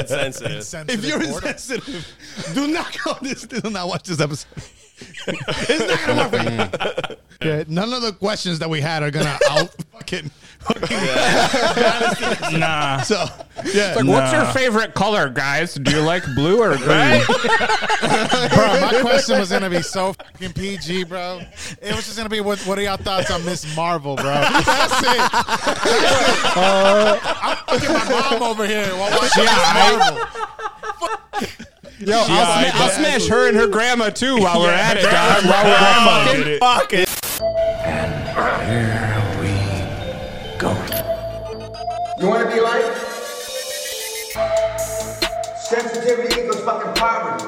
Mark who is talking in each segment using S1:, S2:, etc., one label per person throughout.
S1: insensitive.
S2: Sensitive
S3: If you're
S2: boredom.
S3: insensitive, do not go this. Do not watch this episode. it's not gonna work. For
S2: Mm.
S3: you. Okay, none of the questions that we had are gonna out fucking.
S4: Nah.
S3: So yeah,
S5: Like, what's your
S4: Nah.
S5: favorite color, guys? Do you like blue or green?
S2: bro, my question was gonna be so fucking PG, bro. It was just gonna be what, what are y'all thoughts on Miss Marvel, bro? That's it. That's it. I'm fucking my mom over here while watching Miss Marvel.
S5: Yo, I'll, sma- I'll smash her and her grandma too while we're at it, dog. While we're at fucking
S1: Fuck it.
S6: You want to be like? Sensitivity equals fucking poverty.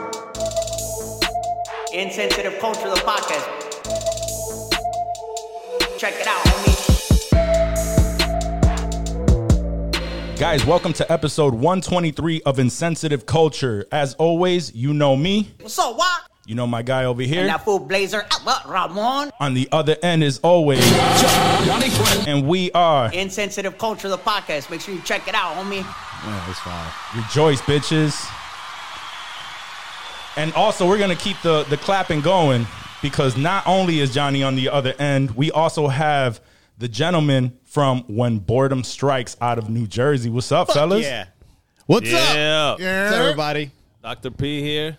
S7: Insensitive Culture, the podcast. Check it out, homie.
S4: Guys, welcome to episode 123 of Insensitive Culture. As always, you know me.
S7: So what?
S4: You know my guy over here.
S7: That fool blazer, uh, what, Ramon.
S4: On the other end, as always. And we are
S7: Insensitive Culture, the podcast. Make sure you check it out, homie.
S4: Oh, Rejoice, bitches. And also, we're gonna keep the the clapping going because not only is Johnny on the other end, we also have the gentleman from When Boredom Strikes out of New Jersey. What's up, fellas?
S1: Yeah.
S3: what's up?
S1: Yeah.
S3: What's up, everybody?
S1: Dr. P here.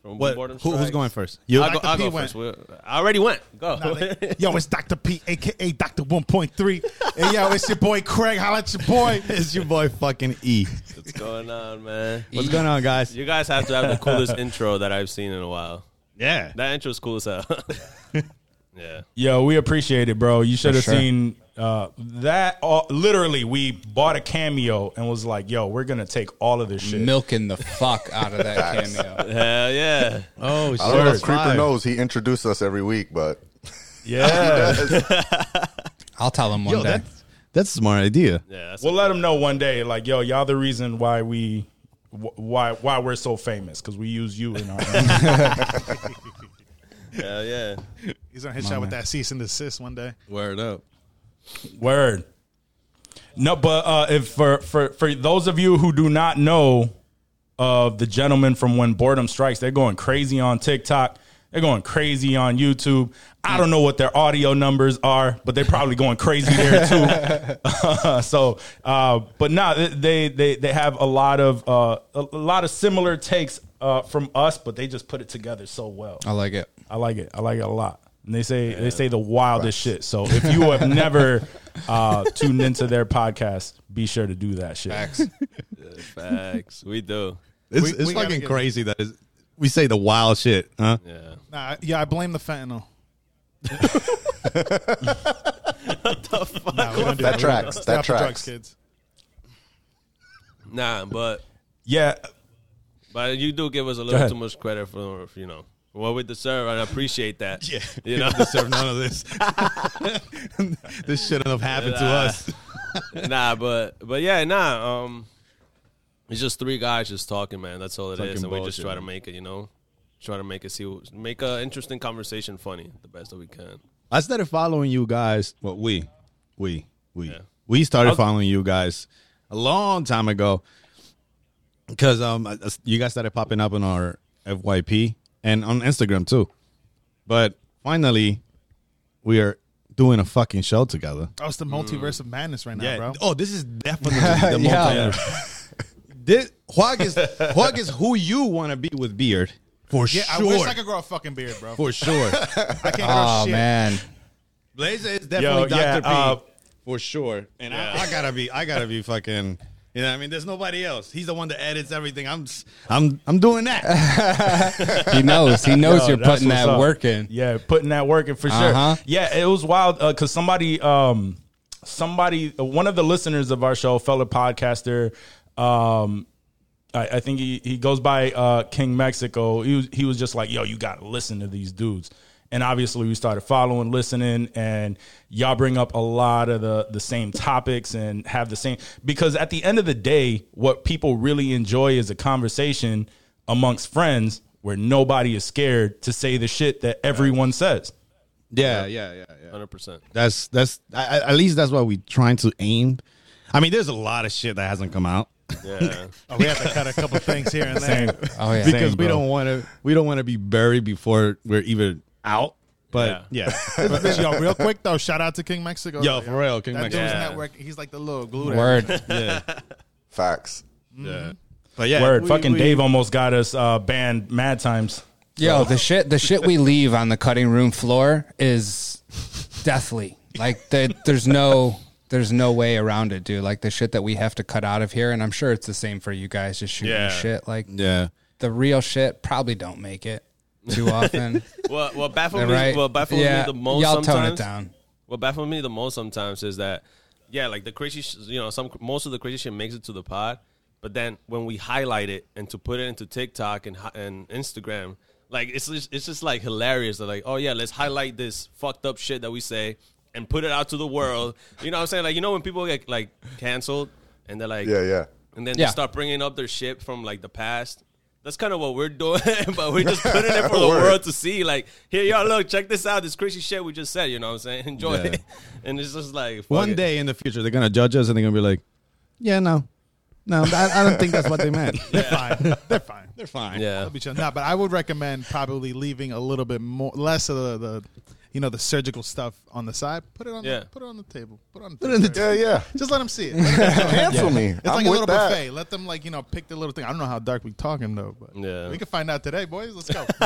S1: From
S3: What?
S1: Boredom
S3: Who, who's
S1: Strikes.
S3: going first? You.
S1: I'll go,
S2: Dr.
S1: I'll
S2: P
S1: go
S2: went.
S1: first. We'll- I already went. Go.
S2: Yo, it's Dr. P, aka Dr. 1.3. And yo, it's your boy Craig. Holla at your boy.
S3: it's your boy fucking E.
S1: What's going on, man?
S3: What's going on, guys?
S1: You guys have to have the coolest intro that I've seen in a while.
S3: Yeah.
S1: That intro's cool as hell. yeah.
S4: Yo, we appreciate it, bro. You should have
S5: sure.
S4: seen uh, that. All, literally, we bought a cameo and was like, "Yo, we're gonna take all of this shit."
S5: milking the fuck out of that cameo.
S1: Hell yeah.
S3: Oh,
S8: I don't know if
S3: shit.
S8: Creeper
S3: Fire.
S8: knows. He introduced us every week, but
S4: Yeah,
S5: I'll tell him one
S3: Yo, that's that's a smart idea.
S1: Yeah. That's
S4: we'll let them know one day. Like, yo, y'all the reason why we wh- why why we're so famous because we use you in our.
S1: hell yeah.
S2: He's gonna hit y'all with that cease and desist one day.
S3: Word up.
S4: Word. No, but uh, if for, for for those of you who do not know of the gentleman from When Boredom Strikes, they're going crazy on TikTok. They're going crazy on YouTube. I don't know what their audio numbers are, but they're probably going crazy there too. so, uh, but no, they they they have a lot of uh, a a lot of similar takes uh, from us, but they just put it together so well.
S5: I like it.
S4: I like it. I like it a lot. And they say they say the wildest shit. So if you have never uh, tuned into their podcast, be sure to do that shit.
S1: Facts. We do.
S3: It's,
S2: We-
S3: it's
S2: we gotta
S3: fucking
S2: get-
S3: crazy that is. We say the wild shit, huh?
S1: Yeah.
S2: Nah, I- yeah, I blame the fentanyl. what the fuck?
S8: that tracks. That
S2: Drugs,
S8: tracks.
S2: kids.
S1: Nah, but
S4: Yeah,
S1: but you do give us a little
S4: ahead.
S1: too much credit for you know what we deserve, and I appreciate that.
S3: Yeah.
S1: You know.
S3: Deserve none of this. this shouldn't have happened to us.
S1: nah, but but yeah, nah. Um, it's just three guys just talking, man. That's all it is,
S3: Talking
S1: and we just
S3: bullshit,
S1: try to
S3: man.
S1: make it, you know, try to make it see make a interesting conversation funny the best that we can.
S3: I started following you guys. Well, we, we, we,
S1: Yeah.
S3: we started
S1: I'll-
S3: following you guys a long time ago because um I- I- you guys started popping up on our FYP and on Instagram too. But finally, we are doing a fucking show together.
S2: Oh, it's the multiverse of madness right now, bro.
S3: Oh, this is definitely the multiverse. This Hwag is Hwag is who you want to be with beard for
S2: yeah, I
S3: sure.
S2: wish I could grow a fucking beard, bro.
S3: for sure.
S2: I can't grow
S5: Oh
S2: shit.
S5: man,
S3: Blazer is
S4: Yo,
S3: definitely Dr.
S4: yeah,
S3: P
S4: uh,
S3: for sure. And I, I gotta be I gotta be fucking you know what I mean there's nobody else. He's the one that edits everything. I'm s- I'm I'm doing that.
S5: he knows. He knows you're
S4: Yo, that's
S5: putting
S4: what's
S5: that
S4: up.
S5: work in.
S4: Yeah, putting that work in for sure.
S5: Uh-huh.
S4: Yeah, it was wild because somebody, um, somebody, one of the listeners of our show, fellow podcaster, um, I, I think he, he goes by uh, King Mexico. He was he was just like, yo, you gotta listen to these dudes. And obviously, we started following, listening, and y'all bring up a lot of the the same topics and have the same because at the end of the day, what people really enjoy is a conversation amongst friends where nobody is scared to say the shit that everyone says.
S3: yeah, yeah, yeah, yeah.
S1: Hundred percent.
S3: That's that's I, I- at least that's what we trying to aim. I mean, there's a lot of shit that hasn't come out.
S1: Yeah.
S2: Oh, we have to cut a couple things here and there.
S5: Oh yeah,
S3: because we don't want to we don't want to be buried before we're even out. But yeah,
S2: Yo, real quick though, shout out to King Mexico.
S3: yo, for real, King
S2: that dude's
S3: Mexico.
S2: network. He's like the little glue. to
S5: Word.
S3: Yeah,
S8: Facts.
S3: yeah. But yeah,
S4: Word.
S3: we-
S4: Fucking
S3: we-
S4: Dave almost got us uh, banned mad times.
S5: Yo, the shit the shit we leave on the cutting room floor is deathly. Like the, there's no there's no way around it, dude. Like the shit that we have to cut out of here, and I'm sure it's the same for you guys. Just shooting
S1: Yeah.
S5: shit. Like
S3: Yeah,
S5: the real shit probably don't make it too often.
S1: What what baffles me
S5: right?
S1: what baffles
S5: yeah.
S1: me the most
S5: Y'all
S1: sometimes
S5: tone it down.
S1: what baffles me the most sometimes is that yeah like the crazy sh- you know some most of the crazy shit makes it to the pod but then when we highlight it and to put it into tiktok and hi- and instagram like it's just, it's just like hilarious they're like oh yeah let's highlight this fucked up shit that we say and put it out to the world you know what i'm saying like you know when people get like canceled and they're like
S8: Yeah, yeah.
S1: and then
S5: Yeah.
S1: they start bringing up their shit from like the past. That's kind of what we're doing, but we're just putting it for the
S8: Word.
S1: world to see. Like, here, y'all, look, check this out. This crazy shit we just said. You know what I'm saying? Enjoy
S3: Yeah.
S1: it. And it's just like fuck
S3: one
S1: it.
S3: day in the future they're gonna judge us and they're gonna be like, yeah, no, no, I, I don't think that's what they meant.
S2: They're fine. They're fine.
S3: They're fine.
S1: Yeah.
S2: They'll be chill. Nah, but I would recommend probably leaving a little bit more, less of the, the you know, the surgical stuff on the side. Put it on.
S1: Yeah.
S2: The, put it on the table. Put it on the
S3: it on the
S2: table.
S8: Yeah, yeah.
S2: Just let them see it. Let 'em see it.
S8: Cancel me.
S2: It's
S8: I'm
S2: like a
S8: with
S2: little
S8: that.
S2: buffet. Let them like you know pick the little thing. I don't know how dark we talking though, but
S1: Yeah.
S2: we can find out today, boys. Let's go.
S3: Trudeau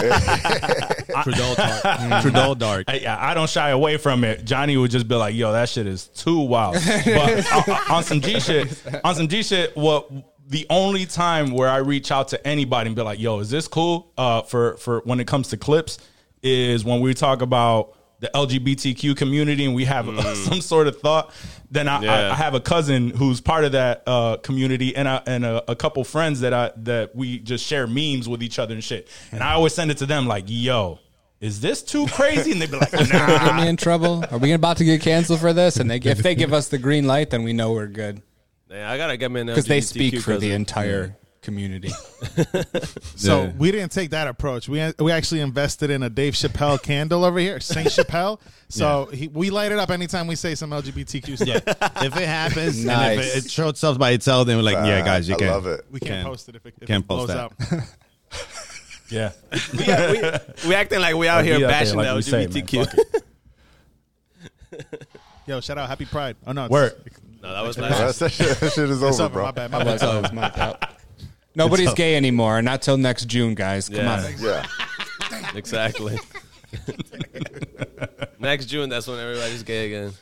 S3: dark. Mm-hmm. Trudeau dark.
S4: I, I I don't shy away from it. Johnny would just be like, "Yo, that shit is too wild." But on- on, on some G shit, on some G shit, what the only time where I reach out to anybody and be like, "Yo, is this cool?" Uh, for for when it comes to clips, is when we talk about the LGBTQ community and we have some sort of thought. Then I, I,
S1: Yeah.
S4: I have a cousin who's part of that uh, community and I, and a, a couple friends that I that we just share memes with each other and shit. And I always send it to them like, "Yo." Is this too crazy? And they'd be like, nah.
S5: Get me in trouble? Are we about to get canceled for this? And they, if they give us the green light, then we know we're good
S1: Man, I gotta get me
S5: because they speak for the entire community.
S2: So
S3: Yeah.
S2: we didn't take that approach. We we actually invested in a Dave Chappelle candle over here, Saint Chappelle. So he, we light it up anytime we say some LGBTQ stuff.
S3: if it happens, and
S5: Nice.
S3: if it, it shows up by itself, then we're like, yeah,
S8: Uh,
S3: guys, you
S8: I
S3: can.
S8: love it.
S2: We can't
S3: Can't-
S2: post it if it, if
S3: can't
S2: it
S3: post
S2: blows
S3: that.
S2: up.
S4: yeah.
S1: yeah, we, we acting like we out
S4: we
S1: here
S4: out there,
S1: bashing
S4: like
S1: the
S4: we say, man,
S1: LGBTQ.
S2: Yo, shout out Happy Pride. Oh no, it's-
S4: Word.
S1: no, that was
S8: That
S1: last.
S8: shit that shit is
S2: It's
S8: over,
S2: over. My
S8: bro.
S2: bad. My bad.
S5: So it's my fault. Nobody's gay anymore, not till next June, guys. Come
S1: Yeah.
S5: on.
S8: Yeah.
S1: exactly. Next June, that's when everybody's gay again.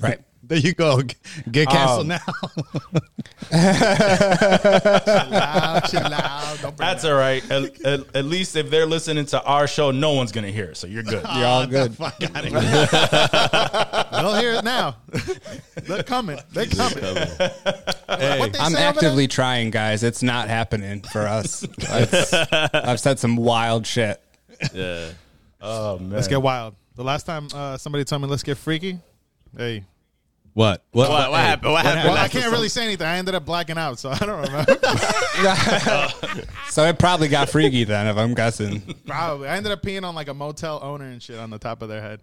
S5: Right. Oh,
S3: There you go. G- Get canceled
S4: Um,
S3: now.
S2: Loud, shit loud. Don't bring
S4: That's
S2: that.
S4: all right. At, at, at least if they're listening to our show, no one's going to hear it. So you're good.
S5: You're all good.
S2: They'll hear it now. They're coming. They're coming. What they say over
S5: I'm
S2: there?
S5: actively trying, guys. It's not happening for us. It's- I've said some wild shit.
S1: Yeah.
S4: Oh, man.
S2: Let's get wild. The last time uh, somebody told me let's get freaky. Hey,
S3: What? What?
S1: What, what happened? What happened?
S2: well, I
S1: last
S2: can't
S1: December?
S2: really say anything. I ended up blacking out, so I don't remember.
S5: so it probably got freaky then, if I'm guessing.
S2: Probably. I ended up peeing on like a motel owner and shit on the top of their head.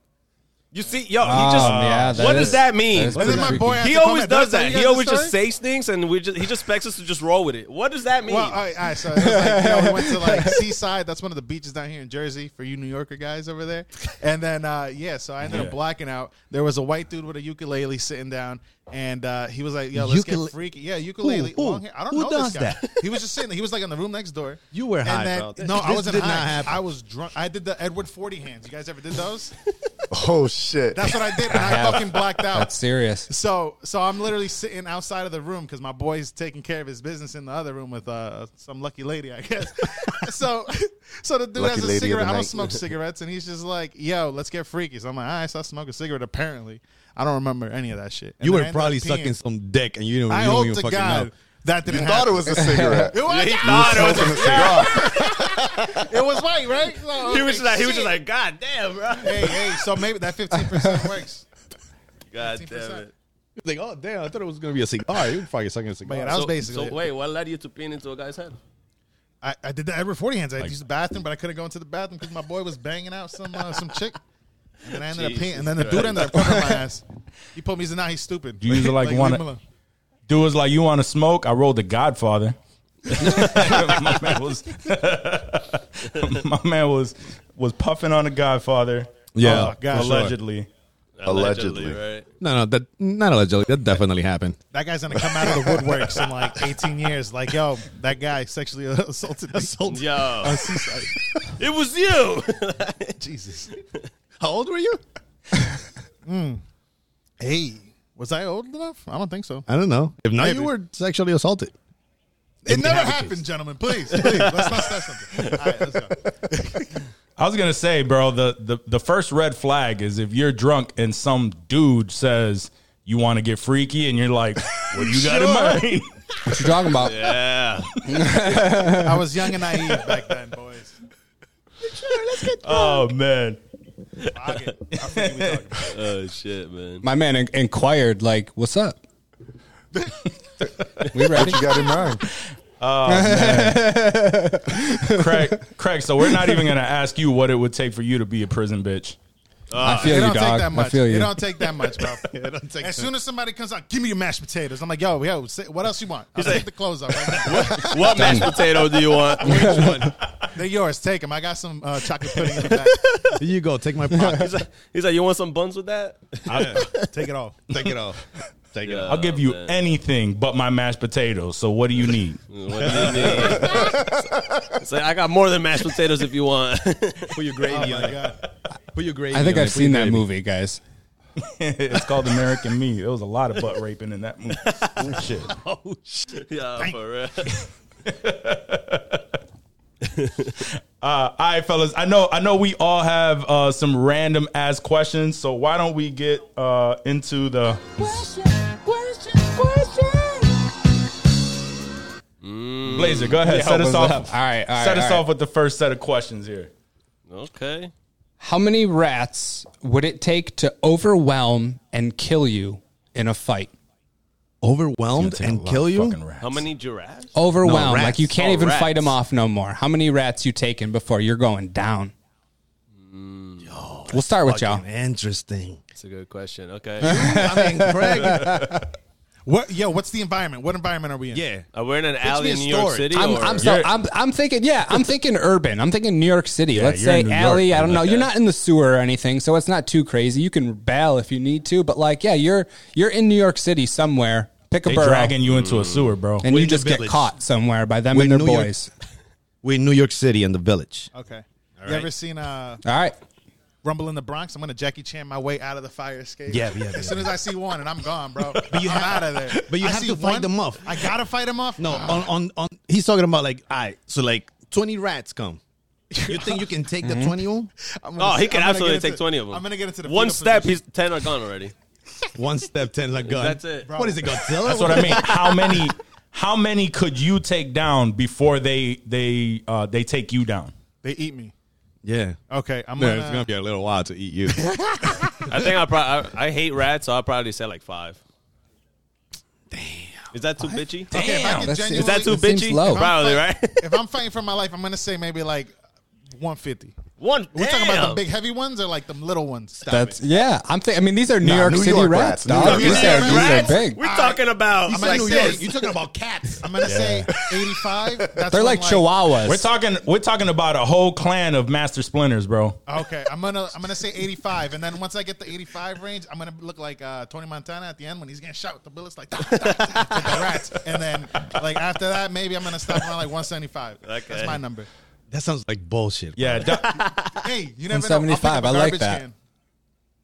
S1: You see, yo,
S5: Oh,
S1: he just.
S5: yeah, that
S1: what
S5: is-
S1: does that mean?
S5: that is
S2: And then my
S5: Freaky.
S2: boy had
S1: He
S2: to come
S1: always
S2: in.
S1: does
S2: Did I
S1: that.
S2: tell
S1: He
S2: you guys
S1: always
S2: this
S1: just
S2: story?
S1: says things, and we just he just expects us to just roll with it. What does that mean?
S2: Well, all right, all right, so it was like, you know, we went to like Seaside. That's one of the beaches down here in Jersey for you New Yorker guys over there. And then, uh, yeah, so I ended up blacking out. There was a white dude with a ukulele sitting down, and uh, he was like, "Yo, let's
S3: Ukule-
S2: get freaky." Yeah, ukulele,
S3: Who?
S2: long hair. I don't
S3: Who
S2: know
S3: does
S2: this guy.
S3: that?
S2: He was just sitting. there. He was like in the room next door.
S3: You were
S2: And
S3: high,
S2: then-
S3: bro.
S2: No, I
S3: This
S2: wasn't
S3: did
S2: high.
S3: not happen.
S2: I was drunk. I did the Edward Forty hands. You guys ever did those?
S8: Oh shit.
S2: That's what I did, and I fucking blacked out.
S5: That's serious.
S2: So, so I'm literally sitting outside of the room because my boy's taking care of his business in the other room with uh, some lucky lady, I guess. so, so the dude
S8: Lucky
S2: has
S8: lady
S2: a
S8: of the
S2: cigarette. I don't
S8: night.
S2: smoke cigarettes, and he's just like, "Yo, let's get freaky." So I'm like, "All right." So I smoke a cigarette. Apparently, I don't remember any of that shit. And
S3: You
S2: then
S3: were
S2: I ended
S3: probably
S2: up peeing.
S3: sucking some dick and you don't,
S2: I
S3: you don't
S2: hope
S3: even
S2: to
S3: fucking
S2: God
S3: know.
S2: that didn't
S8: you
S2: happen.
S8: thought it was a cigarette. Oh,
S2: It was,
S1: He
S2: not.
S1: thought it was-
S8: Smoking a cigar.
S2: It was white, right? So,
S1: He was just
S2: okay,
S1: like, he was
S2: shit.
S1: just like, God damn, bro.
S2: "Hey, hey." So maybe that 15 percent works.
S1: God damn
S2: 15%.
S1: it.
S3: Like, oh, damn, I thought it was going to be a cigar. You were fucking sucking a cigar.
S2: Man, that was
S1: So-
S2: basically. it.
S1: So wait, what led you to peeing into a guy's head?
S2: I, I did the Edward Forty hands. I used the bathroom, but I couldn't go into the bathroom because my boy was banging out some uh, some chick. And then I ended up
S1: Jesus
S2: peeing. And then the dude ended up covering my ass. He pulled me. He's not. He's stupid.
S4: Do you usually, like,
S2: leave
S4: wanna-
S2: him alone.
S4: Dude was like, "You want to smoke?" I rolled the Godfather. my man was, my man was, was puffing on the Godfather.
S3: Yeah,
S2: God. for sure.
S4: allegedly.
S8: Allegedly.
S1: right?
S3: No, no, that not allegedly. That definitely happened.
S2: That guy's gonna come out of the woodworks in like 18 years. Like, yo, that guy sexually assaulted me. Assaulted.
S1: Yo, it was you.
S2: Jesus.
S3: How old were you?
S2: Hey, was I old enough? I don't think so.
S3: I don't know. If not,
S2: Maybe.
S3: you were sexually assaulted.
S2: It never happened, gentlemen. Please, please, let's not start something. All right, let's go.
S4: I was gonna say, bro, the, the the first red flag is if you're drunk and some dude says you want to get freaky, and you're like, "What you got in mind?"
S5: What you talking about?
S1: yeah.
S2: I was young and naive back then, boys.
S4: oh man,
S2: Fuck it. I forget we talking about.
S1: Oh shit, man.
S5: My man in- inquired, like, "What's up?" we ready?
S8: You got in mind.
S4: Craig, Craig. So we're not even gonna ask you what it would take for you to be a prison bitch.
S5: I feel
S2: It Oh,
S5: you,
S2: don't take
S5: dog.
S2: that
S5: I
S2: much.
S5: feel
S2: It
S5: you.
S2: don't take that much, bro. as soon as somebody comes out, give me your mashed potatoes. I'm like, yo, yo, say, what else you want? I'll take the clothes off. Right now.
S1: What mashed potato do you want? Which one?
S2: They're yours. Take them. I got some uh, chocolate pudding in the back.
S3: Here you go. Take my pocket.
S1: He's like, he's like, you want some buns with that?
S2: Take it Oh all.
S3: Take it off. Take it off.
S4: I'll give you anything but my mashed potatoes. So what do you need?
S1: What do you need? It's like, I got more than mashed potatoes if you want.
S3: Put your gravy
S2: Oh my god.
S3: Put your gravy.
S5: I think
S3: on
S5: I've
S3: it. Put
S5: seen
S3: your
S5: that
S3: gravy.
S5: movie, guys.
S4: it's called American Me. There was a lot of butt raping in that movie. Oh, shit.
S1: oh shit. Yeah, for real.
S4: Uh, all right, fellas. I know. I know. We all have uh, some random ass questions. So why don't we get uh, into the Blazer? Go ahead. set us off.
S5: All right, all right.
S4: set
S5: all
S4: us
S5: right.
S4: off with the first set of questions here.
S1: Okay.
S5: How many rats would it take to overwhelm and kill you in a fight?
S3: Overwhelmed and kill you.
S1: How many giraffes?
S2: Oh.
S5: Overwhelm,
S3: No,
S5: like you
S3: rats.
S5: can't
S1: Oh,
S5: even
S1: rats.
S5: fight them off no more. How many rats you taking before you're going down? we'll start with y'all.
S3: Fucking Interesting.
S1: That's a good question. Okay.
S3: I mean, Craig.
S2: What? Yo, what's the environment? What environment are we in?
S3: yeah.
S1: Are we in an alley
S3: me
S1: in
S3: a
S1: New York
S3: story.
S1: City?
S5: I'm,
S1: or-
S5: I'm, so, I'm, I'm thinking, yeah, I'm thinking urban. I'm thinking New York City. Let's
S4: you're
S5: say
S4: in New York.
S5: alley. I don't know. You're
S1: Okay.
S5: not in the sewer or anything, so it's not too crazy. You can bail if you need to, but like, yeah, you're you're in New York City somewhere. Pick a
S4: They
S5: burrow,
S4: dragging you into a
S5: Mm.
S4: sewer, bro.
S5: and you
S3: Wait, the
S5: just get
S3: village.
S5: caught somewhere by them
S3: Wait,
S5: and their
S3: New York-
S5: boys.
S3: We're in New York City in the village.
S2: Okay. you ever seen uh,
S5: All right,
S2: Rumble in the Bronx? I'm gonna Jackie Chan my way out of the fire escape.
S3: Yeah, yeah,
S2: As
S3: yeah.
S2: soon as I see one, and I'm gone, bro. But you I'm out of there.
S3: but you
S2: I
S3: have
S2: see
S3: to fight them off.
S2: I gotta fight them off. Oh,
S3: No, on, on on he's talking about like I so like twenty rats come. You think you can take the twenty on
S2: I'm
S1: oh,
S2: gonna
S1: he
S2: sit-
S1: can
S2: I'm gonna
S1: absolutely
S2: get into-
S1: take 20 of them.
S2: I'm gonna get into the
S1: One
S2: fetal
S1: step,
S2: position.
S1: he's 10 are gone already.
S3: One step, ten like gun.
S1: That's it.
S3: What is it, Godzilla?
S4: That's what I mean. How many? How many could you take down before they they uh, they take you down?
S2: They eat me.
S3: Yeah.
S2: Okay, I'm
S3: No,
S2: gonna.
S3: it's gonna be a little while to eat you.
S1: I think I probably I, I hate rats, so I'll probably say like five. Damn. Is that too bitchy?
S2: Okay, if I
S5: Damn,
S2: can
S5: that's-
S2: genuinely-
S1: Is that too
S5: It seems
S1: bitchy?
S5: low.
S1: Probably
S2: if I'm
S1: right.
S2: fight- if I'm fighting for my life, I'm gonna say maybe like 150.
S1: One.
S2: We're talking about the
S1: damn.
S2: big heavy ones or like the little ones. Stop
S5: that's yeah. I'm thinking. I mean, these are New
S8: Nah,
S5: York
S8: New
S5: City
S8: York rats.
S5: rats,
S8: New
S5: dog. These
S8: York
S5: are
S8: City
S5: these are
S1: Rats?
S5: big.
S1: We're talking about
S2: I'm like
S1: like
S2: New York.
S1: this.
S2: You
S3: talking about cats?
S2: it. I'm gonna say 85. That's
S5: They're
S2: when,
S5: like chihuahuas.
S4: We're talking we're talking about a whole clan of master splinters, bro.
S5: Uh,
S2: Okay, I'm gonna I'm gonna say 85, and then once I get the 85 range, I'm gonna look like uh, Tony Montana at the end when he's getting shot with the bullets like "Dah, dah, dah," with the rats, and then like after that maybe I'm gonna stop around like 175.
S1: Okay.
S2: That's my number.
S3: That sounds like bullshit.
S4: Yeah, doc,
S2: Hey, you never know.
S5: 175, I
S2: I'll pick up a
S5: like
S2: garbage
S5: that.
S2: can.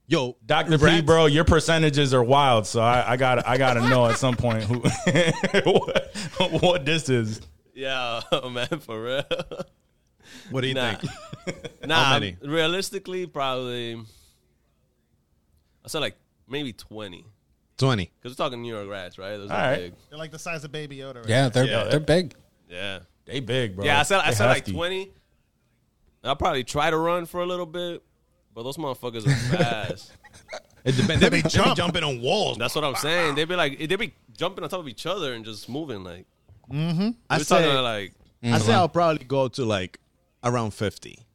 S3: Yo,
S4: Dr. P,
S3: rats-
S4: bro, your percentages are wild, so I, I got I got to know at some point who what, what this is.
S1: Yeah, oh, man, for real.
S3: What do you
S1: Nah.
S3: think?
S1: Nah,
S3: many?
S1: realistically, probably. I said like maybe twenty,
S3: Twenty.
S1: because we're talking New York rats, right? Those
S4: All
S1: are
S4: right.
S1: big.
S2: They're like the size of Baby Yoda. Right?
S5: yeah, they're
S1: Yeah.
S5: they're big.
S1: Yeah,
S4: They big, bro.
S1: yeah. I said I
S4: They
S1: said like
S4: hefty.
S1: twenty. I'll probably try to run for a little bit, but those motherfuckers are fast.
S3: It depends. they, be, they be jumping on walls.
S1: That's what I'm saying. They'd be like, they'd be jumping on top of each other and just moving. Like
S3: I
S1: we're talking
S3: say,
S1: like,
S3: I say I'll probably go to like around fifty.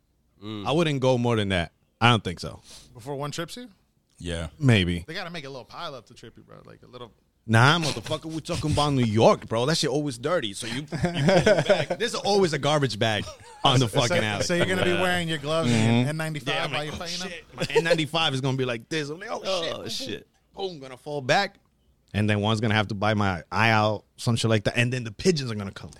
S3: I wouldn't go more than that. I don't think so.
S2: Before one trips you,
S4: Yeah.
S3: Maybe.
S2: they gotta make a little pile up to trip you, bro. Like a little.
S3: Nah, motherfucker, we're talking about New York, bro. That shit always dirty. So you, you pull it back. There's always a garbage bag on the fucking Mm-hmm.
S2: so,
S3: alley.
S2: so you're gonna be wearing your gloves and your N95
S3: yeah, I'm
S2: while
S3: like,
S2: you're
S3: oh,
S2: fighting
S3: shit. My N95 is gonna be like this. I'm like, oh, shit,
S1: Oh,
S3: boom,
S1: shit.
S3: Boom, boom, gonna fall back, and then one's gonna have to buy my eye out, some shit like that, and then the pigeons are gonna come.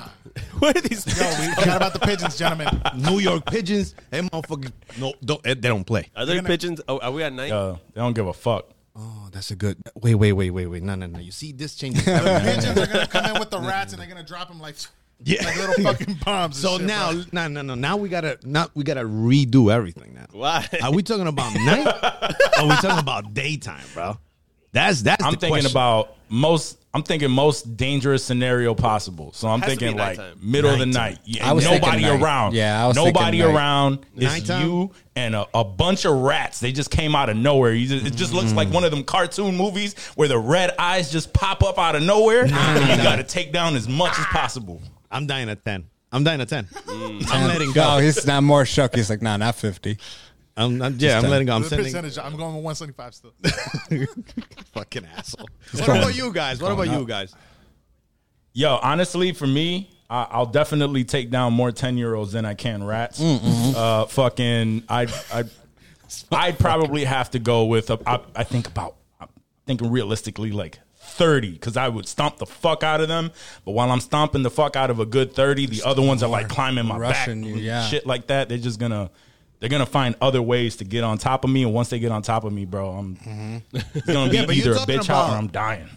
S1: Where are these?
S2: Yo, we forgot about the pigeons, gentlemen.
S3: New York pigeons, hey motherfuckers, no, don't, eh, they don't play.
S1: Are there pigeons? Are, are we at night?
S4: Uh, they don't give a fuck.
S3: Oh, that's a good. Wait, wait, wait, wait, wait. No, no, no. You see, this changes. everything.
S2: pigeons are gonna come in with the rats and they're gonna drop them like,
S3: Yeah.
S2: like little fucking bombs. and
S3: so
S2: shit,
S3: now,
S2: bro.
S3: no, no, no. Now we gotta, now we gotta redo everything. Now,
S1: Why?
S3: Are we talking about night? or are we talking about daytime, bro? That's that's.
S4: I'm
S3: the
S4: thinking
S3: question.
S4: about most. I'm thinking most dangerous scenario possible. So I'm
S1: Has to be
S4: thinking like
S1: nighttime.
S4: middle of the
S3: Nighttime.
S4: night. Yeah,
S5: I was thinking
S4: nobody
S5: night.
S4: around.
S5: Yeah, I was thinking
S4: nobody
S5: night.
S4: around. It's
S3: Nighttime?
S4: you and a, a bunch of rats. They just came out of nowhere. You just, it just looks
S5: Mm.
S4: like one of them cartoon movies where the red eyes just pop up out of nowhere. and you got to take down as much as possible.
S3: I'm dying at ten. I'm dying at ten.
S4: Mm.
S3: I'm letting
S5: No,
S3: go.
S5: he's not more shook. He's like, nah, not 50.
S3: I'm, I'm- yeah, I'm letting go. I'm
S2: the
S3: sending.
S2: percentage. I'm going with 175 still.
S3: Fucking asshole.
S5: He's
S3: what
S5: going-
S3: about you guys? What about you guys?
S4: Yo, honestly, for me, I, I'll definitely take down more ten year olds than I can rats.
S3: Mm, mm-hmm.
S4: Uh, fucking, I, I, I'd probably have to go with. A, I, I think about. I'm thinking realistically, like thirty, because I would stomp the fuck out of them. But while I'm stomping the fuck out of a good thirty, the other ones are like climbing my
S5: rushing
S4: back,
S5: you,
S4: and
S5: yeah.
S4: shit like that. They're just gonna. They're gonna find other ways to get on top of me, and once they get on top of me, bro, I'm it's gonna be
S3: Mm-hmm. Yeah, but you're
S4: either a
S3: talking
S4: bitch out or
S3: about-
S4: I'm dying.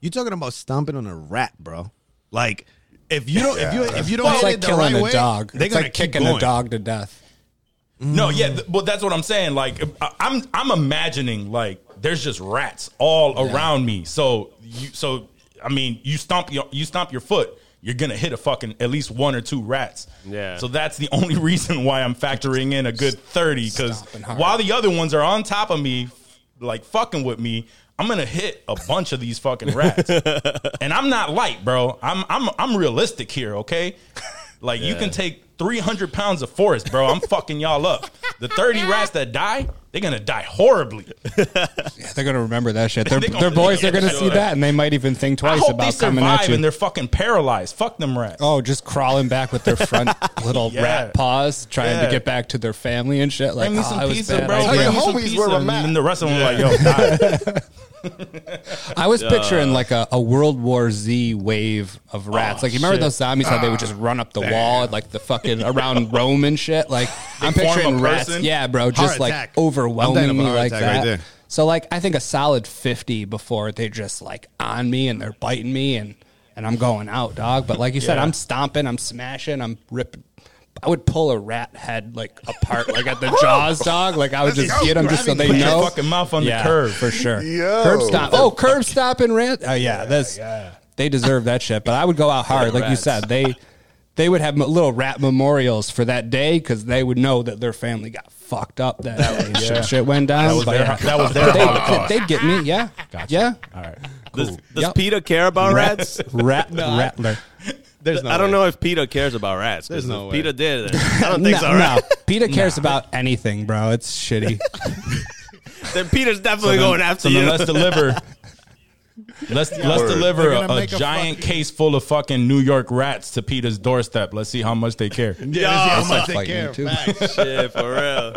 S3: You're talking about stomping on a rat, bro. Like if you don't, if you if you don't
S5: It's
S3: hit
S5: like
S3: it the
S5: killing
S3: right
S5: a
S3: way,
S5: dog.
S3: they're
S5: It's
S3: gonna
S5: like
S3: keep
S5: kicking a
S3: going.
S5: dog to death.
S4: No, yeah, th- well, that's what I'm saying. Like, I- I'm I'm imagining like there's just rats all around me. So you, so I mean, you stomp your you stomp your foot, you're gonna hit a fucking at least one or two rats.
S1: Yeah.
S4: So that's the only reason why I'm factoring in a good thirty because
S5: Stomping hard.
S4: while the other ones are on top of me, like fucking with me. I'm gonna hit a bunch of these fucking rats, and I'm not light, bro. I'm I'm I'm realistic here, okay? Like you can take 300 pounds of forest, bro. I'm fucking y'all up. The 30 rats that die, they're gonna die horribly.
S5: Yeah, they're gonna remember that shit. Their,
S4: They gonna-
S5: their boys are gonna
S4: Yeah,
S5: see that, and they might even think
S4: I
S5: twice
S4: hope they
S5: about coming at
S4: survive
S5: you.
S4: and they're fucking paralyzed. Fuck them rats.
S5: oh, just crawling back with their front little
S4: Yeah.
S5: rat paws, trying
S4: Yeah.
S5: to get back to their family and shit. Like,
S4: Bring me
S5: oh,
S4: some
S5: I was
S4: pizza,
S5: bad
S4: bro.
S5: idea."
S4: Bring me some
S8: homies where
S4: pizza.
S8: I'm
S4: And
S8: at.
S4: then the rest of them are like, yo, die.
S5: I was picturing like a, a World War Z wave of rats. like you remember
S4: Oh, shit. Ah,
S5: those zombies how they would just run up the wall like the fucking around Rome and shit. Like I'm
S4: form
S5: picturing
S4: a
S5: rats.
S4: person?
S5: Yeah, bro, just
S3: attack.
S5: like
S3: I'm
S5: overwhelming
S3: dying
S5: me
S3: of a heart
S5: like
S3: attack right
S5: that.
S3: there.
S5: so like I think a solid fifty before they just like on me and they're biting me and and I'm going out, dog. But like you said,
S4: Yeah.
S5: I'm stomping, I'm smashing, I'm ripping. I would pull a rat head like apart, like at the jaws, dog. Like I would
S8: Let's
S5: just
S8: go,
S5: get them just so
S8: grabbing
S5: they
S4: Put your
S5: know
S4: fucking mouth on
S5: yeah,
S4: the curb.
S5: for sure.
S8: Yo.
S5: Curb stop. Oh, curb stop and rant. Oh yeah, that's they deserve that shit. But I would go out hard, like you
S1: Rats.
S5: said. They they would have m- little rat memorials for that day because they would know that their family got fucked up that day. and shit, shit went down.
S4: That was
S5: But
S4: their-
S5: yeah.
S4: that was their
S5: They-
S4: Holocaust.
S5: They'd get me. Yeah. Yeah.
S4: All right.
S1: Does, does
S5: Yep.
S1: Peter care about rats?
S5: Rat rattler.
S3: There's no.
S1: I don't
S3: way.
S1: know if Peter cares about rats. 'cause
S3: There's no
S1: if
S3: way.
S1: Peter did. then I don't think
S5: no,
S1: so. Right?
S5: no. Peter cares about anything, bro. It's shitty.
S4: Oh,
S1: then Peter's definitely
S4: So then-
S1: going after
S4: so
S1: you.
S4: then let's deliver. Let's let's
S8: Word.
S4: deliver
S2: They're
S4: a,
S2: gonna
S4: a
S2: make a
S4: giant
S2: fucking-
S4: case full of fucking New York rats to Peter's doorstep. Let's see how much they care.
S3: Yeah, let's see how
S5: Yo.
S3: much they
S5: Fight me
S3: care.
S5: too.
S3: Facts.
S1: Shit, for real.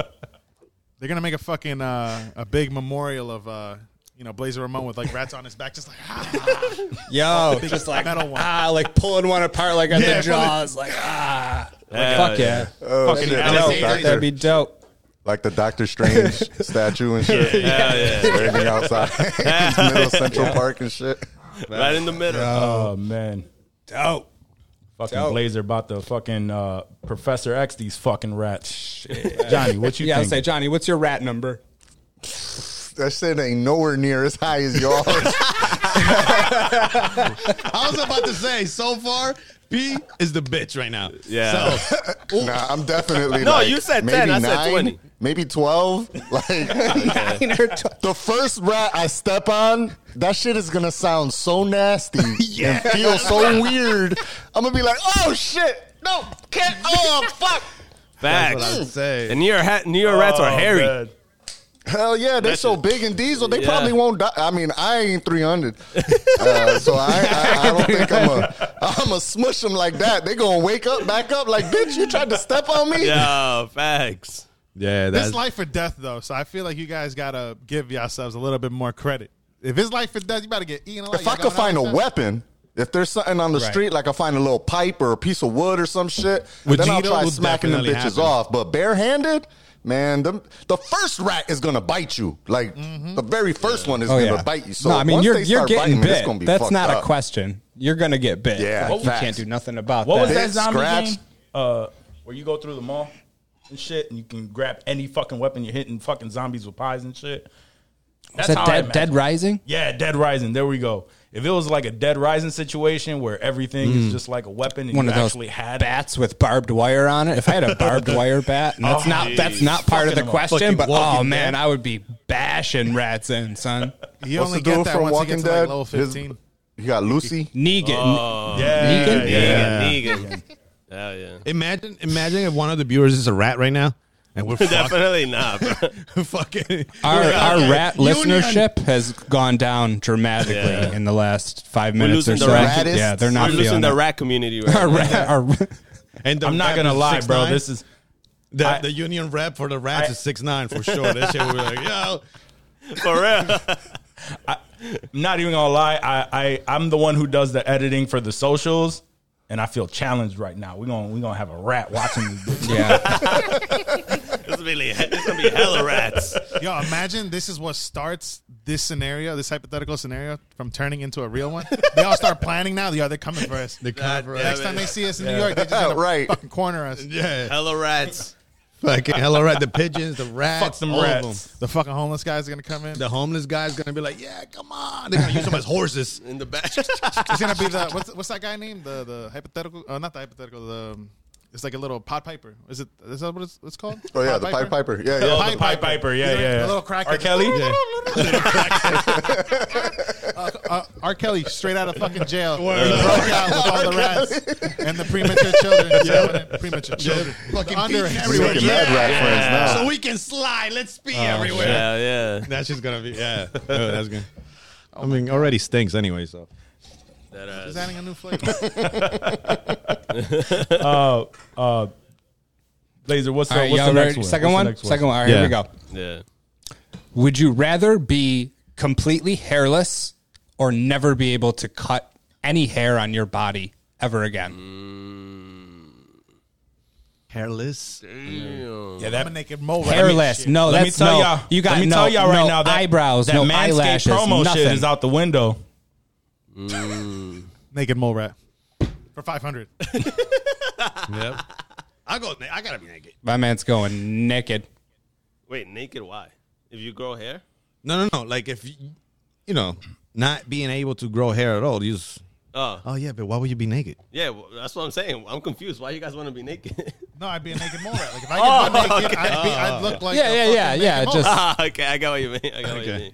S2: They're gonna make a fucking uh, a big memorial of uh, you know Blazer Ramon with like rats on his back, just like ah,
S5: Yo,
S2: big
S5: just like
S2: metal one.
S5: ah, like pulling one apart, like at
S2: Yeah,
S5: the
S2: pull it.
S5: jaws, like ah,
S1: Hell
S5: fuck
S1: yeah.
S5: yeah.
S8: Oh,
S4: Fucking
S8: shit.
S4: Alex
S8: Like
S4: Jones.
S8: Doctor-
S5: That'd be dope.
S8: like the Doctor Strange statue and shit.
S1: Hell yeah.
S8: Everything outside, It's middle of Central Park and shit.
S1: Right in the middle.
S4: Oh man.
S5: Dope.
S4: Fucking
S5: Dope.
S4: Blazer about the fucking uh, Professor X these fucking rats. Johnny, what you
S5: Yeah, I
S4: think?
S5: say, Johnny, what's your rat number?
S8: That shit ain't nowhere near as high as y'all.
S3: I was about to say. So far, P is the bitch right now.
S1: Yeah.
S3: So,
S8: nah, I'm definitely.
S1: No,
S8: like,
S1: you said
S8: maybe
S1: 10, I said
S8: nine,
S1: 20.
S8: Maybe twelve. Like The first rat I step on, that shit is gonna sound so nasty and feel so weird. I'm gonna be like, oh shit, no, can't, oh fuck.
S1: Facts.
S3: That's what I would say. Oh,
S1: And New York, hat, New York rats are hairy.
S4: man.
S8: Hell yeah, they
S1: That's
S8: so
S1: it.
S8: big in diesel. They
S1: Yeah.
S8: probably won't die. I mean, I ain't 300. Uh, so I, I, I don't think I'm a, I'm a smush them like that. They gonna wake up, back up like, bitch, you tried to step on me?
S1: Yeah, facts.
S3: Yeah, that's
S2: It's life or death, though, so I feel like you guys gotta give yourselves a little bit more credit. If it's life or death, you better get eaten alive.
S8: If I
S2: Y'all
S8: could
S2: going
S8: find a
S2: out and
S8: weapon, if there's something on the street, like I find a little pipe or a piece of wood or some shit, then I'll
S3: Vegito
S8: try
S3: would
S8: smacking them bitches
S3: definitely happen.
S8: off. But barehanded, man, them, the first rat is gonna bite you. Like the very first one is
S5: Mm-hmm. Oh
S8: gonna
S5: yeah,
S8: bite you. So
S5: no, I mean
S8: once
S5: you're
S8: they
S5: you're
S8: start
S5: getting
S8: biting, man, it's gonna
S5: bit.
S8: be
S5: That's
S8: fucked
S5: not a
S8: up.
S5: question. You're gonna get bit.
S8: Yeah,
S5: Like, you
S8: facts.
S5: can't do nothing about
S4: What was
S5: that.
S4: that
S8: Hit,
S4: zombie
S8: scratch.
S4: game? Uh, where you go through the mall and shit, and you can grab any fucking weapon you're hitting fucking zombies with pies and shit. That's
S5: Is that
S4: how I
S5: dead,
S4: imagine
S5: dead Rising?
S4: Yeah, Dead Rising. There we go. If it was like a Dead Rising situation where everything is just like a weapon and
S5: Mm. One
S4: you
S5: of those
S4: actually had
S5: bats with barbed wire on it. If I had a barbed wire bat, and that's
S4: Oh,
S5: not that's not part of the
S4: Fucking
S5: question.
S3: fucking
S5: But oh
S3: Walking
S5: man,
S3: Dead.
S5: I would be bashing rats in son.
S2: You
S8: What's
S2: only
S8: the dude
S2: get that
S8: from
S2: once
S8: Walking
S2: you get to
S8: Dead?
S2: like level
S8: His-
S2: fifteen.
S8: You got Lucy.
S5: Negan.
S4: uh, yeah,
S5: Negan?
S4: yeah,
S1: Yeah, Negan. Hell yeah.
S3: imagine imagine if one of the viewers is a rat right now and we're fucking
S1: Definitely not. Bro.
S3: fucking
S5: Our, our rat
S3: Union.
S5: listenership has gone down dramatically
S1: Yeah.
S5: in the last five minutes
S1: losing
S5: or
S1: the
S5: so.
S8: raddest.
S5: Yeah, they're not
S1: We're losing
S5: feeling
S1: the
S5: it.
S1: rat community
S5: Our
S1: right now.
S5: rat- our-
S3: and the
S4: I'm not
S3: rap
S4: gonna
S3: is
S4: lie, bro.
S3: 6'9".
S4: This is
S3: the,
S4: I-
S3: the union rep for the rats
S4: I-
S3: is six nine for sure. That shit we're like, yo,
S1: For real.
S4: I'm not even gonna lie. I, I I'm the one who does the editing for the socials, and I feel challenged right now. We're gonna we're gonna have a rat watching this. Bitch.
S5: yeah,
S1: It's really, it's gonna be hella rats.
S2: Yo, imagine this is what starts this scenario, this hypothetical scenario, from turning into a real one. They all start planning now. Yo, they're coming for us. They're
S3: coming
S2: for us. Next time they see us in New York, they're just
S8: Yeah,
S2: gonna
S8: right.
S2: fucking corner us.
S3: yeah,
S1: Hella rats.
S3: fucking hello rat. The pigeons, the rats,
S4: Fuck them
S3: all of
S4: rats.
S3: them.
S2: The fucking homeless guys are gonna come in.
S3: The homeless guy's gonna be like, yeah, come on. They're gonna use them as horses.
S1: In the back.
S2: It's gonna be the what's, what's that guy named? The the hypothetical? Uh, not the hypothetical. The um, it's like a little pod piper. Is it? Is that what it's, it's called?
S8: Oh yeah, the Pied Piper. Yeah, yeah.
S4: Oh,
S2: Pied
S4: the Pied
S2: Piper.
S4: Piper. Yeah,
S2: He's
S4: yeah.
S2: like a little cracker.
S4: R. Kelly.
S2: Uh, R. Kelly straight out of fucking jail. He broke out with all the rats and the premature children. Premature children.
S3: Fucking
S2: Under-
S3: beach
S8: We're
S3: everywhere.
S8: making mad rat friends now.
S3: So we can slide. Let's
S4: Oh,
S3: be everywhere.
S1: Hell yeah.
S3: That's just gonna be yeah. Oh, that's good. I mean, already stinks anyway. So
S1: That ass.
S2: Is adding a new flavor.
S4: Laser. Uh, What's the,
S5: All right,
S4: what's
S5: y'all
S4: the next
S5: ready?
S4: one?
S5: Second
S4: What's
S5: one?
S4: the next
S5: Second one. All right,
S3: Yeah.
S5: here we go.
S1: Yeah.
S5: Would you rather be completely hairless or never be able to cut any hair on your body ever again?
S4: Mm.
S3: hairless.
S4: Yeah,
S2: I'm a
S4: that
S2: naked mole. rat.
S5: Hairless. No,
S4: Let
S5: that's
S4: me tell
S5: no.
S4: y'all.
S5: You got
S4: let me
S5: no,
S4: tell y'all right
S5: no
S4: now that
S5: eyebrows,
S4: that
S5: no
S4: Manscaped
S5: eyelashes,
S4: promo
S5: nothing.
S4: shit is out the window.
S2: Naked mole rat. For 500.
S3: Yep. I go. I gotta be naked.
S5: My man's going naked.
S1: Wait, naked? Why? If you grow hair?
S3: No, no, no. Like if you, you know, not being able to grow hair at all, you just.
S1: Oh,
S3: Oh yeah, but why would you be naked?
S1: yeah. Well, that's what I'm saying. I'm confused. Why you guys want to be naked?
S2: No, I'd be a naked mole rat. Like, if I get butt naked, I'd, be, I'd look like
S5: Oh, Yeah,
S2: a
S5: yeah,
S2: fucking
S5: yeah,
S2: naked
S5: yeah,
S2: mole
S5: just-
S2: rat.
S1: Ah, okay, I got what you mean. I got what you
S3: Okay.
S1: mean.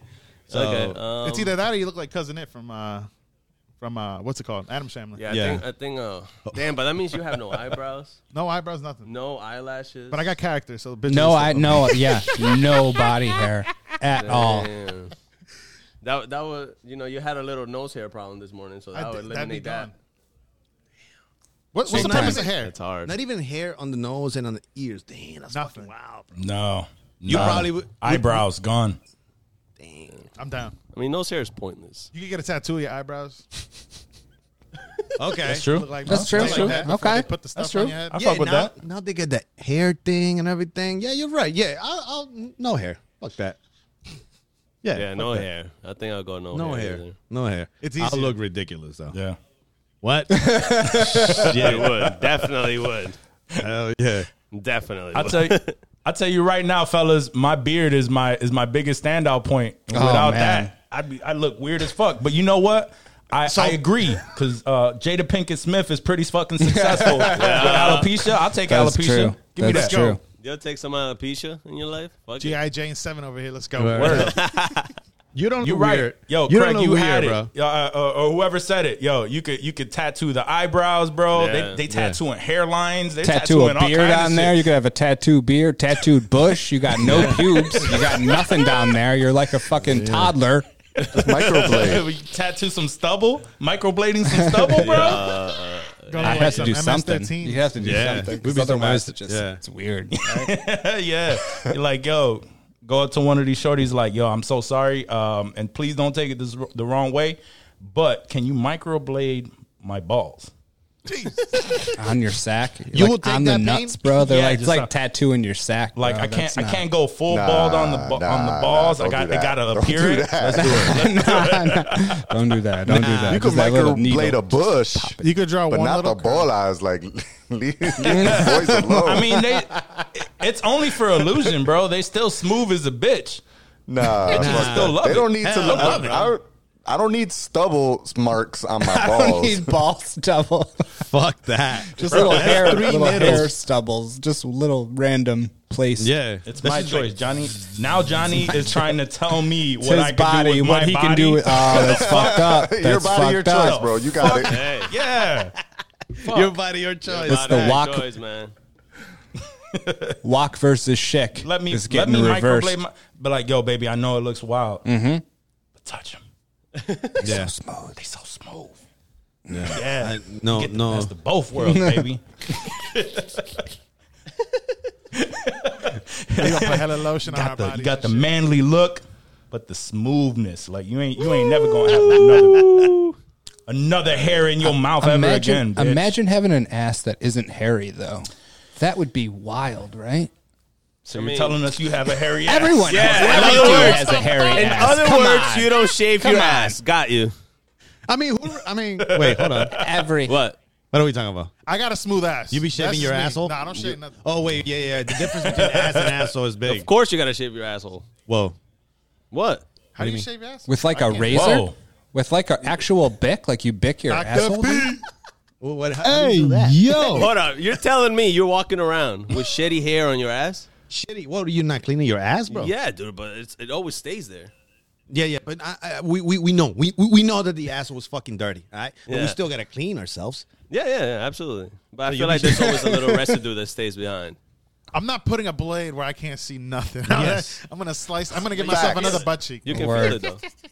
S1: okay. Um,
S2: It's Uh, either that or you look like Cousin It from, uh, from uh, what's it called? Adam Shamlin.
S1: yeah, I
S3: Yeah.
S1: think. I think uh, damn, but that means you have no eyebrows,
S2: No eyebrows, nothing.
S1: no eyelashes.
S2: But I got character, so bitch.
S5: No, I no, yeah, no body hair at all.
S1: Damn. That that was you know you had a little nose hair problem this morning, so that
S2: I
S1: would
S2: did- that'd be
S1: eliminate that.
S2: gone. What, what's the
S3: Sometimes-
S2: purpose of hair?
S1: That's hard.
S3: Not even hair on the nose and on the ears. Damn, that's
S2: Nothing.
S3: fucking wild. Bro.
S4: No,
S3: You probably would-
S4: eyebrows gone.
S2: I'm down.
S3: e-
S1: I mean, nose hair is pointless.
S2: You can get a tattoo of your eyebrows.
S3: Okay,
S4: That's true.
S2: Look like
S5: That's
S2: Mount
S5: true,
S2: Rushmore
S5: true.
S2: like that before
S5: Okay.
S2: they Put the
S5: That's
S2: stuff on
S5: true.
S2: your head.
S4: I
S3: Yeah,
S4: fuck with
S3: now,
S4: that.
S3: now they get that hair thing and everything. Yeah, you're right. Yeah, I'll, I'll no hair. Fuck that. Yeah,
S1: Yeah,
S3: fuck
S1: no
S3: that.
S1: hair. I think I'll go no,
S3: No
S1: hair.
S3: hair. No hair. It's
S2: easier.
S3: I'll look ridiculous though.
S4: Yeah.
S3: What?
S1: Yeah, would definitely would
S3: Hell yeah.
S1: definitely.
S4: I
S1: would.
S4: tell you, I tell you right now, fellas, my beard is my is my biggest standout point. And Without
S5: Oh, man.
S4: that, I'd be I look weird as fuck. But you know what? I, I agree because uh, Jada Pinkett Smith is pretty fucking successful with alopecia. I'll take
S5: That's
S4: alopecia.
S5: true.
S4: Give me
S5: That's
S4: that.
S5: true.
S1: You'll take some alopecia in your life. Fuck it.
S2: G.I. Jane 7 over here. Let's go.
S3: Word. You don't.
S4: You
S3: look
S4: right,
S3: weird.
S4: yo,
S3: you
S4: Craig.
S3: don't
S4: You
S3: look weird,
S4: had it,
S3: bro.
S4: Yo, uh, uh, or whoever said it. Yo, you could you could tattoo the eyebrows, bro.
S1: Yeah.
S4: they they tattooing hairlines. They
S5: Tattoo
S4: tattooing
S5: a
S4: all
S5: beard
S4: kinds of
S5: on there.
S4: shit.
S5: You could have a tattoo beard, tattooed bush. You got no pubes. You got nothing down there. You're like a fucking toddler.
S8: Microblade.
S4: We tattoo some stubble, microblading some stubble, bro.
S2: Gonna
S5: I
S2: like
S5: have to
S2: some
S5: do
S2: MS-13.
S5: something. You have to do
S3: Yeah.
S5: something.
S3: We'd
S5: 'cause
S3: be
S5: Otherwise,
S3: surprised.
S5: it's just
S3: Yeah.
S5: it's weird.
S4: yeah. You're like, yo, go up to one of these shorties, like, yo, I'm so sorry. Um, and please don't take it this, the wrong way, but can you microblade my balls?
S5: on your sack. You're
S3: You
S5: like,
S3: will take
S5: on the
S3: that
S5: nuts,
S3: pain?
S5: bro. They're
S4: Yeah,
S5: like it's
S4: just
S5: like
S4: a-
S5: tattooing your sack.
S4: Like
S5: bro.
S4: I
S5: That's
S4: can't, I
S5: not-
S4: can't go full bald on the ba- on
S8: nah,
S4: the balls. I
S8: don't
S4: got,
S8: do
S4: I
S8: that.
S4: gotta
S8: Don't
S4: appear
S8: do
S4: it. Let's
S8: that.
S4: do it.
S5: Don't do that. Don't do that.
S8: you could
S5: Just that little
S8: microblade
S5: needle.
S8: a bush,
S2: You could draw
S8: but
S2: one
S8: not
S2: little
S8: the ball eyes. Like leave, leave the boys alone.
S4: I mean, they. It's only for illusion, bro. They still smooth as a bitch.
S8: Nah, fuck
S4: still
S8: that.
S4: love
S8: they
S4: it.
S8: don't need to
S4: Hell,
S8: look.
S4: I love
S8: I,
S4: it.
S8: I, I don't need stubble marks on my
S5: I don't
S8: balls.
S5: need balls double.
S3: Fuck that.
S5: Just little hair,
S3: three
S5: little
S3: needles.
S5: hair stubbles, just little random places.
S3: Yeah,
S4: It's
S3: This
S4: my
S3: is like-
S4: choice, Johnny. Now Johnny is trying to tell me what
S5: It's his
S4: I can
S5: body,
S4: do with
S5: what
S4: my
S5: he
S4: body.
S5: can do with. Oh, that's fucked up. That's
S8: your body, your
S5: fucked up.
S8: choice, bro. You got it.
S1: Hey,
S4: yeah.
S3: your body, your choice.
S5: It's the
S1: bad
S5: walk,
S1: choice, man.
S5: walk versus chick.
S4: Let me
S5: is
S4: let
S5: getting
S4: me
S5: reversed.
S4: microblade my. But like, yo, baby, I know it looks wild. Mm-hmm. But touch them.
S3: Yeah.
S4: Smooth. They so smooth. Yeah. yeah.
S3: No,
S4: Get the
S3: no.
S4: best of both worlds, baby.
S2: They gonna put hella lotion on our
S4: got the you
S2: bodies
S4: got the
S2: and shit.
S4: manly look, but the smoothness. Like you ain't you ain't never gonna have another another hair in your mouth ever
S5: Imagine,
S4: again. bitch.
S5: imagine having an ass that isn't hairy though. That would be wild, right?
S4: So
S1: I
S4: you're
S1: mean-
S4: telling us you have a hairy ass.
S5: Everyone,
S1: Yeah,
S5: has,
S1: in
S5: everyone
S1: other words-
S5: has a hairy
S1: In
S5: ass.
S1: other
S5: Come
S1: words,
S5: on.
S1: you don't shave
S5: Come
S1: your
S5: on.
S1: ass. Got you.
S3: I mean, who, I mean, wait, hold on.
S5: every
S1: What?
S3: What are we talking about?
S2: I got a smooth ass.
S3: You be shaving
S2: That's
S3: your
S2: just me.
S3: asshole?
S2: Nah, I don't
S3: You-
S2: shave nothing.
S3: Oh wait, yeah, yeah. The difference between ass and asshole is big.
S1: Of course you gotta shave your asshole.
S3: Whoa.
S1: What?
S2: How do you shave your ass?
S5: with like a razor,
S4: Whoa.
S5: with like an actual bick, like you bick your asshole.
S3: Well, what? How hey, do you do that?
S1: Hold up. You're telling me you're walking around with shitty hair on your ass?
S3: Shitty. What are you not cleaning your ass, bro?
S1: Yeah, dude, but it's, it always stays there.
S3: yeah, yeah. But I, I, we, we, we know, we, we we know that the asshole was fucking dirty. All right, but
S1: Yeah.
S3: we still gotta clean ourselves.
S1: Yeah, yeah, yeah, absolutely. But I feel like there's always a little residue that stays behind.
S2: I'm not putting a blade where I can't see nothing.
S3: Yes.
S2: I'm gonna slice. I'm gonna give myself
S8: Facts.
S2: another butt cheek.
S1: You can
S5: Word.
S1: feel it though.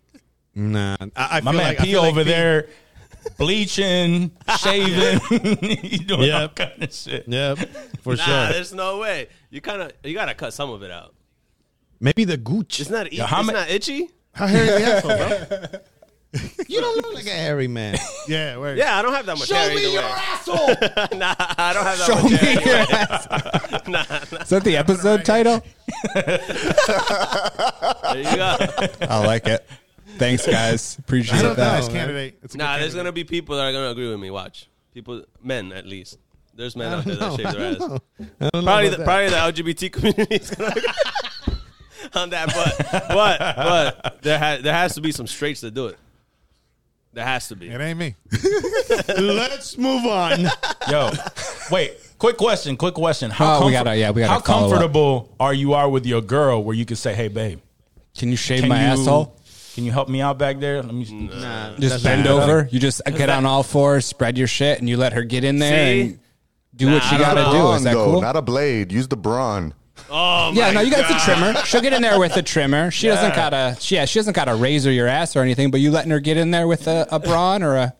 S3: Nah, I, I
S4: My
S3: feel
S4: man
S3: like, I
S4: P
S3: feel like
S4: over
S3: P-
S4: there bleaching, shaving, you doing all
S3: Yep.
S4: kind of shit.
S3: Yeah, for
S1: Nah,
S3: sure.
S1: there's no way. You kind of you gotta cut some of it out.
S3: Maybe the gooch.
S1: It's not e-
S4: how
S1: it's
S4: ma-
S1: not itchy.
S2: How hairy is the asshole, bro?
S3: You don't look like a hairy man.
S2: Yeah, where?
S1: Yeah, I don't have that much hair either way.
S3: asshole.
S1: Nah, I don't have that
S5: Show
S1: much
S5: me
S1: hair.
S5: your ass. Is that the episode title?
S1: There you go.
S5: I like it. Thanks, guys.
S2: I
S5: Appreciate
S2: don't know.
S5: that.
S2: It's candidate. It's a good
S1: Nah, there's
S2: candidate.
S1: gonna be people that are gonna agree with me. Watch people, men at least. There's men out there that shave their ass. Probably, the, probably the LGBT community is gonna agree on that. But, but, but there has there has to be some straights that do it. There has to be.
S2: It ain't me.
S3: Let's move on.
S4: Yo, wait. Quick question. Quick question. How
S5: Oh, we gotta- yeah, we gotta
S4: How
S5: follow up.
S4: comfortable are you are with your girl where you can say, "Hey, babe,
S5: Can you shave
S4: can
S5: my
S4: you
S5: asshole?
S4: can you help me out back there? Let me
S5: Just bend over. You just get
S1: that-
S5: on all fours, spread your shit, and you let her get in there
S1: See?
S5: and do what
S1: Nah,
S5: you
S1: I don't
S5: gotta
S1: know.
S5: do.
S8: Brawn,
S5: Is that
S8: though,
S5: cool?
S8: not a blade. Use the brawn.
S1: Oh
S5: Yeah,
S1: my
S5: no, you got
S1: God.
S5: the trimmer. She'll get in there with the trimmer. She doesn't gotta. She, yeah, she doesn't gotta razor your ass or anything. But you letting her get in there with a, a brawn or a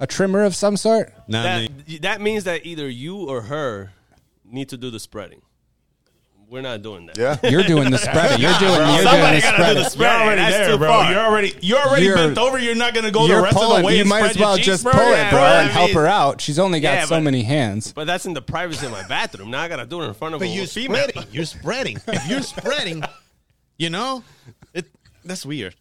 S5: a trimmer of some sort.
S3: Nah,
S1: That,
S3: nah,
S1: that means that either you or her need to do the spreading. We're not doing that.
S8: Yeah.
S5: You're doing the spreading. You're doing. You're doing
S1: Somebody
S5: the
S1: gotta do the
S4: You're
S5: spreading.
S1: spreading.
S4: already
S1: That's
S4: there,
S1: too
S4: bro.
S1: far.
S4: You're already you're already
S5: You're-
S4: bent over. You're not gonna go the
S5: You're
S4: rest of
S5: pulling.
S4: the way.
S5: You
S4: and
S5: might
S4: spread
S5: as
S4: your
S5: well
S4: cheeks,
S5: just
S4: bro.
S5: pull
S1: Yeah,
S5: it, bro,
S1: bro, I
S5: and help
S1: mean-
S5: her out. She's only got
S1: Yeah,
S5: so
S1: but-
S5: many hands.
S1: But that's in the privacy of my bathroom. Now I gotta do it in front of
S3: but
S1: a
S3: you're
S1: female.
S3: spreading. You're spreading. If you're spreading, you know, it. That's weird.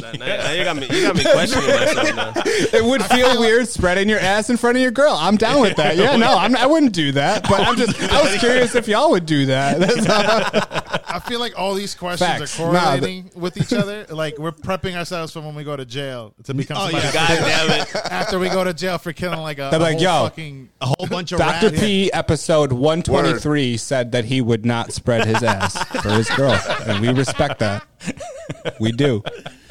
S1: Now, now- now you got me. You got me questioning myself. Now.
S5: It would feel weird spreading your ass in front of your girl. I'm down with that. Yeah, no, I'm, I wouldn't do that. But I'm just, I was curious if y'all would do that. That's all.
S2: I feel like all these questions
S5: Facts.
S2: are
S5: Nah, the-
S2: correlating with each other. Like we're prepping ourselves for when we go to jail to become somebody
S1: God damn it.
S2: after we go to jail for killing like a,
S5: They're
S2: a
S5: like,
S2: whole
S5: "Yo."
S2: fucking
S3: a whole bunch of
S5: Dr.
S3: rats.
S5: P episode 123 said that he would not spread his ass for his girl. And we respect that. We do.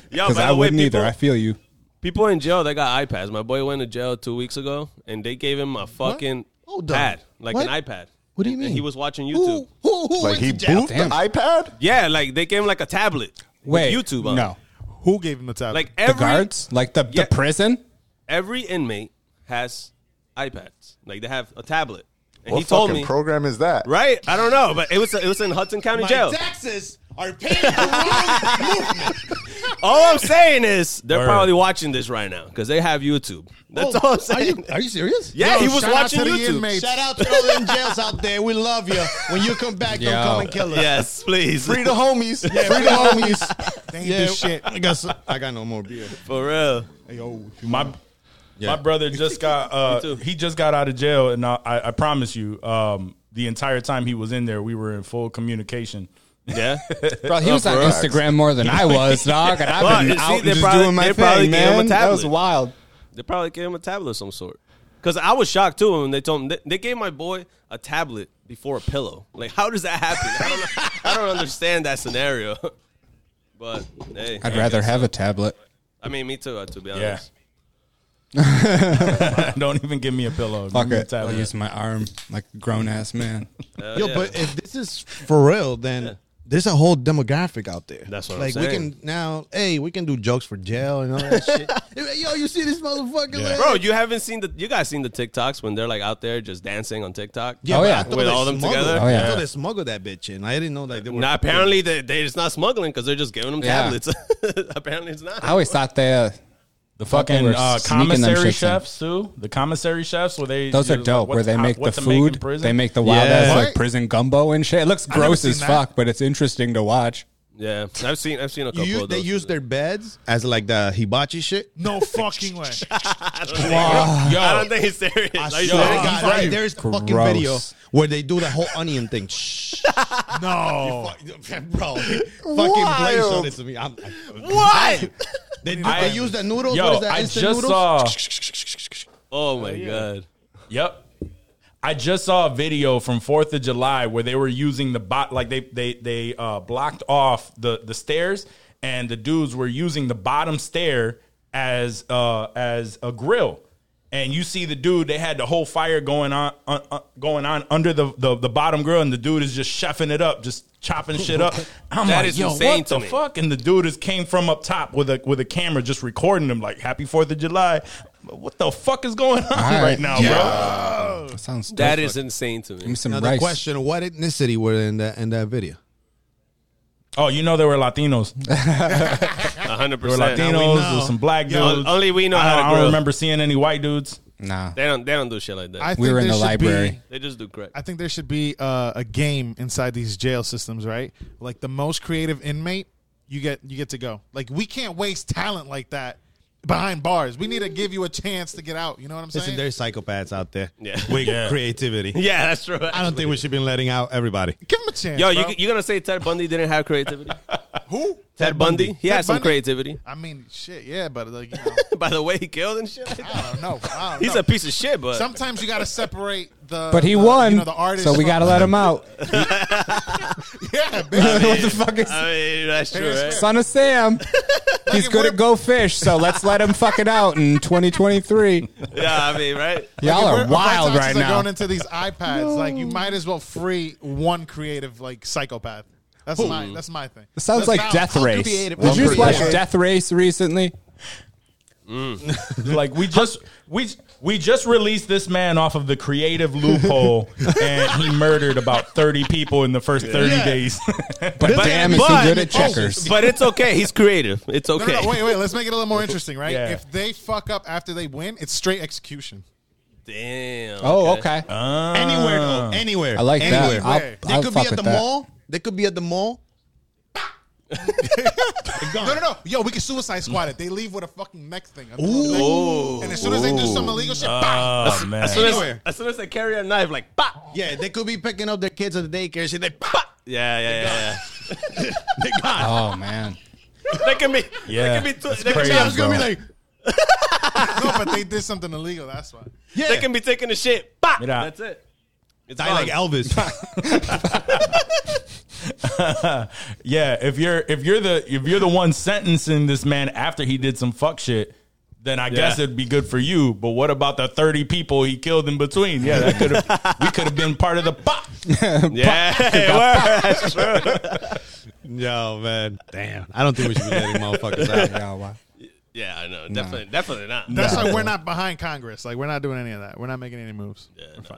S1: Yo,
S5: Because
S1: by
S5: I
S1: the way,
S5: wouldn't either.
S1: people-
S5: I feel you.
S1: People in jail, they got iPads. My boy went to jail two weeks ago, and they gave him a fucking
S8: Hold on.
S1: pad, like an
S8: What?
S1: iPad.
S8: What do you
S1: And-
S8: mean?
S1: And he was watching YouTube.
S8: Who, who, who
S3: Like,
S8: went
S3: he
S8: to jail?
S3: booped
S8: The
S5: him.
S8: iPad?
S1: Yeah, like they gave him like a tablet. with
S5: Wait.
S1: YouTube. On.
S5: No.
S2: who gave him the title?
S1: like
S5: The
S1: every
S5: guards? Like the,
S1: Yeah.
S5: the prison?
S1: every inmate has iPads. Like they have a tablet. And
S8: What
S1: he told
S8: fucking
S1: me,
S8: program is that?
S1: right? I don't know, but it was it was in Hudson County Jail.
S3: taxes are paid for wrong movement.
S1: All I'm saying is they're probably watching this right now because they have YouTube. That's all I'm
S3: Are
S1: saying.
S3: you, are you serious?
S1: yeah,
S2: Oh, Yo,
S1: he was
S2: shout out
S1: watching
S2: to the
S1: YouTube.
S2: inmates.
S3: Shout out to all them jails out there. We love you. When you come back,
S5: Yo.
S3: don't come and kill us.
S1: Yes, please.
S8: Free the homies. Free the homies.
S2: They ain't do shit.
S3: I got, so- I got no more beer.
S1: For real.
S4: My
S3: Yeah.
S4: my brother just got uh,
S1: too.
S4: he just got out of jail, and I, I promise you, um, the entire time he was in there, we were in full communication.
S1: Yeah.
S5: Bro, he was on Instagram more than I was, dog. And
S1: Uh, Well,
S5: I've
S1: you
S5: been
S1: see,
S5: out
S1: they
S5: just
S1: probably-
S5: doing my
S1: they probably
S5: thing,
S1: gave him a
S5: man. That was
S1: tablet.
S5: wild.
S1: They probably gave him a tablet of some sort. Because I was shocked too when they told him they, they gave my boy a tablet before a pillow. Like, how does that happen? I don't, know, I don't understand that scenario. But hey,
S5: I'd
S1: I
S5: rather
S1: guess.
S5: have a tablet.
S1: I mean, me too. uh, To be
S4: Yeah.
S1: honest.
S4: Don't even give me a pillow.
S5: Fuck
S4: Give me a
S5: it. I'll
S4: tablet.
S5: use my arm like a grown ass man.
S1: Uh,
S3: Yo,
S1: yeah.
S3: but if this is for real, then there's a whole demographic out there.
S1: That's what I'm
S3: like,
S1: saying.
S3: we can now, hey, we can do jokes for jail and all that shit. Yo, you see this motherfucker? like-
S1: Bro, you haven't seen the you guys seen the TikToks when they're like out there just dancing on TikTok?
S5: Oh,
S3: but
S5: yeah.
S3: I thought
S1: With
S3: they
S1: all them
S3: smuggled-
S1: together?
S5: Oh, yeah.
S3: I thought they smuggled that bitch in. I didn't know that they were.
S1: Now apparently they they it's not smuggling because they're just giving them
S5: Yeah.
S1: tablets. apparently it's not.
S5: I always thought they, uh,
S4: the
S5: Fucking
S4: fucking
S5: were
S4: uh,
S5: sneaking them shits
S4: commissary
S5: in.
S4: chefs too. The commissary chefs where they
S5: those are
S4: you're like,
S5: dope. where
S4: what's
S5: they
S4: hot-
S5: make the
S4: what to in
S5: food,
S4: prison?
S5: they make the wild
S3: Yeah.
S5: ass
S2: What?
S5: like prison gumbo and shit. It looks
S2: never
S5: gross
S2: seen
S5: as
S2: that.
S5: fuck, but it's interesting to watch.
S1: Yeah, I've seen I've seen a
S3: You
S1: couple
S3: use,
S1: of
S3: they
S1: those.
S3: use their beds as like the hibachi shit.
S2: No fucking way.
S4: Yo,
S1: I don't think it's serious. Are you
S3: Yo,
S1: serious?
S3: God,
S4: right.
S3: like, there's a fucking
S5: Gross.
S3: video where they do the whole onion thing. Shh,
S2: No.
S3: bro, fucking Blaze
S8: Wild.
S3: showed it to me. I'm, I,
S1: What?
S3: they, do,
S4: I-
S3: they use the noodles.
S4: yo,
S3: what is that?
S4: I
S3: instant
S4: just
S3: noodles?
S4: saw.
S1: Oh my god.
S4: Yep. I just saw a video from Fourth of July where they were using the bot, like they they they uh, blocked off the the stairs, and the dudes were using the bottom stair as uh, as a grill. And you see the dude; they had the whole fire going on uh, uh, going on under the, the the bottom grill, and the dude is just chefing it up, just chopping shit up. I'm
S1: That
S4: like,
S1: is
S4: yo,
S1: insane
S4: what
S1: to
S4: the
S1: me."
S4: fuck? And the dude is came from up top with a with a camera, just recording him, like, "Happy Fourth of July." What the fuck is going on
S5: right.
S4: right, now, bro?
S5: That sounds dope.
S1: That is insane to
S5: Give me
S1: me.
S5: some
S3: Now the
S5: rice.
S3: question: What ethnicity were in that in that video?
S4: Oh, you know there were Latinos. There
S1: hundred
S4: were
S1: percent.
S4: Latinos. There were some black
S1: Yo,
S4: dudes.
S1: only we know
S4: I,
S1: how to
S4: I don't
S1: grill.
S4: remember seeing any white dudes.
S5: Nah.
S1: They don't they don't do shit like that.
S2: I think
S5: We were in
S2: there
S5: the
S2: should be-
S5: library.
S1: they just do crack.
S2: I think there should be uh, a game inside these jail systems, right? Like the most creative inmate, you get you get to go. Like we can't waste talent like that behind bars. We need to give you a chance to get out. You know what I'm
S3: Listen,
S2: saying?
S3: there's psychopaths out there
S1: Yeah.
S3: with creativity.
S1: yeah, that's true.
S3: I don't think we should be letting out everybody.
S2: give him a chance.
S1: Yo,
S2: bro.
S1: you you gonna say Ted Bundy didn't have creativity?
S2: who?
S1: Ted Bundy, he
S2: Ted
S1: had some
S2: Bundy?
S1: creativity.
S2: I mean, shit, yeah, but like, you know,
S1: By the way, he killed and shit. Like that.
S2: I don't know. I don't
S1: He's
S2: know.
S1: a piece of shit, but
S2: Sometimes you got to separate the.
S5: But he
S2: the,
S5: won,
S2: Uh, You know, the artist.
S5: so we
S2: from-
S5: gotta let him out.
S2: Yeah, bitch.
S5: what the fuck is
S1: I mean, that's true.
S2: Hey,
S1: Right?
S5: son of Sam? He's
S2: if
S5: good
S2: we're-
S5: at go fish, so let's let him fuck it out in 2023.
S1: Yeah, I mean, right?
S5: Y'all
S2: If
S5: are
S2: we're-
S5: wild
S2: Botox
S5: right
S2: is, like,
S5: now.
S2: Going into these iPads, like you might as well free one creative like psychopath. That's my that's my thing.
S5: It sounds like Death Race.
S3: creative
S5: Did you just
S3: one
S5: watch
S3: person.
S5: Death Race recently?
S3: Mm-hmm.
S4: Like we just we we just released this man off of the creative loophole, and he murdered about thirty people in the first thirty days.
S5: But, damn, is he
S1: but-
S5: good at checkers?
S1: But it's okay. He's creative. It's
S2: No,
S1: okay.
S2: no, no, wait, wait. Let's make it a little more interesting, right?
S4: Yeah.
S2: If they fuck up after they win, it's straight execution.
S1: Damn.
S5: oh, okay.
S4: Ah.
S3: Anywhere, though. Anywhere.
S5: I like that.
S3: anywhere.
S5: I'll-
S3: they
S5: I'll
S3: could
S5: fuck
S3: be at
S5: with
S3: the
S5: that.
S3: mall. They could be at the mall.
S2: No, no, no. Yo, we can suicide squad it. They leave with a fucking neck thing. a little neck. And as soon as they do some illegal shit,
S3: Ah.
S2: bang.
S4: Oh man,
S1: As soon as,
S3: Anywhere.
S1: as soon as they carry a knife, like, pop.
S3: Yeah, they could be picking up their kids at the daycare. Shit, they pop.
S1: Yeah, yeah, yeah.
S3: They got.
S5: Oh man.
S1: yeah. that can be.
S4: Yeah.
S1: That can be. Tw-
S4: It's
S1: that, can be
S4: crazy.
S1: I
S2: was
S1: was
S2: gonna
S1: gonna
S2: be
S1: be like,
S2: like, no, but they did something illegal. That's why.
S3: Yeah.
S1: They can be taking the shit. Bah!
S4: Mira.
S1: That's it. It's
S3: Die like
S1: gone.
S3: Elvis.
S4: Yeah, if you're if you're the if you're the one sentencing this man after he did some fuck shit, then I guess it'd be good for you. But what about the thirty people he killed in between? Yeah, that could have we could have been part of the pot.
S1: Yeah, word.
S3: Yo, man. Damn. I don't think we should be letting motherfuckers out.
S5: Yeah, wow.
S1: yeah, I know. Definitely, definitely not.
S2: That's why we're not behind Congress. Like we're not doing any of that. We're not making any moves.
S1: yeah, no.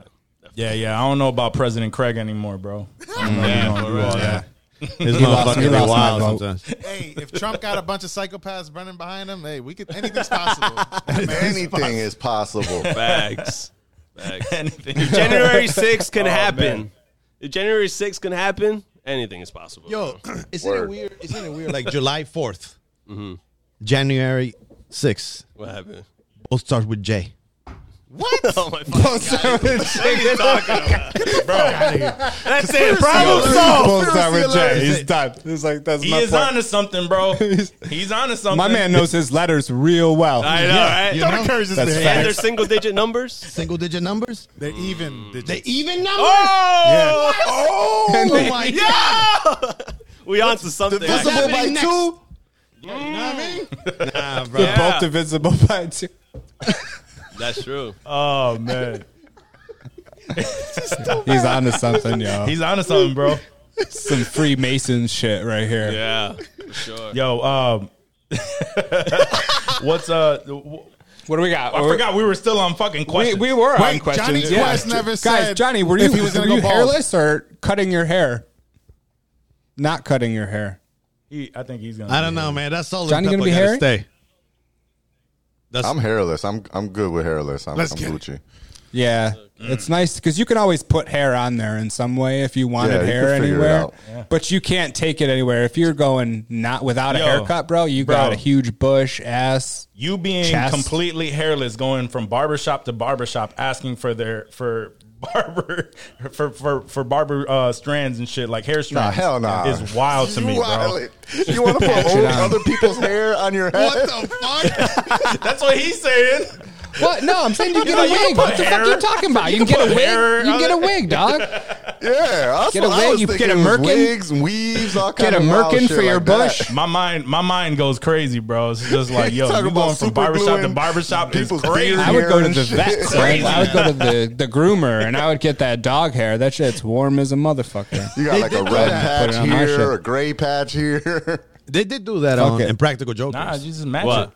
S4: Yeah, yeah. I don't know about President Craig anymore, bro. I don't know if you gonna do all that.
S3: This
S5: lost-
S3: motherfucker
S5: he
S3: be
S5: lost my
S3: wild
S5: vote.
S3: sometimes.
S2: Hey, if Trump got a bunch of psychopaths running behind him, hey, we could anything's possible.
S8: Anything is possible.
S1: Bags. Bags.
S4: Anything.
S1: If January 6th can
S4: Oh,
S1: happen.
S4: man.
S1: If January 6th can happen, anything is possible.
S3: Yo, isn't
S8: Word.
S3: it weird? Isn't it weird? Like July 4th, January 6th,
S1: what happened?
S3: both start with J.
S1: Oh my fucking god! What are you talking about, bro? That's it.
S8: Yo,
S1: Problem
S8: this
S2: Oh,
S1: solved.
S8: bull's not with Jay. He's done. It's like that's
S4: He
S8: my
S4: is
S8: point.
S4: onto something, bro. He's onto something.
S9: My man knows his letters real well.
S1: I know, right?
S3: You know?
S8: That's
S1: And they're
S8: facts.
S1: single digit numbers.
S3: Single digit numbers? Oh,
S2: They're even.
S3: They even numbers?
S1: Oh,
S3: Oh my god!
S1: we on to something.
S8: Divisible by
S3: Next.
S8: two.
S3: Nah, bro.
S1: Yeah.
S9: Both divisible by two.
S1: That's true.
S4: Oh man.
S5: He's onto something, yo. He's
S4: He's onto something, bro.
S5: some Freemason shit right here.
S1: Yeah, for sure.
S4: Yo, um What's uh w-
S9: What do we got?
S4: I forgot we were still on fucking
S9: We,
S4: questions.
S9: we were on
S2: Wait,
S9: questions.
S2: Johnny
S9: yeah.
S2: Quest never said
S5: Guys, Johnny, were you,
S2: if he was
S5: were
S2: gonna
S5: you
S2: go bald.
S5: hairless or cutting your hair? Not cutting your hair.
S4: He, I think he's gonna.
S3: I don't know, man. That's all
S5: Johnny
S3: the
S5: gonna be
S3: gotta
S5: hairy?
S3: stay. That's
S8: I'm hairless. I'm I'm good with hairless. I'm, I'm
S2: Let's get it.
S8: Gucci.
S5: Yeah, it's nice because you can always put hair on there in some way if you wanted
S8: Yeah, you
S5: hair
S8: can figure it
S5: anywhere,
S8: out.
S5: but you can't take it anywhere. If you're going not without
S4: Yo,
S5: a haircut, bro, you
S4: bro.
S5: got a huge bush ass.
S4: You being
S5: Chest.
S4: completely hairless, going from barbershop to barbershop, asking for their for barber for for for barber uh, strands and shit like hair
S8: Nah,
S4: strands.
S8: hell nah.
S4: is wild to me, bro.
S8: wild. You want to put
S5: it
S8: old,
S5: on.
S8: other people's hair on your head?
S4: That's what he's saying.
S5: What? No, I'm saying you get
S4: know,
S5: a
S4: you can
S5: wig.
S4: put
S5: What the fuck
S4: hair-
S5: are you talking about? You can get
S4: put
S5: a
S4: hair
S5: wig. You can
S4: on
S5: get a
S4: it.
S5: wig, dog.
S8: Yeah, that's
S5: Get a
S8: what I
S5: wig,
S8: was
S5: you
S8: thinking.
S5: get a
S8: It was
S5: merkin.
S8: wigs, weaves, all
S5: Get
S8: kinds
S5: a
S8: of wild
S5: merkin
S8: shit
S5: for your
S8: like that.
S5: bush.
S4: My mind, my mind goes crazy, bro. It's just like, yo,
S8: Talking
S4: you
S8: about
S4: going from
S8: super
S4: barbershop to
S8: gluing
S4: barbershop is
S8: people's
S4: crazy.
S8: beard
S5: I would
S8: hair
S5: go to
S8: and
S5: the
S8: shit.
S5: vet, Craig. I would go to the, the groomer and I would get that dog hair. That shit's warm as a motherfucker.
S8: You got like a red
S5: that.
S8: patch
S5: Put it on my
S8: here,
S5: shit.
S8: a gray patch here.
S3: They did do that
S5: Fuck
S3: on
S5: it.
S3: Impractical Jokers.
S4: Nah, you just match
S1: What?
S4: it.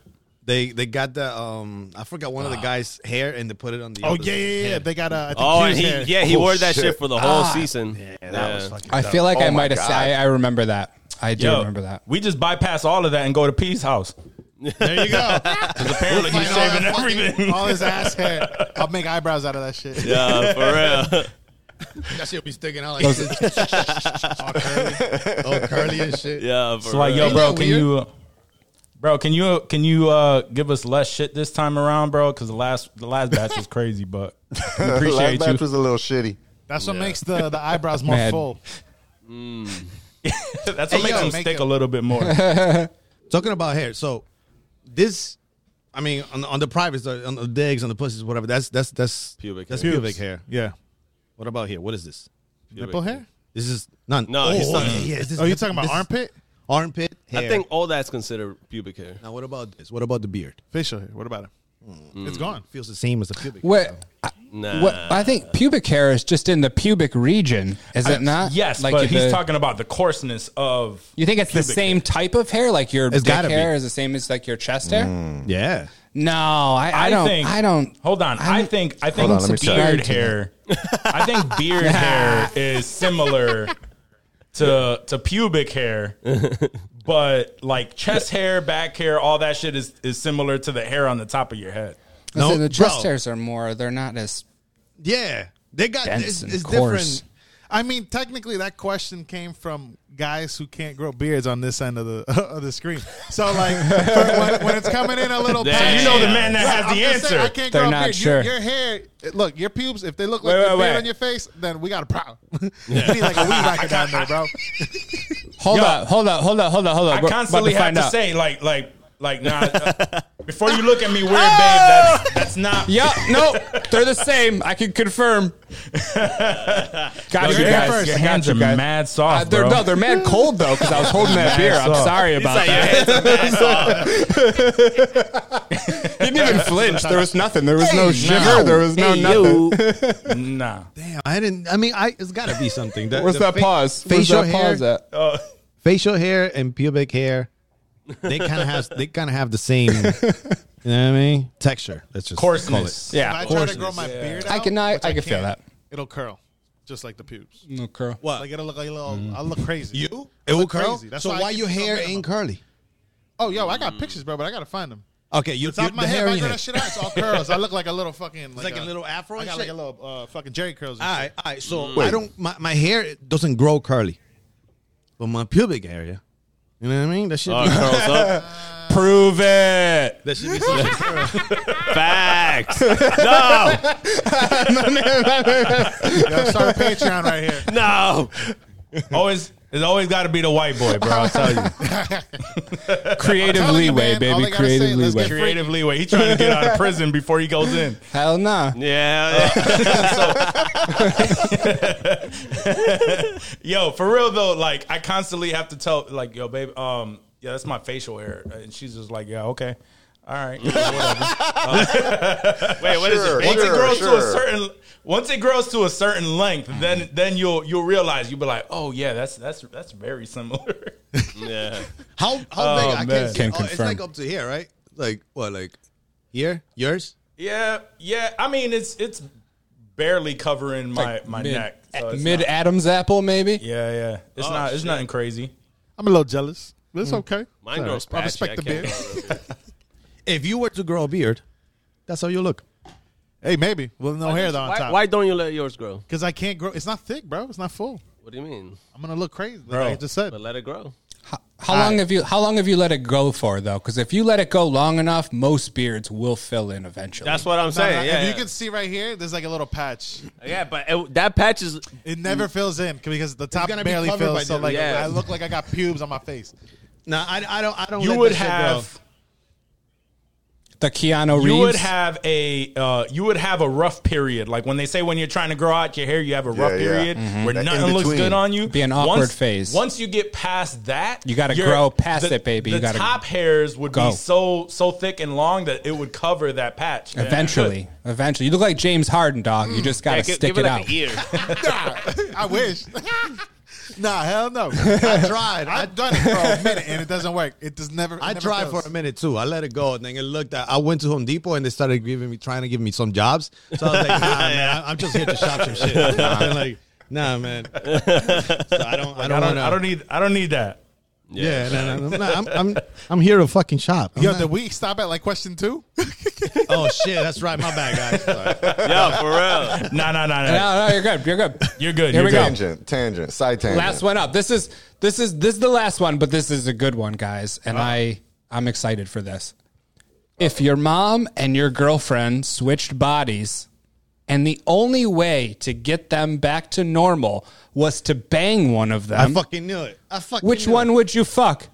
S3: They they got the um I forgot one of the guys' hair and they put it on the
S2: Oh
S3: other
S2: yeah, yeah, yeah.
S3: head.
S2: They got a. I think
S1: Oh, and
S2: Q's
S1: he
S2: hair.
S1: yeah he
S8: Oh,
S1: wore that
S8: shit.
S1: shit, for the whole season.
S3: Ah. Yeah, that was fucking
S5: I feel like
S8: Oh
S5: I
S8: my
S5: might have.
S8: God.
S5: said- I, I remember that. I do
S4: Yo,
S5: remember that.
S4: We just bypass all of that and go to P's house.
S2: There you go.
S4: Apparently, he's
S2: Like, all
S4: shaving
S2: that fucking-
S4: everything.
S2: all his ass hair. I'll make eyebrows out of that shit.
S1: Yeah, for real.
S3: that shit be sticking out like this. all curly, all curly and shit.
S1: Yeah, for
S4: So like,
S1: real.
S4: yo, bro,
S3: that
S4: can
S3: weird?
S4: you, uh, bro, can you, can you uh, give us less shit this time around, bro? Because the last, the last batch was crazy, but we
S8: Last
S4: appreciate you.
S8: match was a little shitty.
S2: That's what makes the, the eyebrows more
S5: Mad.
S2: full.
S4: That's what
S2: Hey,
S4: makes
S2: yo,
S4: them
S2: make
S4: stick
S2: it-
S4: a little bit more.
S3: Talking about hair, so this, I mean, on, on the privates, uh, on the digs, on the pussies, whatever. That's that's that's
S1: Pubic
S3: That's
S1: hair.
S3: pubic hair.
S2: Yeah.
S3: What about here? What is this?
S2: Nipple hair?
S3: This is not.
S1: No,
S3: oh,
S1: he's not-
S3: Yeah, yeah, is this-
S2: Oh, you're talking about
S3: this is
S2: armpit?
S3: Armpit. Hair.
S1: I think all that's considered pubic hair.
S3: Now, what about this? What about the beard?
S2: Facial hair. What about it?
S3: Mm.
S2: It's gone.
S3: Feels the same as the pubic.
S5: What? I,
S1: Nah.
S5: what? I think pubic hair is just in the pubic region, is it not?
S4: yes,
S5: like
S4: but he's
S5: the-
S4: talking about the coarseness of.
S5: You think it's the same type of hair? Like your
S3: It's
S5: dick
S3: gotta be.
S5: hair is the same as like your chest hair?
S8: Mm.
S3: Yeah.
S5: No, I, I, don't.
S4: think.
S5: I don't.
S4: Hold on. I,
S5: don't-
S4: think. I think
S8: on, let me check.
S4: beard hair. I think beard hair is similar to to pubic hair, but like chest hair, back hair, all that shit is is similar to the hair on the top of your head.
S5: I'd say the chest
S3: bro.
S5: hairs are more. They're not as.
S3: Yeah, they got
S5: Dense
S3: it's,
S5: and
S3: it's
S5: coarse.
S3: different.
S2: I mean, technically, that question came from guys who can't grow beards on this end of the of the screen. So, like, for- when, when it's coming in a little,
S1: Damn.
S2: patchy-
S1: You know the
S4: man that
S2: Yeah,
S4: has
S2: I'm
S4: the
S2: just Saying, I
S4: answer.
S2: can't
S5: They're
S2: grow a
S5: not
S2: beard. You-
S5: sure.
S2: your hair, look, your pubes. If they look like
S4: Wait,
S2: the
S4: wait,
S2: beard
S4: wait.
S2: on your face, then we got a problem. we need like a weed whacker down there, bro.
S5: Hold up, hold up, hold up, hold up, hold up.
S4: I
S5: We're
S4: constantly
S5: about to
S4: have
S5: find
S4: to
S5: out.
S4: say, like, like, like, nah. uh, before you look at me weird,
S5: Oh!
S4: babe, that's, that's not.
S5: Yup, nope, they're the same. I can confirm. Got
S4: Your
S5: you
S4: hands-
S5: guys.
S4: your
S5: Got
S4: hands
S5: you
S4: are
S5: guys.
S4: mad
S5: Uh,
S4: soft,
S5: they're,
S4: bro.
S5: no, they're mad cold though because I was holding that beer. I'm
S4: soft.
S5: sorry
S1: He's
S5: about
S1: like,
S5: that.
S1: yeah, it's a mess.
S5: You didn't even flinch. There was nothing. There was no shiver. There was no nothing.
S4: nah.
S3: Damn, I didn't. I mean, I it's got to be something. That,
S9: Where's
S3: the
S9: that
S3: fa-
S9: pause? Where's
S3: facial
S9: that
S3: hair-
S9: pause at?
S5: Oh,
S3: Facial hair and pubic hair, they kind of have they kind of have the same. you know what I mean? Texture. Let's just call it.
S4: Coarseness.
S2: If
S5: Yeah,
S2: I try to grow my beard, out,
S5: I can- I-
S2: which
S5: I can feel
S2: can't,
S5: that.
S2: It'll curl, just like the pubes.
S5: no curl.
S3: What?
S2: Like it'll look like a little.
S5: Mm-hmm.
S2: I'll look crazy.
S3: you? It will curl.
S2: crazy. That's
S3: So
S2: why I
S3: why
S2: keep
S3: your
S2: it so
S3: hair
S2: minimal.
S3: ain't curly?
S2: Oh, yo, I
S1: Mm.
S2: got pictures, bro, but I gotta find them.
S3: Okay, you,
S2: It's out
S3: you
S2: of
S3: the
S2: my hair.
S3: hair.
S2: If I
S3: ain't
S2: grow
S3: hair.
S2: that shit out, so I'll curls. I look like a little fucking. Like,
S3: like a little afro
S2: I
S3: and
S2: got
S3: shit?
S2: like a little Mm. uh, fucking Jerry curls. and
S3: All right,
S2: shit.
S3: all right. So I don't. My, my hair doesn't grow curly, but my pubic area. You know what I mean? That should
S1: Oh, it
S3: be.
S1: curls up.
S4: Prove it.
S3: That should be something.
S1: Facts. No,
S2: Yo, start a Patreon right here.
S1: no.
S4: Always, it's always got to be the white boy, bro. I'll tell you.
S5: Creative
S2: telling you,
S5: leeway,
S2: man, all
S5: baby.
S2: they gotta
S5: Creative
S2: say, let's
S5: leeway.
S2: get free-
S4: Creative leeway. He trying to get out of prison before he goes in.
S5: Hell nah.
S1: Yeah.
S4: Yo, for real though, like I constantly have to tell, like, yo, babe, um, yeah, that's my facial hair, and she's just like, yeah, okay, all right. Uh,
S1: Wait, what is
S8: Sure.
S1: it?
S4: once it
S8: Sure,
S4: grows to a
S8: sure.
S4: certain once it grows to a certain length, then then you'll you'll realize you'll be like, oh yeah, that's that's that's very similar.
S1: Yeah.
S3: How how big? I
S4: man.
S3: can't. see-
S5: Can
S3: oh, it's
S5: confirm.
S3: like up to here, right? Like what? Like here? Yours?
S4: yeah, yeah. I mean, it's it's barely covering my
S5: Like
S4: my
S5: mid-
S4: neck. so it's
S5: Mid
S4: not-
S5: Adam's apple, maybe.
S4: yeah, yeah. It's not it's nothing crazy.
S2: I'm a little jealous. But
S3: Mm.
S2: it's okay.
S1: Mine grows
S2: I
S1: patchy.
S2: respect the
S1: can't
S2: beard.
S1: grow it.
S3: If you were to grow a beard, that's how you look.
S2: Hey, maybe with no hair though on
S1: Why,
S2: top.
S1: why don't you let yours grow?
S2: Because I can't grow. It's not thick, bro. It's not full.
S1: What do you mean?
S2: I'm gonna look crazy, like I just said.
S1: But let it grow.
S5: How long have you How long have you let it go for though? Because if you let it go long enough, most beards will fill in eventually.
S1: That's what I'm
S2: No, no,
S1: saying. yeah,
S2: if you
S1: yeah.
S2: can see right here, there's like a little patch.
S1: yeah, but it, that patch is
S2: It never fills in because the top
S3: Mm. gonna be
S2: barely
S3: covered by
S2: fills. So
S3: the-
S2: like,
S1: yeah.
S2: I look like I got pubes on my face.
S3: No, I, I don't. I don't.
S4: You
S3: let
S4: would
S3: that shit
S4: have
S5: the Keanu Reeves.
S4: you would have a uh, you would have a rough period. Like when they say when you're trying to grow out your hair, you have a rough
S8: yeah.
S4: period where
S8: That
S4: nothing looks
S8: in-between.
S4: good on you.
S5: Mm-hmm. Be an awkward
S4: once,
S5: phase.
S4: Once you get past that,
S5: You gotta
S4: you're-
S5: grow past
S4: the-
S5: it, baby.
S4: The
S5: You gotta
S4: top hairs would
S5: go.
S4: be so so thick and long that it would cover that patch.
S5: eventually. Eventually, you look like James Harden, dog.
S4: Mm.
S5: You just gotta
S1: yeah, give,
S5: stick
S1: give it,
S5: it,
S1: like
S5: out.
S4: E
S1: an ear.
S2: I wish. nah, hell no. I tried. I've done it for a minute and it doesn't work. It does never. it
S3: I
S2: never
S3: tried for
S2: fills.
S3: a minute too. I let it go, and then it looked. At, I went to Home Depot, and they started giving me, trying to give me some jobs. So I was like, Nah, man, I- I'm just here to shop some shit. And like, nah, man. So I don't. I
S4: I
S3: don't.
S4: don't
S3: wanna-
S4: I don't need I don't need that.
S3: Yeah, no, no, no, no, I'm, I'm, I'm here to fucking shop. I'm
S2: Yo,
S3: not-
S2: did we stop at like question two?
S3: oh shit, that's right. My bad, guys. Sorry.
S1: yeah, for real.
S4: No no no no.
S5: No, no, you're good. You're good.
S4: You're good.
S5: Here
S4: you're
S5: we go.
S4: good.
S8: Tangent, tangent, side tangent.
S5: Last one up. This is this is this is the last one, but this is a good one, guys. And I I'm excited for this. If your mom and your girlfriend switched bodies and the only way to get them back to normal was to bang one of
S3: I
S5: them,
S3: fucking knew it. I fucking.
S5: which
S3: knew
S5: one would you fuck?
S3: it.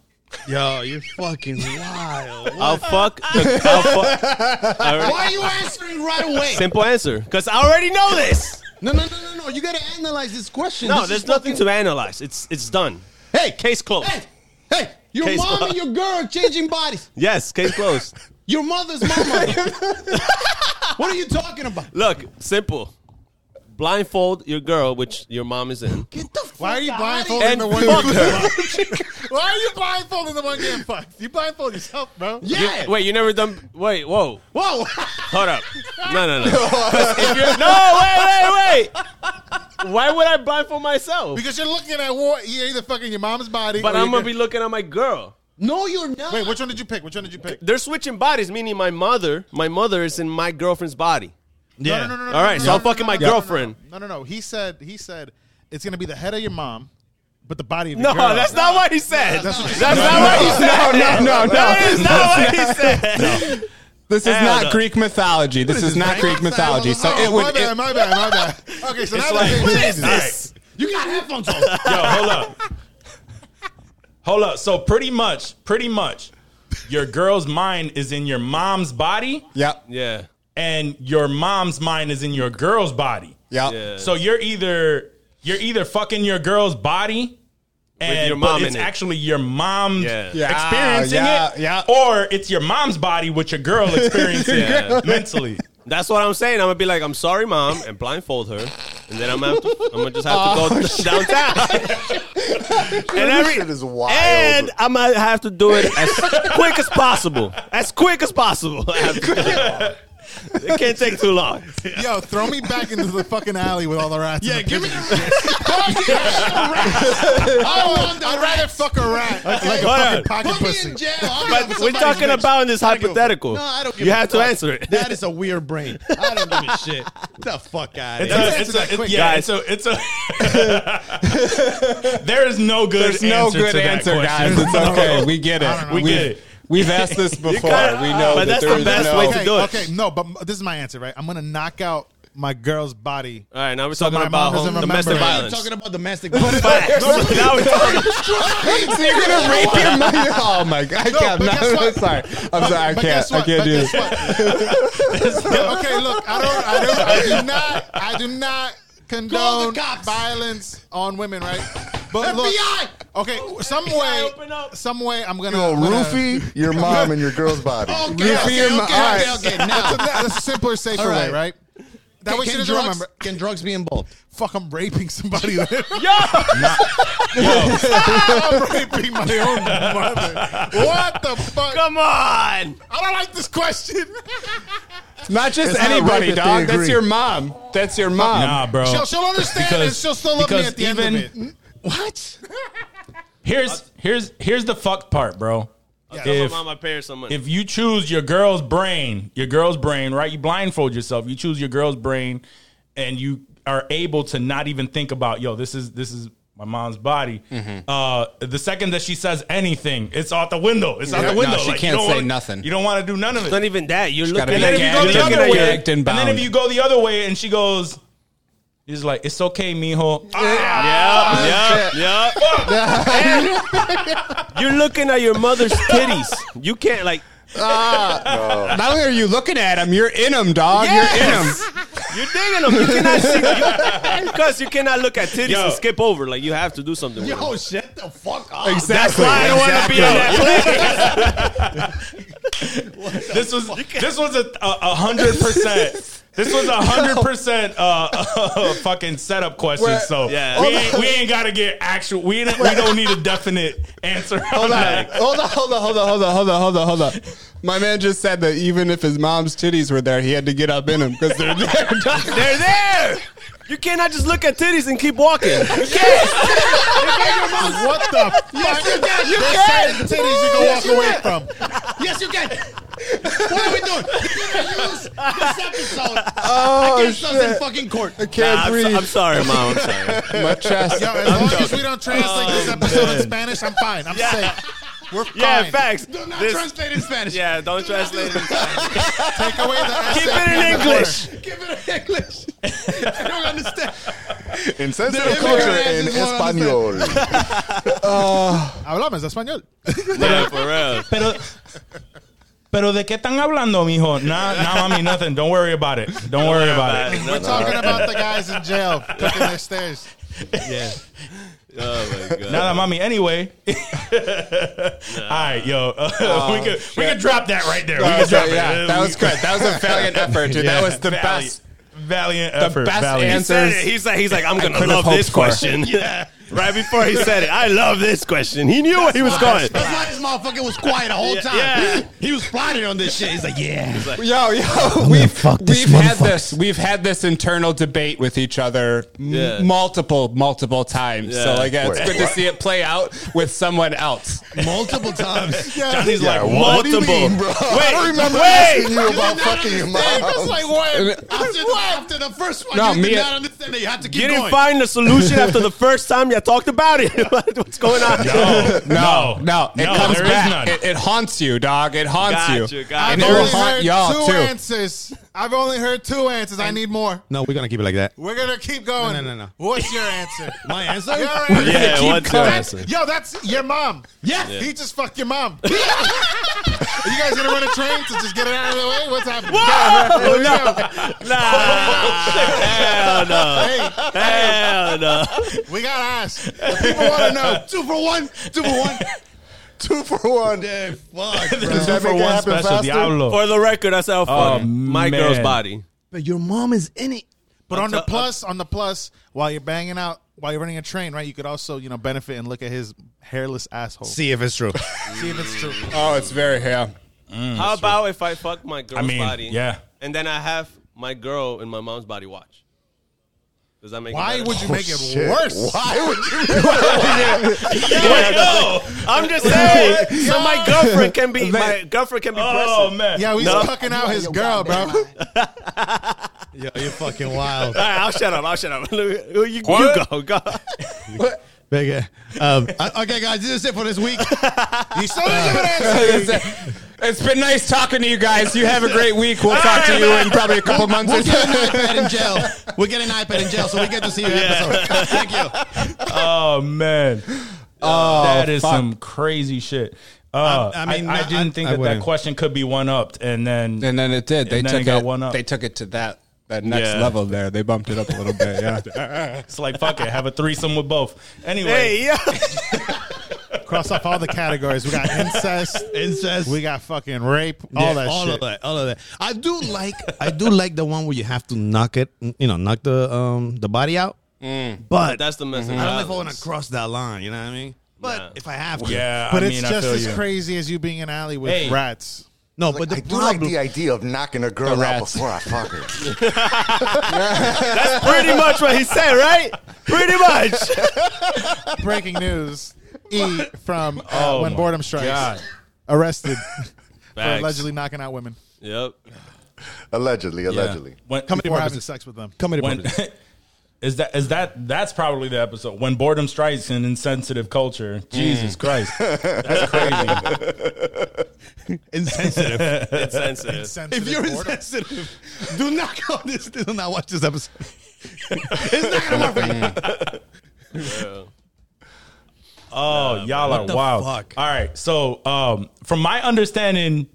S3: Yo, you fucking wild.
S1: I'll fuck. The, I'll fuck. I already-
S3: Why are you answering right away?
S1: Simple answer, because I already know this.
S3: No, no, no, no, no. You gotta analyze this question.
S1: No,
S3: This
S1: there's
S3: is
S1: nothing to analyze. It's it's done.
S3: Hey,
S1: Case closed.
S3: Hey, hey, your
S1: Case
S3: mom
S1: closed.
S3: and your girl changing bodies.
S1: Yes, case closed.
S3: Your mother's my mother. what are you talking about?
S1: Look, simple. Blindfold your girl, which your mom is in,
S3: Get the fuck
S2: Why are you
S3: outta
S2: blindfolded
S1: and
S2: the one?
S1: fuck her.
S2: Why are you blindfolding the one getting fucked? You blindfold yourself, bro.
S3: here. Yeah.
S1: Wait, you never done? Wait, whoa.
S3: Whoa.
S1: Hold up. No, no, no. If you're- no, wait, wait, wait. Why would I blindfold myself?
S2: Because you're looking at war. You're either fucking your mom's body.
S1: but
S2: or
S1: I'm
S2: you're
S1: going to be looking at my girl.
S3: no, you're not.
S2: Wait, which one did you pick? Which one did you pick?
S1: They're switching bodies, meaning my mother, my mother is in my girlfriel's body.
S2: Yeah. No, no, no, no, no.
S1: All right,
S2: no,
S1: so I'm
S2: no, no,
S1: fucking
S2: no,
S1: my
S2: no, no, no,
S1: girlfriend.
S2: No, no, no. He said. He said. It's gonna be the head of your mom, but the body of
S1: No,
S2: your girl.
S1: that's not what he said.
S2: That's what you
S1: That's not what he
S9: No,
S1: said.
S9: no, no.
S1: That is not what he said.
S9: This is
S1: Hell
S9: not
S1: no.
S9: Greek mythology. This is Oh, not Greek mythology. So it
S2: My
S9: would.
S2: bad,
S9: it-
S2: my bad, my bad. Okay, so now
S1: like,
S2: the
S1: what
S2: game
S1: is
S2: changes.
S1: this?
S2: You got headphones on.
S4: Yo, hold up. Hold up. So pretty much, pretty much, your girl's mind is in your mom's body,
S9: Yep.
S1: Yeah.
S4: and your mom's mind is in your girl's body.
S9: Yep.
S1: Yeah.
S4: So you're either you're either fucking your girl's body. And
S1: your
S4: but
S1: mom
S4: it's
S1: in it.
S4: actually your mom's
S1: Yeah. Ah,
S9: Yeah,
S4: experiencing
S9: yeah,
S4: it,
S9: yeah.
S4: or it's your mom's body with your girl experiencing
S1: Yeah.
S4: it mentally.
S1: That's what I'm saying. I'm gonna be like, I'm sorry, mom, and blindfold her, and then I'm gonna, have to, I'm gonna just have to go downtown. and
S8: This
S1: every,
S8: shit is wild.
S1: and I'm gonna have to do it as quick as possible. As quick as possible. I have to do it. It can't take too long.
S2: Yo, throw me back into the fucking alley with all the rats. Yeah, give me the rats. I'd rather fuck a rat. Like, like
S1: Hold
S2: a
S1: on.
S2: fucking pocket pussy.
S1: But we're talking about in this hypothetical.
S10: No, I don't give
S1: you
S10: a
S1: have to
S10: fuck.
S1: answer it.
S10: That is a weird brain. I don't give a shit. Get the fuck out of
S4: It's
S10: here.
S4: a, it's a, it's, yeah,
S1: Guys.
S4: it's a, it's a. there is no good.
S9: There's no
S4: answer
S9: good
S4: to that
S9: answer,
S4: question.
S9: guys. It's okay. We get it.
S4: We
S9: We've-
S4: get it.
S9: We've asked this before.
S1: gotta-
S9: we know
S1: but
S9: that
S1: that's
S9: there
S1: the
S9: is
S1: best
S9: no.
S1: way to
S2: Okay,
S1: do it.
S2: okay, no, but m- this is my answer, right? I'm gonna knock out my girl's body.
S1: All right, now we're
S2: So
S1: talking
S2: my
S1: about
S2: mom doesn't
S1: home,
S2: remember.
S1: domestic
S2: Yeah,
S10: I'm
S1: violence.
S10: talking about domestic violence.
S1: Facts. now we're talking.
S9: so you're gonna rape your mother? Oh my god! I can't. No,
S2: but guess what?
S9: I'm sorry. I'm sorry. I
S2: But guess
S9: can't. I
S2: what?
S9: can't
S2: But
S9: do
S2: guess
S9: this.
S2: what? okay, look, I don't, I don't, I do not, I do not condone
S10: cops.
S2: violence on women, right? But look,
S10: FBI!
S2: okay, some
S4: open
S2: way,
S4: up.
S2: some way, I'm gonna
S8: You know,
S2: I'm gonna-
S8: roofie your mom and your girl's body.
S10: Okay, okay, okay, okay, okay,
S2: That's a,
S10: Now,
S2: that's a simpler, safer
S10: All
S2: way,
S10: right.
S2: right? That way she
S10: can
S2: doesn't
S10: drugs,
S2: remember.
S10: can drugs be involved?
S2: Fuck, I'm raping somebody. I'm
S4: Yo,
S2: raping my own mother. What the fuck?
S1: Come on.
S2: I don't like this question.
S9: Not just
S8: It's not
S9: anybody,
S8: rape if they
S9: dog. That's
S8: agree.
S9: your mom. That's your mom.
S4: nah, bro.
S2: she'll, she'll understand and
S4: Because-
S2: she'll still love me
S4: because
S2: at the end
S4: even-
S2: of it.
S10: What?
S4: Here's here's here's the fuck part, bro.
S1: If,
S4: If
S1: my parents some money.
S4: if you choose your girl's brain, your girl's brain, right? You blindfold yourself. You choose your girl's brain, and you are able to not even think about, yo, this is this is my mom's body.
S9: Mm-hmm.
S4: Uh, the second that she says anything, it's out the window. It's out
S9: Yeah,
S4: the
S9: no,
S4: window.
S9: she
S4: you
S9: can't
S4: don't
S9: say
S4: wanna-
S9: nothing.
S4: You don't want to do none of it.
S1: not even that. You're
S9: gotta
S1: looking
S9: be
S1: at
S4: And
S9: gagged.
S1: your,
S4: then if you
S1: you're
S4: go the
S1: looking
S4: other
S1: at
S4: way,
S1: your
S9: gagged and
S4: and then
S9: bound.
S4: if you go the other way, and she goes, "It's like it's okay, mijo." Ah,
S1: Yeah, yeah, yeah. You're looking at your mother's titties. You can't like.
S9: Not only are you looking at him, you're in him, dog. You're in him.
S1: You're digging them. You cannot see because you cannot look at titties
S4: Yo.
S1: and skip over. Like you have to do something. With
S2: Oh,
S1: them.
S10: Yo, shut the fuck up.
S1: That's why I don't want to be on that plane.
S4: This was this was a a a hundred percent. This was a hundred percent uh, fucking setup question.
S9: Well,
S4: so
S1: yeah.
S4: we, ain't, we ain't got to get actual. We don't, we don't need a definite answer.
S9: Hold
S4: on
S9: on,
S4: that.
S9: hold on, hold on, hold on, hold on, hold on, hold on, hold on. My man just said that even if his mom's titties were there, he had to get up in them because they're there. dog.
S1: They're there. You cannot just look at titties and keep walking.
S2: What the fuck?
S10: Yes, you can. You
S2: There's
S10: can.
S2: certain titties you can
S10: Yes, you
S2: walk away
S10: can.
S2: from.
S10: Yes, you can. What are we doing? You're gonna use this episode
S1: Oh,
S10: against us in fucking court.
S9: I can't
S1: I'm,
S9: breathe.
S1: so- I'm sorry, mom. I'm sorry.
S9: My chest.
S2: Yo, as long as we don't translate this episode in Spanish, I'm fine. I'm safe. We're fine.
S1: Yeah, facts.
S10: Do not
S1: This-
S10: translate in Spanish.
S1: yeah, don't translate. it.
S2: Take away the
S1: Keep it in English.
S10: Give it in English. I don't understand.
S8: Insensitive
S10: They're
S8: culture
S10: immigrants
S8: in
S10: is what I'm
S8: Espanol.
S2: Hablamos español.
S1: Yeah, for real.
S4: Pero, pero de qué están hablando, mijo? Nah, nah, mommy, nothing. Don't worry about it. Don't, worry about, it.
S1: Bad.
S2: We're talking about the guys in jail cooking their stairs.
S1: Oh my god.
S4: Now that mommy, anyway. All right, yo, uh, we could we could drop that right there. we
S9: Oh, That
S4: could
S9: was,
S4: drop
S9: right, yeah,
S4: it.
S9: that was good. That was a valiant effort, dude. That was the
S4: Valiant-
S9: best.
S4: valiant
S9: The
S4: effort.
S9: best
S4: valiant.
S9: answer.
S1: Said it. He's like, he's like, I'm gonna
S9: could've
S1: love
S9: hoped
S1: this
S9: for.
S1: question. yeah. right before he said it. I love this question. He knew where he was going.
S10: That's why this motherfucker was quiet the whole time.
S1: yeah.
S10: He was plotting on this shit. He's like, yeah.
S9: Yo, yo, we've
S8: fuck this
S9: we've had
S8: motherfucker.
S9: this we've had this internal debate with each other m-
S1: Yeah.
S9: multiple multiple times. So
S1: Yeah.
S9: like, yeah, it's
S8: Wait,
S9: good to see it play out with someone else.
S10: Multiple times.
S1: Johnny's like
S8: What do you
S1: multiple.
S8: mean, bro? I don't
S1: Wait,
S8: remember
S1: wait.
S8: asking you about fucking your mom.
S10: It's like, what? After the, after the first one,
S9: No,
S10: you
S9: me
S10: did
S9: and-
S10: not understand that you had to keep
S1: You didn't
S10: going.
S1: find the solution after the first time you talked about it. What's going on?
S9: No, no, it
S4: No,
S9: comes
S4: there is
S9: back.
S4: none.
S9: It, it haunts you, dog. It haunts
S1: Gotcha,
S9: you.
S1: gotcha.
S9: And
S2: I've
S9: it will
S2: only
S9: haunt
S2: heard
S9: y'all
S2: two
S9: too.
S2: answers. I've only heard two answers. I need more.
S3: No, we're gonna keep it like that.
S2: We're gonna keep going.
S3: No, no, no, no.
S2: What's your answer?
S3: My answer?
S2: Your answer.
S1: Yeah, what's your
S2: That's-
S1: answer?
S2: Yo, that's your mom. Yeah. He just fucked your mom. Are you guys gonna run a train to just get it out of the way? What's happening?
S1: Whoa!
S2: Let's go.
S1: Nah, hell no,
S2: Hey,
S1: hell no.
S2: we got ass. People wanna know.
S10: Two for one. Two for one.
S8: Two for one.
S10: Damn, fuck.
S8: Does that make it happen faster?
S1: For the record, that's how fuck
S4: Oh,
S1: my girl's
S4: man.
S1: body.
S3: But your mom is in it.
S2: But on the plus, on the plus, while you're banging out, while you're running a train, right? You could also, you know, benefit and look at his hairless asshole. See,
S3: See if it's true.
S2: if it's true.
S9: Oh, it's very yeah.
S1: How about if I fuck my girl's
S4: Mm, I mean,
S1: body?
S4: yeah.
S1: And then I have my girl in my mom's body watch. Does that make
S2: Why
S1: it better?
S3: Oh,
S2: would you make it
S8: Shit.
S2: worse?
S8: Why would you?
S1: Wait, no, I'm just saying. so my girlfriend can be my girlfriend can be
S4: Oh
S1: present.
S4: man.
S2: Yeah, he's
S1: No.
S2: cucking out his girl, bro.
S10: Yo, you're fucking wild.
S1: All right, I'll shut up. I'll shut up. you, you go. Go.
S3: Big, uh, um,
S10: okay, guys, this is it for this week. Uh,
S2: You still didn't give an answer.
S9: uh, It's been nice talking to you guys. You have a great week. We'll talk to you in probably a couple months.
S10: We'll
S9: or
S10: get an
S9: so.
S10: iPad in jail. We'll get an iPad in jail, so we get to see your episode. Thank you.
S4: Oh man. Oh, that is
S9: fuck.
S4: some crazy shit. Uh,
S3: I-
S4: I,
S3: I mean,
S4: I,
S3: I-
S4: didn't think
S3: I
S4: that
S3: wouldn't.
S4: that question could be one upped, and then
S9: And then it did. They
S4: And then
S9: took
S4: it got
S9: it.
S4: one up.
S9: They took it to that that next
S1: Yeah.
S9: level. There, they bumped it up a little bit. Yeah.
S4: it's like fuck it, have a threesome with both. Anyway,
S1: Hey, yeah.
S2: Cross off all the categories. We got incest.
S3: incest.
S2: We got fucking rape. all that
S3: all
S2: shit.
S3: of that, all of that. I do like, I do like the one where you have to knock it, you know, knock the um the body out. But
S1: That's the message.
S4: Mm-hmm.
S3: I don't know if I want to cross that line. You know what I mean? But
S1: Nah.
S3: if I have to,
S4: yeah,
S2: But
S4: I
S2: it's
S4: mean, I
S2: just
S4: feel
S2: as
S4: you.
S2: crazy as you being in an alley with
S4: Hey.
S2: rats.
S3: No,
S8: Like,
S3: but the
S8: I do like
S3: problem,
S8: the idea of knocking a girl out before I fuck her.
S1: Pretty much what he said, right? Pretty much.
S2: Breaking news. E from uh,
S4: Oh
S2: When
S4: my
S2: Boredom Strikes.
S4: God.
S2: Arrested for
S1: Facts.
S2: allegedly knocking out women
S1: Yep.
S8: allegedly,
S4: Yeah.
S8: allegedly.
S4: When,
S2: before having sex with them.
S3: comedy
S4: when is that is that that's probably the episode when boredom strikes an insensitive culture.
S9: Mm.
S4: Jesus Christ, that's crazy.
S3: insensitive.
S1: Insensitive.
S2: Sensitive boredom.
S3: insensitive, do not go on this. Do not watch this episode. it's not gonna work for you.
S4: Oh,
S10: Uh,
S4: y'all
S3: what
S4: are
S3: the
S4: wild.
S3: fuck?
S4: All right. So, um, from my understanding,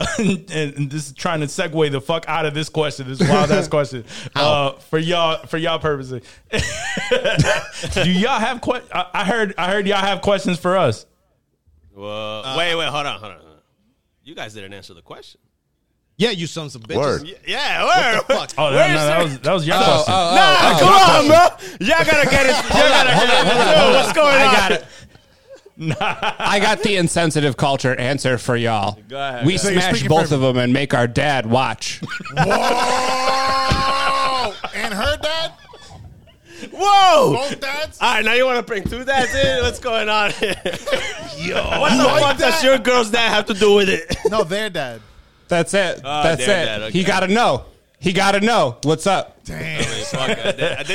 S4: and, and this is trying to segue the fuck out of this question, this wild ass question, uh, for y'all for y'all purposes. Do y'all have que- I, I heard I heard y'all have questions for us.
S1: Well, wait, wait, hold on, hold on, hold on. You guys didn't answer the question.
S3: Yeah, you sons of bitches.
S8: Word.
S1: Yeah, where?
S4: Oh, that, no, that was that was
S10: Oh,
S4: your question.
S9: Oh,
S1: nah, come on, bro. Y'all gotta get it. Y'all gotta get it. Yo, what's going
S9: I
S1: on?
S9: got it. I got the insensitive culture answer for y'all.
S1: Go ahead,
S9: we
S1: guys. So
S2: you're
S9: smash
S2: speaking
S9: both
S2: for-
S9: of them and make our dad watch.
S2: Whoa! and her dad?
S1: Whoa!
S2: Both dads?
S1: All right, now you want to bring two dads in? What's going on here? Yo, what the fuck does your girl's dad have to do with it?
S2: No, their dad.
S9: That's it.
S1: Oh,
S9: That's it.
S1: their dad, okay.
S9: He got to know. He got to know. What's up?
S2: Damn.
S4: I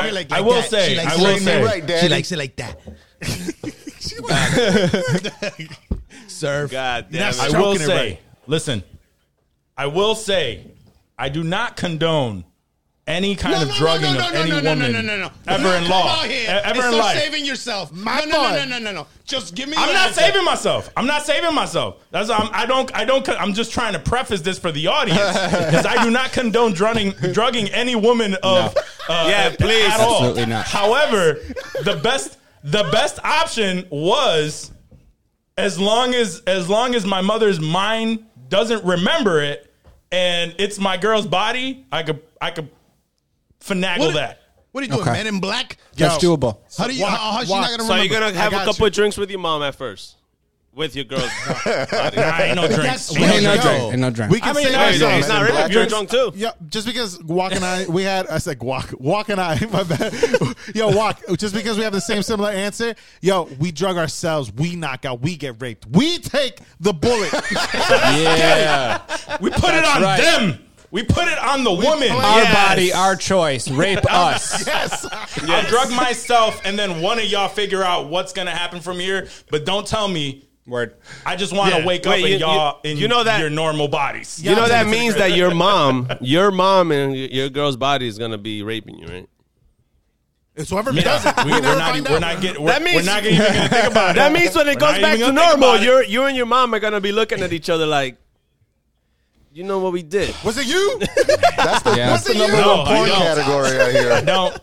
S4: will, I will say, I will say,
S8: right, Daddy.
S10: it like that.
S3: Serve.
S1: God damn it.
S4: I will say, listen, I will say, I do not condone any kind
S10: No,
S4: of
S10: no,
S4: drugging
S10: no, no,
S4: of
S10: no,
S4: any
S10: no, no,
S4: woman
S10: no, no, no, no.
S4: ever in
S10: Come
S4: law,
S10: out
S4: e-
S10: here
S4: ever
S10: and
S4: in
S10: start
S4: life.
S10: saving yourself.
S2: My
S10: no, no, no,
S2: boy.
S10: no, no, no, no. Just give me.
S4: I'm
S10: your
S4: not
S10: answer.
S4: saving myself. I'm not saving myself. That's I'm, I don't. I don't. con- I'm just trying to preface this for the audience because I do not condone drugging drugging any woman of uh,
S1: Yeah, please.
S4: at all.
S9: Absolutely not.
S4: However, the best the best option was as long as as long as my mother's mind doesn't remember it and it's my girl's body, I could I could finagle
S10: What-
S4: that.
S10: What are you doing,
S5: Okay.
S10: Men in Black?
S5: That's
S2: Yo.
S5: doable.
S10: How do you? how, how's she not gonna
S1: So
S10: remember?
S1: you're gonna
S2: I
S1: have a
S2: got
S1: couple
S2: you.
S1: of drinks with your mom at first, with your girl.
S4: I ain't no drinks.
S10: That's
S4: Ain't no
S10: what-
S5: Ain't no
S10: yo.
S5: drink. Ain't no drink.
S2: We can
S1: I mean,
S2: say
S1: no, he's
S2: that.
S1: he's not really. You're drunk too.
S2: Yeah, just because Guac and I, we had, I said Guac, Guac and I, my bad. Yo, Guac, just because we have the same similar answer, yo, we drug ourselves, we knock out, we get raped. We take the bullet.
S5: Yeah.
S4: We put it on
S5: right.
S4: them. We put it on the woman.
S2: play-
S5: Our
S2: Yes.
S5: body, our choice. Rape us.
S2: yes.
S4: I drug myself, and then one of y'all figure out what's gonna happen from here. But don't tell me.
S5: Word.
S4: I just want to
S1: Yeah.
S4: wake
S1: Wait,
S4: up
S1: you-
S4: in y'all
S1: you-
S4: in
S1: you know that-
S4: your normal bodies.
S1: You know that means that your mom, your mom, and y- your girl's body is gonna be raping you, right?
S2: It's whoever
S4: Yeah.
S2: does it.
S4: we,
S2: We
S4: are
S2: never
S4: not.
S2: find
S4: we're
S2: out.
S4: not getting. We're,
S1: That
S4: we're
S1: means-
S4: not even gonna think about it.
S1: That means when it
S4: We're
S1: goes
S4: not
S1: back
S4: even
S1: to
S4: gonna think
S1: normal,
S4: about it.
S1: you're you and your mom are gonna be looking at each other like, you know what we did.
S2: Was it you?
S8: That's the,
S5: Yeah.
S8: that's the
S2: No,
S8: number
S4: I
S8: one porn
S4: don't.
S8: category out
S4: I
S8: here.
S4: don't.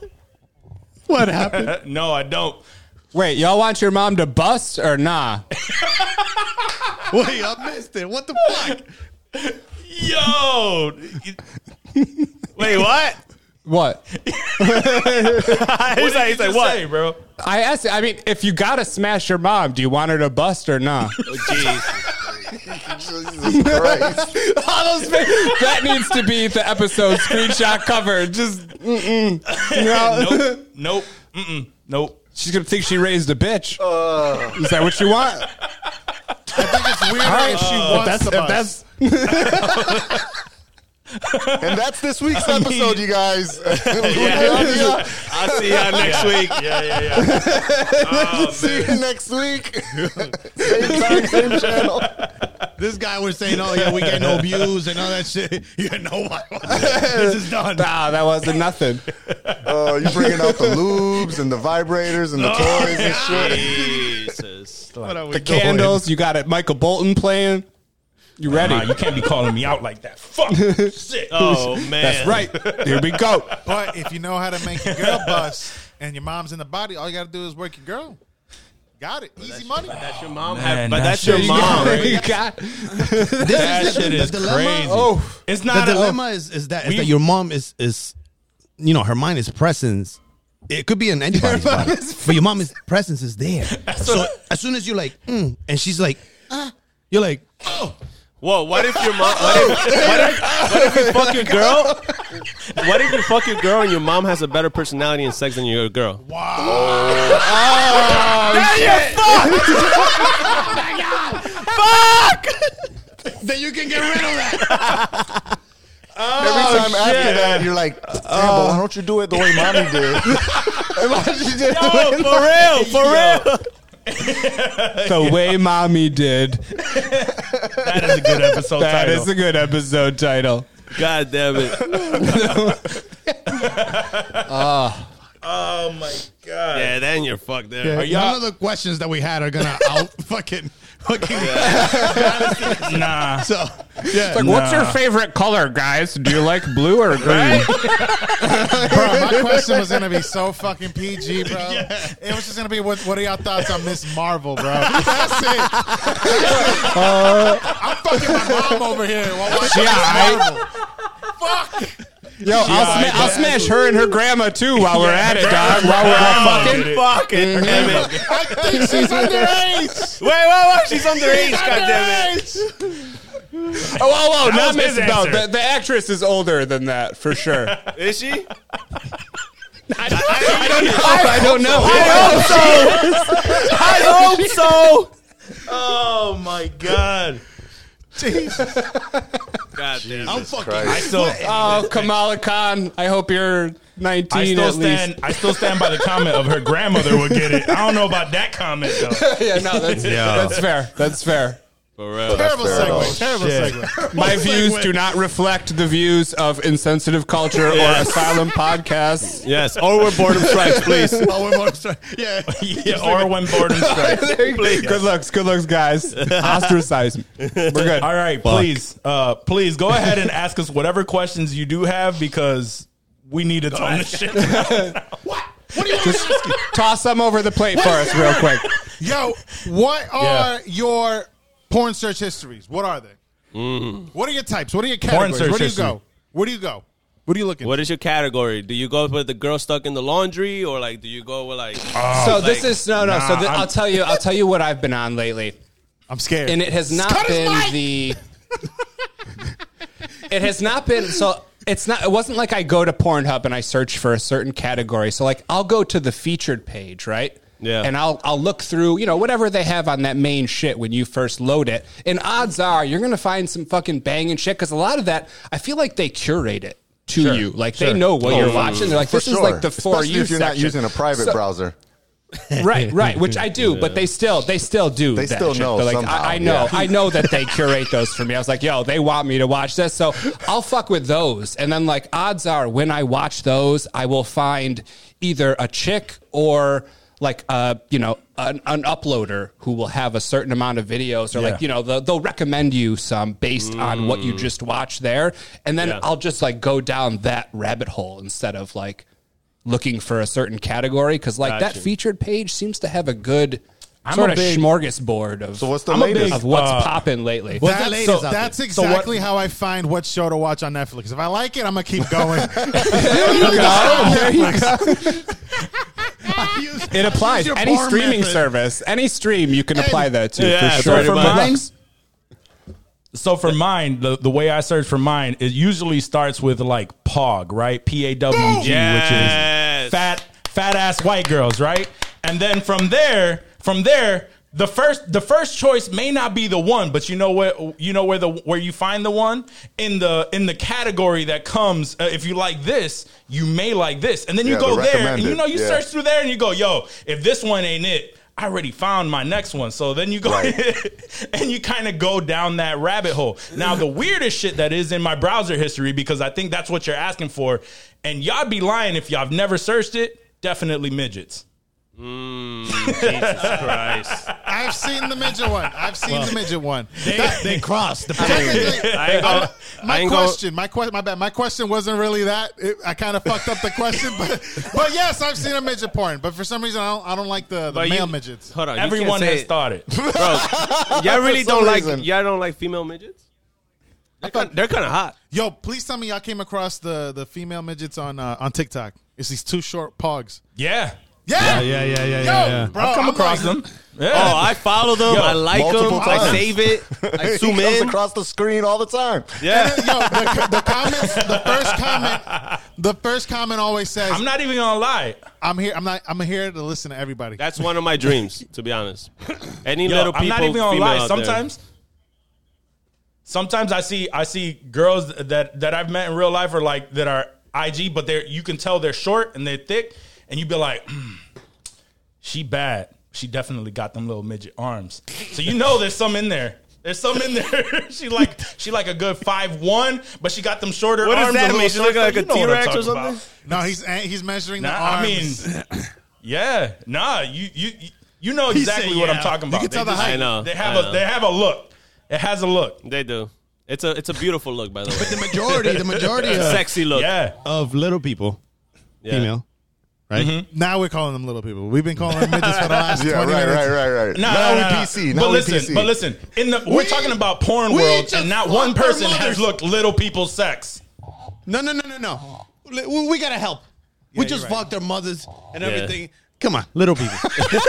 S9: What happened?
S4: No, I don't.
S5: Wait, y'all want your mom to bust or nah?
S10: Wait, I missed it. What the fuck?
S4: Yo.
S1: Wait, what?
S5: What?
S1: he's like, he's like, what?
S4: Say, bro?
S5: I asked. I mean, if you gotta smash your mom, do you want her to bust or nah?
S1: Oh,
S8: Jesus Christ.
S5: All those things- that needs to be the episode screenshot cover. Just mm-mm. No.
S4: Nope. Nope. Mm-mm. Nope.
S5: she's gonna think she raised a bitch. Is that what you want?
S2: It's weird if she wants to
S5: that's- if
S2: bust.
S5: that's-
S8: And that's this week's episode, you guys.
S1: Yeah. I'll see y'all next week.
S4: Yeah, yeah, yeah.
S8: See you next week. same time, same channel.
S10: This guy was saying, "Oh yeah, we get no views and all that shit." Yeah, no, this is done.
S5: Nah, that wasn't nothing.
S8: Uh, you bringing out the lubes and the vibrators and the toys and shit.
S1: Jesus.
S10: What are we
S5: The
S10: doing?
S5: candles. You got it. Michael Bolton playing. You ready?
S4: Nah, you can't be calling me out like that. Fuck. Shit.
S1: Oh man.
S5: That's right. Here we go.
S2: But if you know how to make your girl bust and your mom's in the body, all you got to do is work your girl. Got it. Easy money.
S1: That's your mom.
S4: Man,
S1: had- but
S4: that
S1: that's your
S4: shit is
S1: mom.
S4: crazy.
S5: You got-
S4: That shit is
S10: the dilemma-
S4: crazy.
S5: oh,
S4: It's
S9: the
S4: not a
S9: dilemma is, is that is
S4: we-
S9: that your mom is is you know her mind is presence. It could be in anybody's body, but your mom's presence is there. so as soon as you're like, mm, and she's like, ah, you're like,
S1: Whoa, what if your mom? What if, what if, what if you fuck your girl? What if you fuck your girl and your mom has a better personality and sex than your girl? Wow.
S10: Then you can get rid of that.
S8: Every time after that, you're like, damn, but why don't you do it the way mommy did? And why don't you just do it?
S1: Oh, for real, for real.
S5: the way mommy did.
S4: that is a good episode
S5: That
S4: title.
S5: is a good episode title.
S1: God damn it.
S4: oh my god.
S1: Yeah, then you're fucked there.
S10: None of the questions that we had are gonna out fucking fucking.
S4: Nah.
S10: So yeah,
S5: Like, what's your favorite color, guys? Do you like blue or green?
S2: Bro, my question was gonna be so fucking PG, bro. It was just gonna be what, what are y'all thoughts on Miss Marvel, bro? That's it. I'm fucking my mom over here while watching
S5: Yeah,
S2: Miss
S5: I-
S2: Marvel.
S5: Yo, I'll, sma- I'll smash her and her grandma too while we're at it, dog. While we're all fucking. Mm-hmm.
S1: fucking damn it.
S2: I think she's underage.
S1: Wait, wait, wait. She's underage. God damn it.
S5: Oh, oh, oh, not
S4: was his
S5: Miss No,
S4: answer.
S5: the, the actress is older than that for sure. I,
S1: Is she?
S5: don't know. I, don't know.
S1: I hope so.
S4: Oh my god.
S1: God damn
S10: I'm
S1: it.
S10: fucking.
S4: I still
S5: Oh, Kamala Khan. I hope you're 19
S4: I still
S5: at least.
S4: stand I still stand by the comment of her grandmother would get it. I don't know about that comment though.
S5: yeah, no, that's, that's fair. That's fair.
S1: For real.
S2: Terrible
S8: fair
S2: segue.
S8: enough.
S2: Terrible
S4: Shit.
S2: segue.
S5: My views do not reflect the views of Insensitive Culture or Asylum Podcasts.
S1: Yes. Or we're boredom strikes, please.
S10: Oh, we're more, sorry. Yeah,
S4: yeah, or when boredom strikes.
S5: good looks, good looks, guys. Ostracize me. We're good.
S4: All right, please, uh, please go ahead and ask us whatever questions you do have because we need to tone this shit. down.
S5: Just toss some over the plate for us, real quick.
S2: Yo, what
S4: Yeah.
S2: are your porn search histories? What are they? What are your types? What are your categories?
S4: Mm. search
S2: Where do you
S4: history.
S2: go? Where do you go? What are you looking?
S1: What is your category? Do you go with the girl stuck in the laundry, or like do you go with like?
S5: so this
S1: like-
S5: is no, no. so
S4: Oh, Nah,
S5: th-
S4: I'm-
S5: I'll tell you. I'll tell you what I've been on lately,
S2: I'm scared.
S5: and it has not been the. it has not been so. It's not. It wasn't like I go to Pornhub and I search for a certain category. So like I'll go to the featured page, right?
S1: Yeah.
S5: And I'll I'll look through you know whatever they have on that main shit when you first load it, and odds are you're gonna find some fucking banging shit because a lot of that I feel like they curate it to you, like they know what you're watching. They're like
S8: Oh, For
S5: this is
S8: sure.
S5: like the for
S8: Especially
S5: you
S8: if you're not
S5: section.
S8: using a private
S5: So-
S8: browser.
S5: right right which i do but they still they still do
S8: They
S5: that
S8: still
S5: shit.
S8: know
S5: They're like
S8: somehow,
S5: I, I know
S8: yeah.
S5: i know that they curate those for me i was like yo they want me to watch this so i'll fuck with those and then like odds are when i watch those i will find either a chick or like uh you know an, an uploader who will have a certain amount of videos or
S4: Yeah. Mm.
S5: like you know they'll, they'll recommend you some based on what you just watched there and then
S1: Yeah.
S5: i'll just like go down that rabbit hole instead of like looking for a certain category because like that
S1: Gotcha.
S5: featured page seems to have a good
S4: I'm
S5: sort
S4: a
S5: of
S4: big-
S5: smorgasbord of
S8: So what's the
S4: I'm a
S8: latest?
S4: big-
S5: of what's
S4: Uh,
S5: popping lately.
S4: What's
S2: that's,
S4: the latest
S2: so
S4: out there?
S2: that's
S4: So what-
S2: exactly how I find what show to watch on Netflix. If I like it, I'm gonna keep going.
S5: it applies
S2: your
S5: any
S2: porn
S5: streaming
S2: method.
S5: service, any stream you can apply that to
S1: Yeah,
S5: for
S1: so
S5: sure.
S1: for
S5: But-
S1: mine-
S4: So for mine, the, the way I search for mine, it usually starts with like POG, right? P A W G, which
S1: Yes.
S4: is fat fat ass white girls, right? And then from there, from there, the first the first choice may not be the one, but you know what you know where the where you find the one in the in the category that comes. Uh, if you like this, you may like this, and then you
S8: Yeah,
S4: go
S8: the
S4: there, and you
S8: recommended,
S4: know you
S8: yeah.
S4: search through there, and you go, yo, if this one ain't it. I already found my next one. So then you go and you kind of go down that rabbit hole. Now, the weirdest shit that is in my browser history, because I think that's what you're asking for, and y'all be lying if y'all have never searched it, definitely midgets.
S1: Christ.
S2: I've seen the midget one. I've seen the midget one.
S9: they crossed the
S2: Technically,
S1: I ain't gonna-
S2: I- my
S1: I ain't gonna-
S2: question, my question, my bad. My question wasn't really that. It, I kind of fucked up the question, but but yes, I've seen a midget porn. But for some reason, I don't, I don't like the, the
S1: But
S2: male
S1: you-
S2: midgets.
S1: Hold on, you
S4: Everyone
S1: can't say
S4: has
S1: it.
S4: thought it.
S1: Bro, y'all really
S8: For some
S1: don't like
S8: reason.
S1: y'all don't like female midgets. They're kind of, hot.
S2: Yo, please tell me y'all came across the the female midgets on uh, on TikTok. It's these two short pogs.
S4: Yeah.
S2: Yeah,
S9: yeah, yeah, yeah,
S2: Yo,
S9: yeah, yeah.
S2: bro,
S4: I've come
S2: I'm
S4: across
S2: like-
S4: them. Yeah.
S1: Oh, I follow them. I like
S8: multiple
S1: them. I
S8: times.
S1: save it. I
S8: He
S1: zoom
S8: comes
S1: in.
S8: across the screen all the time.
S1: Yeah.
S2: Yo, the, the comments, the first comment, the first comment always says,
S4: I'm
S2: "I'm,
S4: not even going to lie.
S2: here. I'm not. I'm here to listen to everybody."
S1: That's one of my dreams, to be honest. Any
S4: Yo,
S1: little people,
S4: I'm not even gonna
S1: female
S4: lie.
S1: out there.
S4: Sometimes, sometimes I see I see girls that that I've met in real life are like that are IG, but they're you can tell they're short and they're thick, and you be like, "Mm, she bad. She definitely got them little midget arms. So you know there's some in there. There's some in there. she like she like a good five one, but she got them shorter
S1: What does
S4: arms.
S1: that
S4: a little
S1: mean? She look
S4: shorter.
S1: like a
S4: You know what I'm
S1: T-Rex or
S4: talking
S1: something?
S4: about.
S2: No, he's he's measuring the
S4: Nah,
S2: arms.
S4: I mean, yeah, nah, you you you know
S2: said,
S4: exactly what
S2: yeah.
S4: I'm talking
S2: You
S4: about.
S2: can tell the
S4: just-
S2: height.
S1: I know,
S4: They have
S1: I
S4: a
S1: know.
S4: they have a look. It has a look.
S1: they do. It's a it's a beautiful look, by the way.
S9: majority, the majority of,
S1: Sexy look.
S4: Yeah,
S9: of little people,
S1: Yeah.
S9: female, right?
S2: Now we're calling them little people. We've been calling them midgets for the last
S8: Mm-hmm. Yeah, right,
S2: twenty minutes.
S8: right, right, right.
S4: no,
S8: now
S4: no,
S8: we
S4: no, no.
S8: PC. Now
S4: But
S8: we
S4: listen,
S8: PC.
S4: but listen. In the we're talking about porn world,
S9: just
S4: and not
S9: fucked
S4: one
S9: their
S4: person has
S9: mothers.
S4: looked little people's sex.
S9: No, no, no, no, no. Li- We, we gotta help. we just fucked our mothers and
S1: Yeah.
S9: everything. Come on, little people.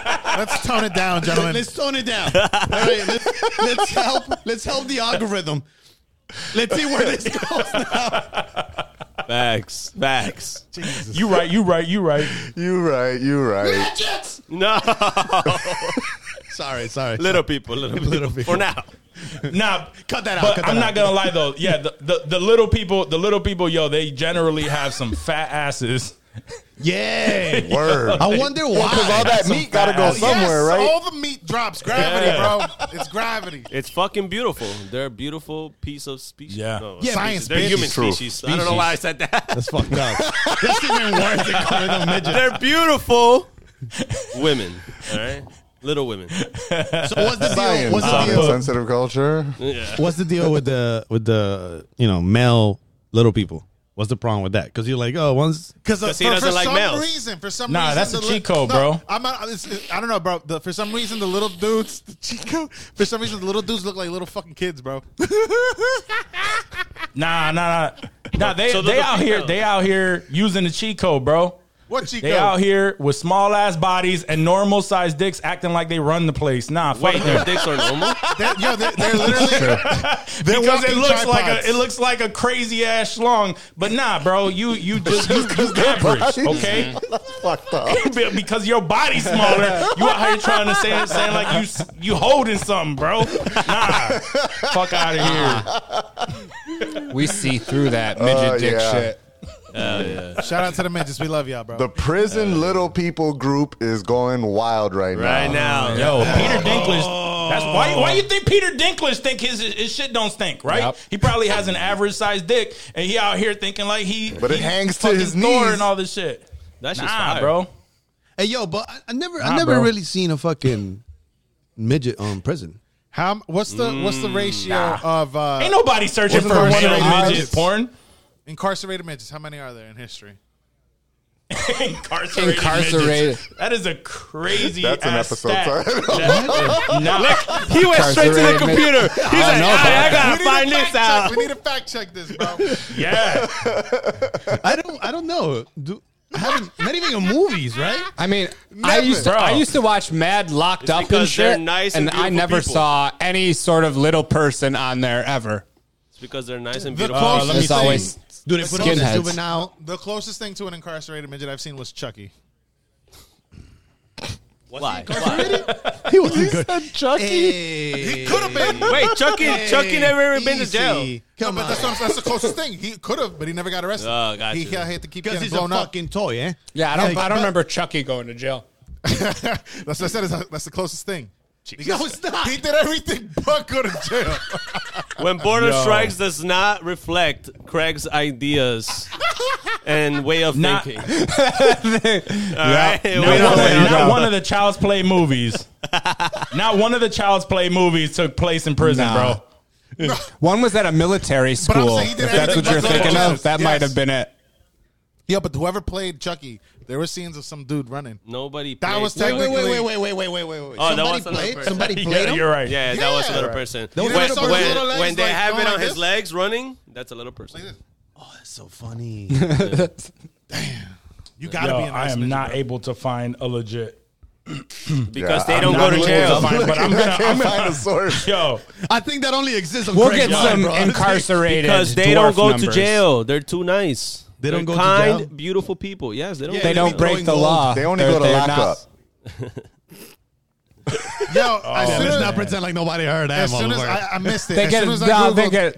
S2: Let's tone it down, gentlemen.
S9: let's tone it down. All right, let's, let's help. Let's help the algorithm. Let's see where this goes now.
S1: Facts. Facts.
S4: You right, you right, you right.
S8: you right, you right.
S1: No.
S9: Sorry, sorry.
S1: little people. Little people. For now.
S4: Nah,
S9: Cut that out,
S4: But
S9: cut
S4: I'm
S9: that
S4: not
S9: out.
S4: gonna lie though. Yeah, the, the the little people, the little people, yo, they generally have some fat asses.
S9: Yeah.
S8: Word.
S9: I wonder
S8: Because
S9: why.
S8: all that meat got to go
S4: ass.
S8: somewhere,
S2: yes,
S8: right?
S2: All the meat drops. Gravity,
S4: Yeah.
S2: bro. It's gravity.
S1: It's fucking beautiful. They're a beautiful piece of species.
S4: Yeah.
S1: yeah
S2: Science,
S1: They're
S2: bitch.
S1: human
S8: True.
S1: species. I don't know why I said that.
S9: That's fucked up. That's even worse than calling them midgets.
S1: They're beautiful women. All right. Little women.
S9: So what's the deal?
S8: Science.
S9: What's the
S8: Science.
S9: deal?
S8: Sensitive culture.
S9: What's the deal with the with the you know male little people? What's the problem with that? Because you're like, oh, once
S2: Because
S1: he doesn't
S2: uh, for
S1: like
S2: some
S1: males.
S2: reason, for some
S4: Nah,
S2: reason,
S4: that's a
S2: the
S4: cheat code,
S2: no,
S4: bro.
S2: I'm not. It's, it- I don't know, bro. The, for some reason, the little dudes, the cheat code. For some reason, the little dudes look like little fucking kids, bro.
S4: Nah, nah, nah. Nah, they
S1: So they're
S4: they
S1: the
S4: out here
S1: females.
S4: they out here using the cheat code, bro.
S2: What cheat
S4: They
S2: code?
S4: out here with small ass bodies and normal sized dicks acting like they run the place. Nah, fuck
S1: Wait, their
S4: them.
S1: dicks are normal.
S2: They're, yo, they're, they're literally they're
S4: Because it
S2: walking
S4: looks like
S2: tripods.
S4: a it looks like a crazy ass schlong, but nah, bro, you you just you, you average, okay?
S8: That's fucked up.
S4: Be- because your body's smaller. You out here trying to say saying like you s- you holding something, bro. Nah, fuck out of here.
S5: We see through that midget
S8: Uh,
S5: dick
S8: yeah.
S5: shit.
S2: Shout out to the midgets. We love y'all, bro.
S8: The
S4: Uh,
S8: prison little people group is going wild right,
S1: Right now,
S4: Yo, Peter Dinklage. That's why. Why you think Peter Dinklage think his his shit don't stink? Right?
S5: Yep.
S4: He probably has an average sized dick, and he out here thinking like he.
S8: But it
S4: he
S8: hangs to
S4: fucking
S8: his
S4: Thor
S8: knees.
S4: and all this shit.
S1: That's just
S4: Nah,
S1: fire.
S4: bro.
S9: Hey, yo, but I, I never,
S4: Nah,
S9: I never
S4: bro.
S9: really seen a fucking midget on prison.
S2: How what's the what's the ratio of uh,
S4: Ain't nobody searching
S8: Wasn't
S4: for
S8: there
S4: one
S8: one
S4: of
S8: of
S4: those
S8: those
S4: midget
S8: eyes?
S4: porn.
S2: incarcerated midgets? How many are there in history?
S4: Incarcerated.
S5: Incarcerated.
S4: midgets. That is a crazy.
S8: That's an
S4: ass
S8: episode
S4: stat.
S8: title.
S4: That is not-
S1: He went straight to the
S5: Incarcerated
S1: computer. He's like,
S5: know,
S1: "All right, I
S5: bro.
S1: gotta find
S2: we need to
S1: this
S2: fact
S1: out.
S2: Check. We need to fact check this, bro.
S4: yeah.
S9: I don't, I don't know. Do I haven't not even in movies, right?
S5: I mean, I used to,
S4: Bro.
S5: I used to watch Mad Locked Up and
S1: because they're
S5: shit,
S1: nice
S5: and,
S1: and
S5: I
S1: beautiful
S5: never
S1: people.
S5: saw any sort of little person on there ever.
S1: It's because they're nice and
S2: The
S1: beautiful.
S2: closest,
S5: It's always
S9: Do they put on the
S5: Skinheads.
S9: juvenile?
S2: the closest thing to an incarcerated midget I've seen was Chucky.
S1: Why?
S9: He was good.
S8: Chucky.
S9: Hey,
S2: Could have been.
S1: Wait, Chucky, Chucky never ever been to jail.
S9: easy. Come
S2: but
S9: on,
S2: that's, what I'm- that's the closest thing. He could have, but he never got arrested.
S1: Oh, got
S2: he
S1: you.
S2: I hate to keep
S9: because
S2: getting
S9: he's a
S2: blown up.
S9: fucking toy, eh?
S5: yeah. I don't
S9: Like,
S5: I don't remember Chucky going to jail.
S2: that's what I said. is That's the closest thing.
S9: No, it's not.
S2: He did everything but go to jail.
S1: When Border Strikes does not reflect Craig's ideas and way of
S4: Not-
S1: thinking. All right?
S4: Not,
S1: Way
S4: one,
S1: of
S4: of,
S1: thinking.
S4: not one of the Child's Play movies. not one of the Child's Play movies took place in prison,
S5: Nah.
S4: bro.
S5: One was at a military
S2: I'm
S5: school.
S2: saying he
S5: If
S2: did
S5: that's
S2: everything
S5: what
S2: but go
S5: you're
S2: to
S5: thinking
S2: jail.
S5: of, that
S2: Yes.
S5: might have been it.
S2: yeah, but whoever played Chucky, there were scenes of some dude running.
S1: Nobody.
S2: That
S1: played
S2: was
S1: Chucky.
S9: Wait, wait,
S2: technically.
S9: wait, wait, wait, wait, wait, wait, wait, wait.
S1: Oh, that
S9: somebody
S1: was another
S9: played.
S1: person.
S9: Somebody played
S4: Yeah,
S9: him.
S4: you're right.
S1: Yeah, that was
S2: Yeah.
S1: another person.
S9: You
S1: When,
S9: never saw his
S1: when,
S2: little legs
S1: when they
S2: like oh,
S1: have it
S2: going
S1: on
S2: like
S1: his
S2: this?
S1: legs running, that's a little person.
S9: That's so funny.
S2: You gotta
S4: Yo,
S2: be an
S4: I
S2: ice
S4: am
S2: midget,
S4: not
S2: bro.
S4: able to find a legit.
S1: Because
S8: Yeah,
S1: they
S8: I'm
S1: don't
S8: not
S1: go to
S8: able
S1: jail.
S4: Fine, but I'm
S8: I
S4: gonna. I'm
S8: can't
S4: gonna
S8: find a source.
S4: yo,
S9: I think that only exists on
S5: We'll
S9: Craig's
S5: get
S9: Yard,
S5: some
S9: bro.
S5: incarcerated
S1: Because they
S5: dwarf
S1: don't go to
S5: numbers.
S1: jail. They're too nice.
S9: They don't
S1: They're
S9: go to
S1: kind,
S9: jail?
S1: beautiful people. Yes, they don't.
S9: Yeah,
S1: go
S5: They
S1: to
S5: don't
S1: jail.
S5: break the
S9: Growing
S5: law.
S8: They only
S5: They're-
S8: go to
S5: they're
S8: lock
S5: not-
S8: up.
S2: Yo, as
S9: Yeah,
S2: soon
S9: let's
S2: as,
S9: not pretend like nobody heard that.
S2: as soon as
S9: motherfucker.
S2: I, I missed it,
S5: They
S2: as
S5: get
S2: soon
S5: a,
S2: as
S5: no,
S2: I googled,
S5: they get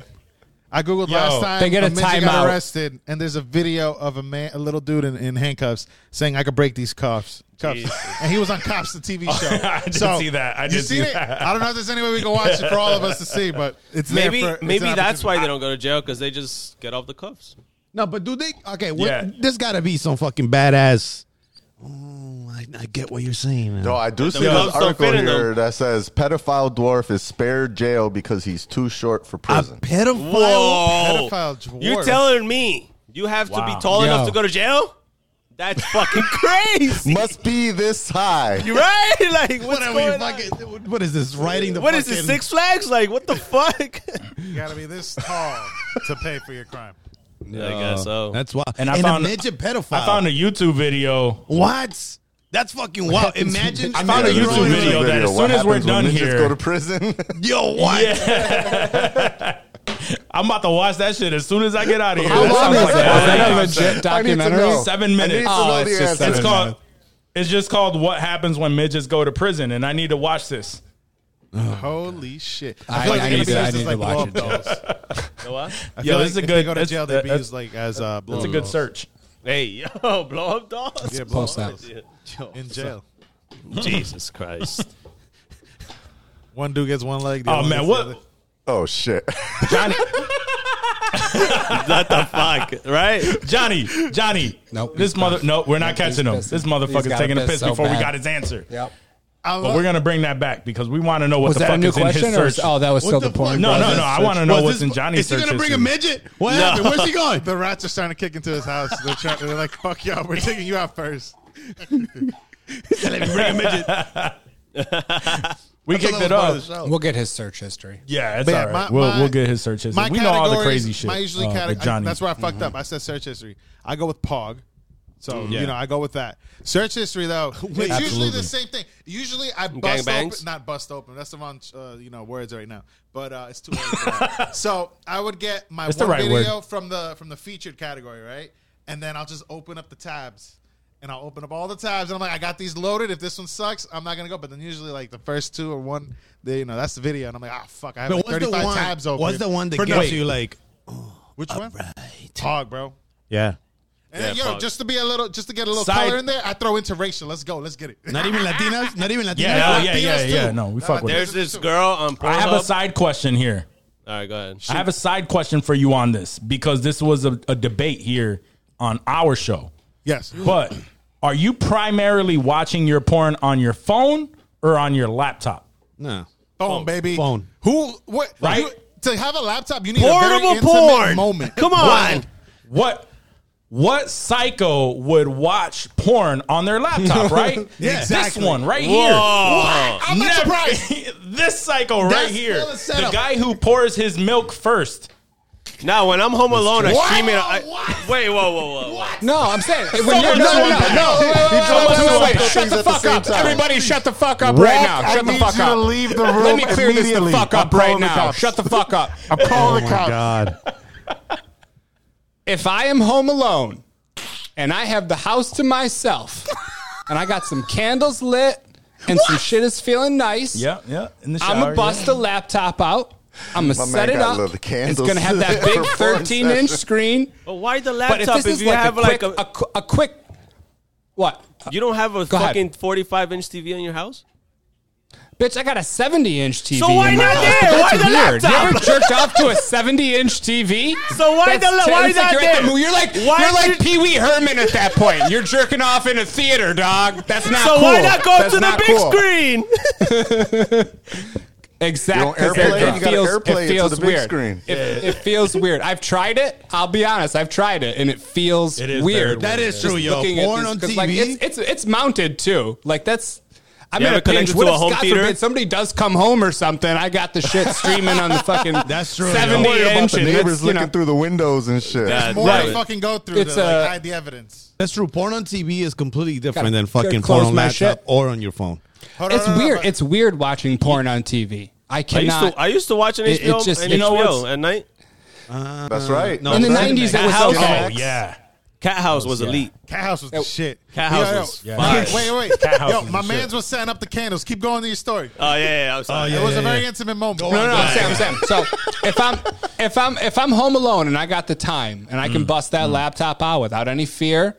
S2: I googled
S4: Yo,
S2: last time.
S5: they get a
S2: midget got
S5: timeout.
S2: arrested, and there's a video of a man, a little dude in, in handcuffs, saying, "I could break these cuffs." cuffs. And he was on Cops, the TV
S9: Oh,
S2: show.
S4: I did
S2: so,
S4: see that. I
S2: you
S4: did see
S2: seen it?
S4: that.
S2: I don't know if there's any way we can watch it for all of us to see, but it's there
S1: Maybe,
S2: for- it's an
S1: maybe that's
S2: opportunity.
S1: why they don't go to jail because they just get off the cuffs.
S9: No, but do they? Okay, what,
S4: Yeah.
S9: there's got to be some fucking badass. Oh, I, I get what you're saying. man.
S8: No, Oh, I do see
S1: gloves
S8: this
S1: don't
S8: article
S1: fit in
S8: here
S1: them.
S8: that says pedophile dwarf is spared jail because he's too short for
S9: a
S8: prison.
S9: pedophile.
S1: Whoa!
S2: pedophile dwarf.
S1: You telling me you have to
S4: Wow.
S1: be tall
S5: Yo.
S1: enough to go to jail? That's fucking crazy,
S8: Must be this high.
S1: You right? Like what's
S9: What are we
S1: going
S9: fucking? What is this? Writing the
S1: on? What is
S9: fucking,
S1: this? Six Flags? Like what the fuck?
S2: you gotta be this tall to pay for your crime.
S1: Yeah, I guess so.
S9: That's why.
S4: And I
S9: a
S4: found-
S9: midget pedophile.
S4: I found a YouTube video
S9: what? That's fucking wild. Imagine.
S4: I found a
S8: this is
S4: YouTube video that as
S8: What
S4: soon as we're
S8: happens when
S4: done
S8: midgets
S4: here-
S8: go to prison.
S9: Yo, what?
S4: I'm about to watch that shit as soon as I get out of here.
S5: How
S4: That
S5: long
S4: sounds
S5: is
S4: like
S5: that?
S4: a
S5: Is that a
S4: great
S5: legit
S4: concept.
S8: I need to
S5: documentary?
S8: know.
S4: Seven
S8: I need
S4: minutes.
S8: to
S5: Oh,
S8: know the
S5: it's just
S8: answer.
S5: seven
S4: It's called.
S5: minutes.
S4: It's just called "What Happens When Midgets Go to Prison," and I need to watch this.
S2: Holy shit!
S5: I- I
S2: they're
S5: need
S2: gonna
S5: to- I
S2: be used
S5: need
S2: as,
S5: to
S2: like,
S5: watch it,
S2: blow-up dolls.
S4: Yo,
S2: I feel
S4: this is
S2: like
S4: a
S2: if
S4: good.
S2: They go to
S4: that's-
S2: jail. They'd
S4: that-
S2: be
S4: that's-
S2: used like as uh, blow
S4: That's a
S5: Oh.
S4: good search.
S1: hey, yo, blow up dolls.
S2: Yeah, blow
S5: Post that.
S2: in jail.
S1: Jesus Christ.
S2: One dude gets one leg. the
S4: Oh
S2: other one
S4: man,
S2: gets the
S4: what
S2: other.
S8: Oh shit!
S4: Johnny?
S1: what the fuck? Right?
S4: Johnny? Johnny?
S5: Nope,
S4: This
S5: he's
S4: mother.
S5: gone.
S4: No, we're not
S5: Nope, he's
S4: catching him.
S5: pissing.
S4: This
S5: He's
S4: motherfucker's
S5: gotta
S4: taking a
S5: piss
S4: piss
S5: so
S4: before we
S5: bad.
S4: got his answer.
S5: Yep.
S2: I
S4: But
S2: love,
S4: we're gonna bring that back because we want to know what
S5: Was
S4: the
S5: that a
S4: fuck
S5: new
S4: is in his
S5: question? Or is,
S4: search.
S5: oh, that was still
S9: What
S5: the
S9: the
S5: porn.
S9: fuck?
S4: no, no, no. I want to know
S9: Was
S4: what's
S9: this-
S4: in Johnny's
S9: Is he
S4: search.
S9: gonna bring a
S4: history.
S9: midget? What happened? Where's he going?
S2: the rats are starting to kick into his house. They're, trying, they're like, "Fuck y'all, we're taking you out first.
S9: Let me bring a midget.
S4: We kicked it up.
S5: We'll get his search history.
S4: Yeah, it's
S2: But yeah,
S4: all right.
S2: my-
S4: we'll,
S2: my-
S4: we'll get his search history.
S2: My
S4: We know all the
S2: categories-
S4: crazy shit.
S2: My usually
S4: uh, with
S2: category.
S4: Johnny. Mm-hmm.
S2: That's where I fucked up. I said search history. I go with Pog. So you know, I go with that. Search history though, it's usually
S4: Absolutely.
S2: the same thing. Usually I bust open,
S1: Gangbangs?
S2: not bust open. That's the wrong uh, you know words right now. But uh, it's too late. For that. so I would get my
S4: It's the
S2: one
S4: right
S2: video from the from the featured category, right? And then I'll just open up the tabs. And I'll open up all the tabs, and I'm like, I got these loaded. If this one sucks, I'm not gonna go. But then usually, like the first two or one, they, you know, that's the video, and I'm like, ah, fuck, I have like
S9: But what's
S2: 35
S9: the one?
S2: tabs open.
S9: What's the one that
S2: For
S9: gets
S2: nothing.
S9: you like? "Oh,
S2: Which one? Pog, bro.
S9: Yeah.
S2: And
S1: Yeah,
S2: yo,
S1: Pog.
S2: just to be a little, just to get a little
S4: Side-
S2: color in there, I throw interracial. Let's go. Let's get it.
S9: Not even Latinas. Not even Latinas.
S4: yeah, yeah, yeah, yeah,
S2: Latinas
S4: yeah.
S2: too.
S4: No, we fuck with it.
S1: There's this girl on Pornhub.
S4: I have a side question here.
S1: All right, go ahead.
S4: I have a side question for you on this because this was a, a debate here on our show.
S2: Yes.
S4: But are you primarily watching your porn on your phone or on your laptop?
S9: No.
S2: Phone, baby.
S9: Phone.
S2: Who? What?
S4: Right?
S2: you- to have a laptop, you need a very
S1: Portable
S2: intimate
S1: porn.
S2: moment.
S1: Come on.
S4: What what psycho would watch porn on their laptop, right? yeah,
S2: exactly.
S4: This one right
S1: Whoa.
S4: here. Never- this psycho right
S2: That's
S4: here.
S2: still a
S4: The
S2: setup.
S4: guy who pours his milk first.
S1: Now, when I'm home alone, I
S8: What?
S1: stream it. I, Wait, whoa, whoa, whoa. whoa.
S5: No, I'm saying when you're, no,
S8: No,
S5: no, no,
S8: no, wait, wait,
S5: Wait, wait, wait, wait,
S8: wait.
S5: Shut the fuck up. Everybody shut the fuck up
S8: Walk,
S5: right now.
S8: I
S5: Shut the
S8: need
S5: fuck
S8: you
S5: up.
S8: to leave the
S5: Let
S8: room
S5: me clear this the
S8: immediately.
S5: fuck up
S8: I'm
S5: right
S8: calling the
S5: now.
S8: cops.
S5: Shut the fuck up.
S8: I'm calling the cops.
S9: God.
S5: If I am home alone and I have the house to myself and I got some candles lit and some shit is feeling nice,
S4: Yeah, yeah. In the shower.
S5: I'm gonna bust
S4: yeah.
S5: the laptop out. I'm gonna
S8: My man
S5: set it
S8: got
S5: up.
S8: little
S5: It's
S8: candles
S5: gonna have that big
S8: for porn
S5: 13 inch
S8: session.
S5: screen.
S1: But why the
S5: But if
S1: laptop
S5: this
S1: if,
S5: is
S1: you
S5: like,
S1: have
S5: a,
S1: like
S5: quick,
S1: a,
S5: a, qu- a quick, what?
S1: you don't have a
S5: Go ahead.
S1: fucking 45 inch TV in your house?
S5: Bitch, I got a 70 inch TV.
S1: So why
S5: in my
S1: not
S5: house.
S1: there?
S5: That's
S1: Why the
S5: weird.
S1: laptop?
S5: You ever jerked off to a 70 inch TV?
S1: So why the la- why
S5: it's
S1: not
S5: like you're at the
S1: there?
S5: mo- You're like
S1: Why
S5: you're like
S1: did-
S5: Pee Wee Herman at that point. You're jerking off in a theater, dog. That's not
S1: So
S5: cool.
S1: why not go
S5: That's
S1: to the
S5: not
S1: big
S5: cool.
S1: screen?
S5: Exactly.
S8: You don't airplay it? You gotta airplay it to the big
S5: weird.
S8: screen.
S5: It, it feels weird. I've tried it. I'll be honest. I've tried it, and it feels
S4: It is very
S5: weird.
S4: weird. That
S9: is true, yo.
S5: looking at
S9: Porn
S5: these-
S9: on
S5: 'cause, like,
S9: TV?
S5: it's, it's it's mounted too. Like that's. I'm
S1: You
S5: in
S1: ever
S5: a pinch.
S1: connected
S5: What
S1: to
S5: if,
S1: a home
S5: God
S1: theater?
S5: forbid, somebody does come home or something? I got the shit streaming on the fucking
S9: That's true, yo.
S5: seventy
S9: Worry
S8: About
S5: inch.
S8: the
S5: and
S8: neighbors
S5: it's, you
S8: looking
S5: know,
S8: through the windows and shit.
S1: God,
S2: More
S1: right.
S2: to fucking go through
S5: It's
S2: to
S5: a-
S2: like, hide the evidence.
S9: That's true. Porn on TV is completely different
S5: Gotta
S9: than fucking
S5: close
S9: porn on
S5: my
S9: laptop
S5: shit.
S9: or on your phone.
S2: Hold on,
S5: it's
S2: hold on, hold
S5: weird.
S2: on.
S5: It's weird watching porn on TV. I
S1: I used,
S5: cannot.
S1: to, I used to watch an
S5: It- it
S1: HBO,
S5: just-
S1: an
S5: you know
S1: HBO
S5: what's-
S1: at night.
S8: That's right.
S9: No,
S5: in the
S9: it's not.
S5: nineties, it was
S1: House-
S5: okay.
S4: Oh yeah.
S1: Cat House was elite.
S2: Cat House was the shit.
S1: Cat House
S2: Yo, yo.
S1: was fire.
S2: Wait, wait, wait.
S4: Cat House
S2: yo,
S4: was
S2: my
S4: the
S2: man's was setting up the candles. Keep going to your story.
S1: Oh, yeah, yeah, I'm sorry.
S2: it was a very intimate moment.
S5: No, no, no, I'm saying, I'm saying. So if I'm if I'm if I'm home alone and I got the time and I
S1: Mm.
S5: can bust that laptop out without any fear,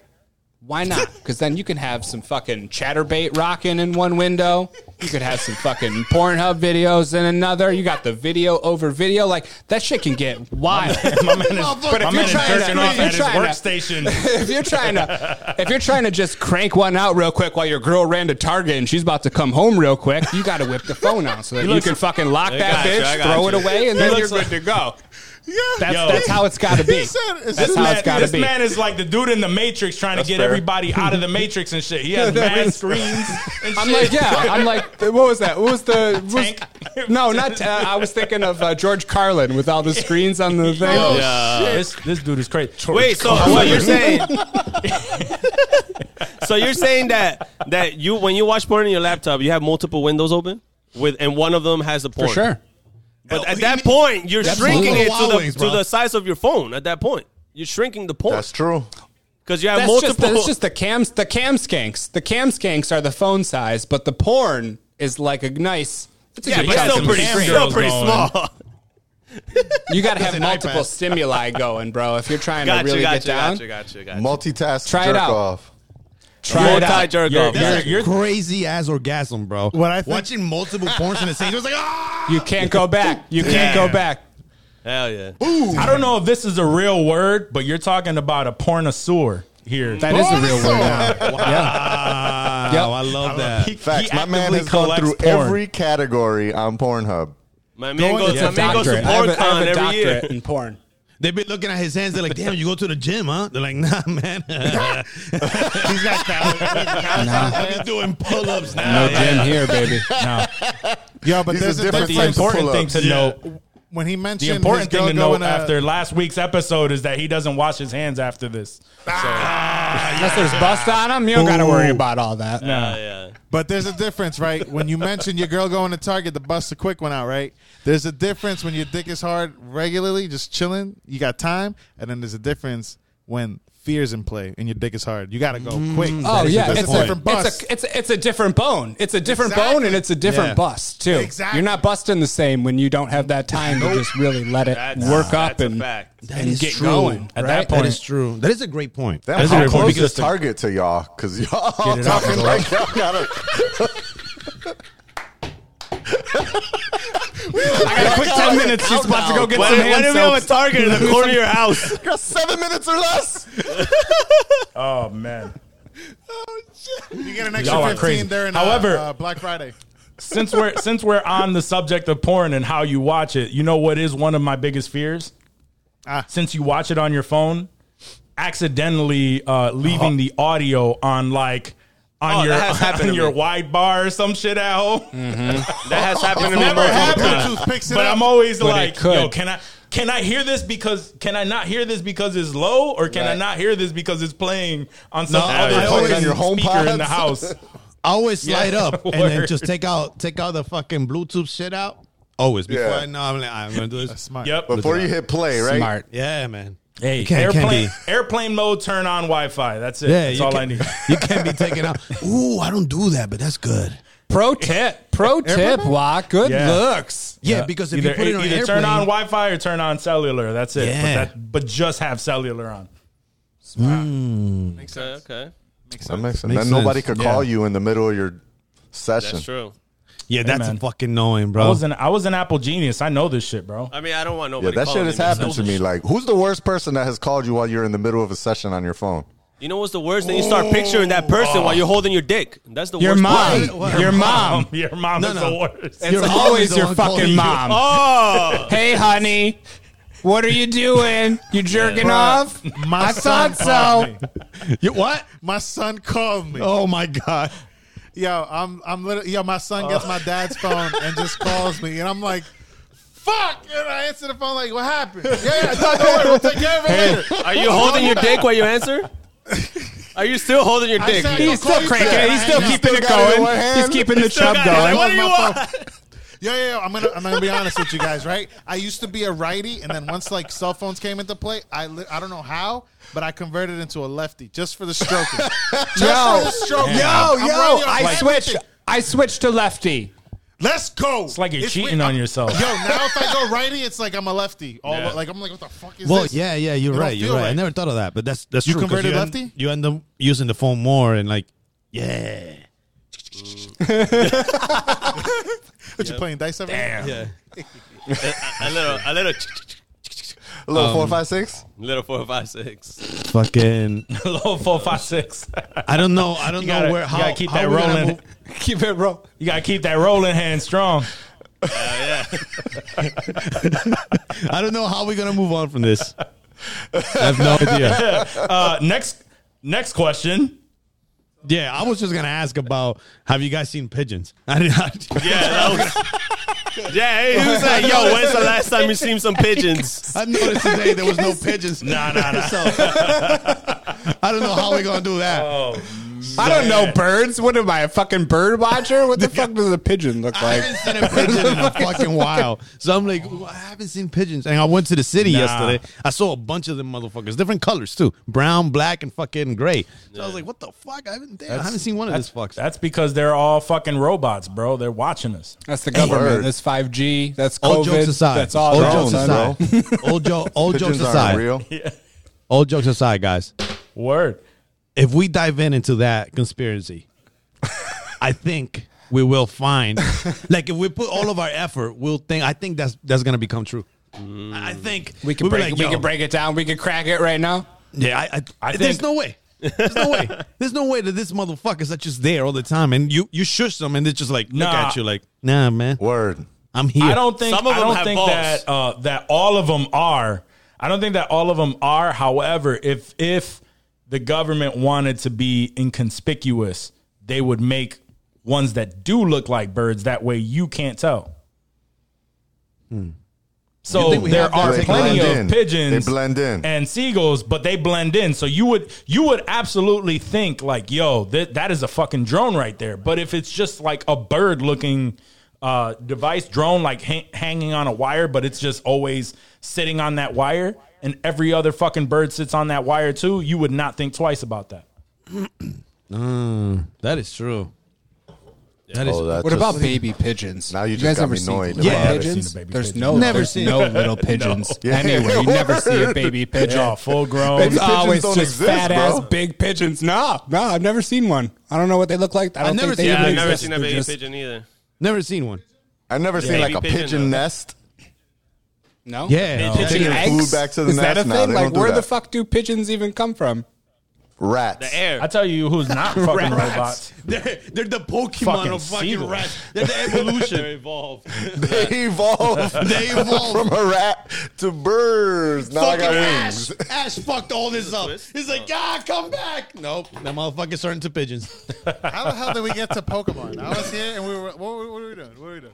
S5: why not? Because then you can have some fucking chatterbait rocking in one window. You could have some fucking Pornhub videos in another. You got the video over video. Like that shit can get wild.
S4: My man is,
S5: But if
S4: my
S5: you're
S4: man is
S5: trying to-
S4: jerking
S5: if
S4: off
S5: you're
S4: at his
S5: trying
S4: workstation.
S5: if you're trying to if you're trying to just crank one out real quick while your girl ran to Target and she's about to come home real quick, you got to whip the phone out so that you
S1: looks-
S5: can fucking lock
S1: I
S5: that
S1: got you, I
S5: bitch,
S1: got
S5: throw
S1: you.
S5: it away, and
S1: He
S5: then
S1: looks
S5: you're
S1: like-
S5: good to go.
S2: Yeah.
S5: That's
S4: Yo.
S5: that's how it's got to be.
S2: He said, is
S5: That's
S2: this
S5: how
S4: man,
S5: it's got to
S4: this
S5: be.
S4: man is like the dude in the Matrix trying to get
S8: fair.
S4: everybody out of the Matrix and shit. He has mad screens. And
S5: I'm
S4: shit.
S5: like, yeah. I'm like, what was that? What was the what was-
S4: Tank.
S5: No, not. Uh, I was thinking of uh, George Carlin with all the screens on the thing.
S4: Yo,
S1: Yeah.
S4: This, this dude is crazy.
S1: Wait, so what you're saying? so you're saying that that you when you watch porn on your laptop, you have multiple windows open with, and one of them has the porn.
S5: For sure.
S1: But at that point, you're shrinking it to the
S9: Huawei's,
S1: to
S9: bro.
S1: the size of your phone. At that point, you're shrinking the porn
S8: That's true.
S1: because you have
S5: That's just
S1: multiple.
S5: the, it's just the cams. The cam skanks. The cam skanks are the phone size, but the porn is like a nice. It's a
S1: yeah,
S5: good
S1: but it's
S5: size
S1: still
S5: to
S1: pretty,
S5: me.
S4: cam
S1: still
S4: girls
S1: pretty
S4: going.
S1: small.
S5: You got to have multiple
S2: iPad.
S5: stimuli going, bro. If you're trying to
S1: Gotcha,
S5: really
S1: gotcha,
S5: get down,
S1: gotcha, gotcha, gotcha.
S8: Multitask.
S5: Try it
S8: jerk
S5: out.
S8: off.
S5: try it out.
S1: Multi-jerk
S4: You're-
S1: off.
S4: you're-
S9: That's a crazy ass orgasm, bro.
S2: What I think-
S9: Watching multiple porns in the same. It was like, ah!
S5: You can't go back. You can't
S4: Yeah.
S5: go back.
S1: Hell yeah.
S4: I don't know if this is a real word, but you're talking about a pornosaur here.
S5: That is a real word.
S9: Wow,
S5: Yep.
S3: Oh,
S9: I love that.
S8: Facts. My man
S4: actively
S8: has gone
S4: collects
S8: through
S4: porn.
S8: every category on Pornhub.
S1: My man goes,
S5: It's a
S1: my man goes to
S5: doctorate. I have a- I
S1: PornCon
S5: have a
S1: every year.
S5: doctorate in porn.
S9: They've been looking at his hands. They're like, damn, you go to the gym, huh? They're like, nah, man. He's got talent. He's doing pull ups now.
S5: No gym here, baby.
S4: No.
S2: Yeah, but
S8: These are
S2: there's a
S8: different
S4: The
S8: types of
S4: important thing
S8: pull-ups.
S4: to note.
S2: When he mentioned
S4: The important
S2: his
S4: thing to
S2: girl
S4: note
S2: going, uh,
S4: after last week's episode is that he doesn't wash his hands after this.
S5: Unless there's bust on them, you don't got to worry about all that.
S1: Yeah, yeah.
S2: But there's a difference, right? When you mention your girl going to Target to bust a quick one out, right? There's a difference when your dick is hard regularly, just chilling. You got time, and then there's a difference when fear's in play and your dick is hard. You got to go quick.
S5: Oh yeah,
S2: that's
S5: it's
S2: a
S5: a,
S2: different bust.
S5: it's a it's a it's a different bone. It's a different
S2: Exactly.
S5: bone, and it's a different
S2: Yeah.
S5: bust too.
S2: Exactly.
S5: You're not busting the same when you don't have that time to just really let it
S1: That's-
S5: work up
S1: that's a
S5: and
S1: fact.
S5: and
S3: is
S5: get
S3: true.
S5: going.
S4: At
S5: right?
S4: that point,
S3: That is true. That is a great point.
S8: Damn,
S4: That's a
S8: how
S4: great point
S8: close
S4: because
S8: is
S4: the-
S8: Target to y'all? Because y'all all
S4: it out,
S8: talking
S4: bro.
S8: like y'all got it.
S5: I got a quick ten minutes. She's about to go get some
S1: When, when
S5: hand
S1: did we have a
S5: soaps.
S1: target in the corner of your house?
S8: Got seven minutes or less.
S4: Oh man.
S2: You get an extra
S4: Y'all are
S2: 15
S4: crazy.
S2: during
S4: However-
S2: uh, uh, Black Friday.
S4: since we're since we're on the subject of porn and how you watch it, you know what is one of my biggest fears?
S1: Ah.
S4: Since you watch it on your phone, accidentally uh, leaving the audio on like on
S1: Uh-huh. Oh,
S4: your
S1: that has happened
S4: on
S1: to
S4: your
S1: me. Mm-hmm.
S4: wide bar or some shit at home.
S1: That has happened to me
S4: Never
S1: multiple
S4: happened.
S1: times.
S2: Toothpicks it
S4: But
S2: up.
S4: I'm always
S5: it
S4: like,
S5: could.
S4: yo, can I can I hear this because can I not hear this because it's low or can I
S5: Right.
S4: not hear this because it's playing on some
S3: No,
S4: other
S3: it's
S8: playing on
S4: fucking
S8: your home
S4: speaker in the
S8: pods.
S4: house?
S3: Always slide
S4: Yeah,
S3: up and then
S4: word.
S3: just take out take out the fucking Bluetooth shit out. Always before
S8: Yeah.
S3: I know I'm like I'm gonna do this.
S2: Smart.
S4: yep.
S8: Before you hit play, right?
S5: Smart.
S3: Yeah, man.
S4: Hey,
S3: You can't- can't
S4: airplane,
S3: be-
S4: airplane mode, turn on Wi Fi. That's it.
S3: Yeah,
S4: That's
S3: you
S4: all
S3: can-
S4: I need.
S3: You can't be taken out. Ooh, I don't do that, but that's good.
S5: Pro tip, pro tip, Wak. Good
S4: Yeah.
S5: looks.
S3: Yeah, because if you
S4: either, e-,
S3: put it on
S4: either
S3: airplane,
S4: turn on Wi Fi or turn on cellular. That's it. But,
S3: Yeah.
S4: that, but just have cellular on.
S1: Okay, okay.
S8: That makes sense.
S3: Makes
S8: then nobody
S3: sense.
S8: could call you in the middle of your session.
S1: That's true.
S3: yeah, that's
S4: man.
S3: a fucking annoying,
S5: Oh.
S4: I
S3: bro.
S4: was an I was an Apple genius. I know this shit, bro.
S1: I mean, I don't want
S8: Yeah,
S1: nobody.
S8: that shit
S1: calling
S8: has
S1: me.
S8: happened
S1: That's
S8: to me.
S1: bullshit.
S8: Like, who's the worst person that has called you while you're in the middle of a session on your phone?
S1: you know what's the worst? Then you start picturing that person while you're holding your dick. That's the
S5: Your
S1: worst.
S5: mom,
S1: part.
S5: your mom.
S4: Your mom is
S3: no.
S4: the worst.
S5: It's
S3: mom's
S5: always
S3: the
S5: your
S3: one calling
S5: fucking
S3: you.
S5: mom.
S1: Oh,
S5: Hey, honey. What are you doing? You jerking off?
S2: My
S5: I
S2: son
S5: thought
S2: called
S5: so.
S3: You what?
S2: My son called me.
S3: Oh my god.
S2: Yo, I'm I'm literally yo. My son gets my
S5: Oh.
S2: dad's phone and just calls me, and I'm like. Fuck! And I answer the phone like, "What happened?" Yeah, yeah, don't worry, we'll take care of it later.
S1: are you holding your dick while you answer? Are you still holding your
S2: I
S1: dick?
S2: said-
S5: He's still cranking it. He's still
S2: You
S5: keeping it
S8: got it in one
S5: going.
S8: hand?
S5: He's keeping the
S1: Still
S5: chub
S1: got it in
S5: going.
S1: What do you
S2: My
S1: want?
S2: phone. Yo, yo, yo, I'm gonna, I'm gonna be honest with you guys, right? I used to be a righty, and then once like cell phones came into play, I, li- I don't know how, but I converted into a lefty just for the stroking. just for the stroking.
S5: Yo,
S2: I'm
S5: yo,
S2: righty on
S5: I
S2: everything.
S5: switch. I switch to lefty.
S2: Let's go.
S4: It's like you're
S2: weird.
S4: cheating on yourself.
S2: Yo, now if I go righty, it's like I'm a lefty. All like I'm like, what the fuck is
S3: Well,
S2: this?
S3: yeah, yeah, you're
S2: It don't
S3: right. You're
S2: feel
S3: right. I
S2: right.
S3: never thought of that, but that's that's
S2: You
S3: true. 'cause
S2: converted
S3: you End,
S2: lefty?
S3: you end up using the phone more and like, yeah.
S2: What you playing dice every Damn.
S1: Yeah. a, a little, a little,
S8: A little four, five, six.
S1: little four, five, six.
S3: Fucking,
S4: Low Oh, four five six.
S3: I don't know. I don't
S4: You
S3: know
S4: gotta,
S3: where
S4: you
S3: how.
S4: gotta keep
S3: how
S4: that
S3: we're gonna
S4: rolling.
S3: move-
S5: Keep it roll.
S4: You gotta keep that rolling hand strong.
S1: Oh,
S3: I don't know how we're gonna move on from this. I have no idea.
S4: Uh, next next question.
S3: Yeah, I was just gonna ask about have you guys seen pigeons? I did not.
S1: Yeah, that was. Yeah, he was like, "Yo, when's the last time you seen some pigeons?"
S3: I noticed today there was no pigeons.
S4: Nah, nah, nah.
S3: So, I don't know how we're gonna do that.
S5: I don't know birds. What am I, a fucking bird watcher? What the fuck does a pigeon look
S3: I
S5: like?
S3: haven't seen a pigeon in a fucking while. So I'm like, "Ooh, I haven't seen pigeons. And I went to the city
S4: Nah.
S3: yesterday. I saw a bunch of them motherfuckers, different colors too, brown, black, and fucking gray. So I was like, what the fuck? I haven't, damn, I haven't seen one of these fucks.
S4: That's because they're all fucking robots, bro. They're watching us.
S5: That's the government.
S8: Word.
S5: That's 5G. That's COVID.
S3: all jokes aside,
S5: That's all
S3: all
S5: drones.
S3: jokes
S8: Drones,
S3: aside,
S8: bro.
S3: all, jo- all jokes
S8: Pigeons aren't
S3: aside,
S8: real.
S3: all jokes aside, guys.
S4: Word.
S3: If we dive in into that conspiracy, I think we will find. like if we put all of our effort, we'll think. I think that's that's gonna become true. I I think
S5: Mm. We can
S3: we'll be
S5: break.
S3: like,
S5: we
S3: "Yo,
S5: can break it down. We can crack it right now.
S3: Yeah, I, I, there's
S4: think-
S3: no way. There's no way. There's no way that this motherfuckers are just there all the time, and you you shush them, and they just like look
S4: Nah.
S3: at you like, nah, man,
S8: Word.
S3: I'm here.
S4: I don't think
S1: Some of
S4: I
S1: them
S4: don't
S1: have
S4: think
S1: balls.
S4: that uh, that all of them are. I don't think that all of them are. However, if if the government wanted to be inconspicuous, they would make ones that do look like birds. That way you can't tell. So
S3: think we have
S4: there
S3: to
S4: are
S8: They
S4: plenty of
S8: blend in.
S4: pigeons
S8: They blend in.
S4: and seagulls, but they blend in. So you would you would absolutely think like, yo, that that is a fucking drone right there. But if it's just like a bird looking uh, device drone, like ha- hanging on a wire, but it's just always sitting on that wire, and every other fucking bird sits on that wire too, you would not think twice about that.
S3: That is true. That is.
S8: Oh, that's
S5: What
S8: just-
S5: about baby pigeons?
S8: Now you just got me annoyed
S5: little
S8: about it.
S5: pigeons?
S4: Seen a baby
S5: there's
S4: pigeon.
S5: no
S3: Never
S5: there's
S3: seen
S5: no little pigeons
S8: Yeah.
S5: anywhere. You never see a baby pigeon.
S4: Yeah, full grown.
S5: It's always
S8: don't
S5: just
S8: exist,
S5: fat ass
S8: bro.
S5: big pigeons. Nah, nah, I've never seen one. I don't know what they look like. I don't
S3: never
S5: think they
S3: seen-
S1: Yeah,
S5: even
S1: I've never
S5: exist.
S1: seen a
S5: They're
S1: baby
S5: just-
S1: pigeon either.
S3: Never seen one.
S8: I've never seen
S1: Baby
S8: like a
S1: pigeon,
S8: pigeon,
S1: though.
S8: nest.
S5: No.
S3: Yeah.
S5: Pigeon
S8: Taking
S5: eggs?
S8: food back to the
S5: Is that a
S8: nest now.
S5: thing?
S8: They
S5: Like,
S8: don't do
S5: where the
S8: that.
S5: fuck do pigeons even come from?
S8: Rats.
S1: The air.
S4: I tell you who's not fucking robots.
S3: They're, they're the Pokemon
S4: Fucking
S3: of fucking
S4: seagulls.
S3: rats. They're the evolution.
S1: evolved.
S8: They evolve.
S3: They evolve.
S8: from a rat to birds. Now I
S3: fucking
S8: got
S3: Ash.
S8: wings.
S3: Ash fucked all this up.
S1: Twist?
S3: He's like, ah, come back. Nope. That motherfucker's turning to pigeons.
S2: How the hell did we get to Pokemon? I was here and we were. What, were- what were we doing? What were we doing?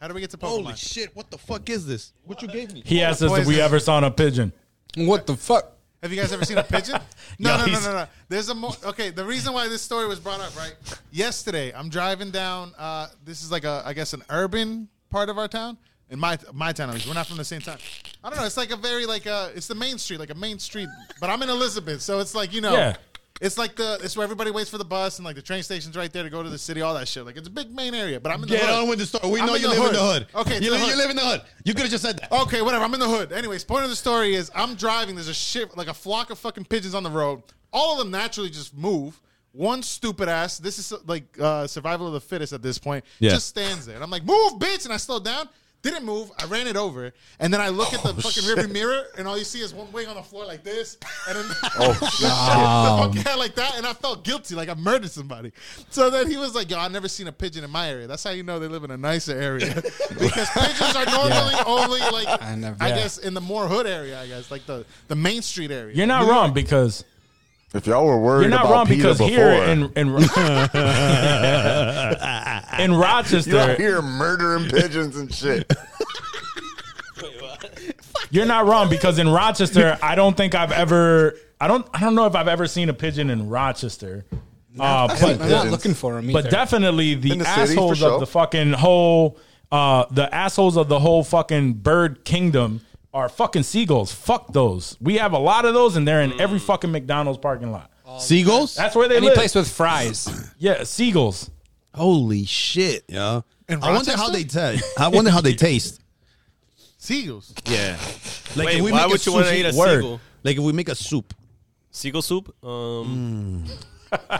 S2: How did we get to Pokemon?
S3: Holy shit, what the fuit is this? What you gave me?
S4: He asked us if we ever saw a pigeon.
S5: What the fuck?
S2: Have you guys ever seen a pigeon? No,
S4: Yo,
S2: no, no,
S4: he's-
S2: no, no. There's a more. Okay, the reason why this story was brought up, right? Yesterday, I'm driving down. Uh, this is like a, I guess, an urban part of our town. In my my town, at least. We're not from the same town. I don't know. It's like a very like uh, it's the main street, like a main street. But I'm in Elizabeth, so it's like you know.
S4: Yeah.
S2: It's like the it's where everybody waits for the bus and like the train station's right there to go to the city, all that shit. Like it's a big main area, but I'm in the
S3: Get
S2: hood.
S3: on with the story. We
S2: I'm
S3: know you live in the hood.
S2: Okay,
S3: you,
S2: to the
S3: li- you
S2: hood.
S3: live in the hood. You could have just said that.
S2: Okay, whatever. I'm in the hood. Anyways, point of the story is I'm driving. There's a shit like a flock of fucking pigeons on the road. All of them naturally just move. One stupid ass. This is like uh, survival of the fittest at this point.
S3: Yeah.
S2: Just stands there, and I'm like, move, bitch, and I slow down. Didn't move. I ran it over, and then I look
S8: Oh,
S2: at the fucking rearview mirror, and all you see is one wing on the floor like this, and then
S8: Oh,
S2: the fucking head like that, and I felt guilty, like I murdered somebody. So then he was like, "Yo, I never seen a pigeon in my area. That's how you know they live in a nicer area, because pigeons are normally only like I,
S5: never-
S2: guess in the more hood area, I guess like the the main street area.
S4: You're not wrong because
S8: If y'all were worried
S4: you're not
S8: about
S4: wrong
S8: Peter
S4: because
S8: before,
S4: here in in, in
S8: you're out
S4: Rochester,
S8: here murdering pigeons and shit.
S4: you're not wrong because in Rochester, I don't think I've ever I don't I don't know if I've ever seen a pigeon in Rochester. Uh, but
S5: I'm not looking for them either.
S4: but definitely the,
S8: In the city, for
S4: assholes
S8: sure.
S4: of the fucking whole uh the assholes of the whole fucking bird kingdom are fucking seagulls. Fuck those. We have a lot of those and they're in every fucking McDonald's parking lot.
S3: Seagulls?
S4: That's where they
S5: Any
S4: live.
S5: place with fries.
S4: yeah, seagulls.
S3: Holy shit, yo.
S2: In
S3: I wonder how
S2: Rochester?
S3: they taste. I wonder how they taste.
S2: seagulls.
S3: Yeah. Like
S1: Wait, why
S3: make a
S1: would you want to
S3: sushi-
S1: eat a
S4: Word.
S1: seagull?
S3: Like if we make a soup.
S1: Seagull soup? Um,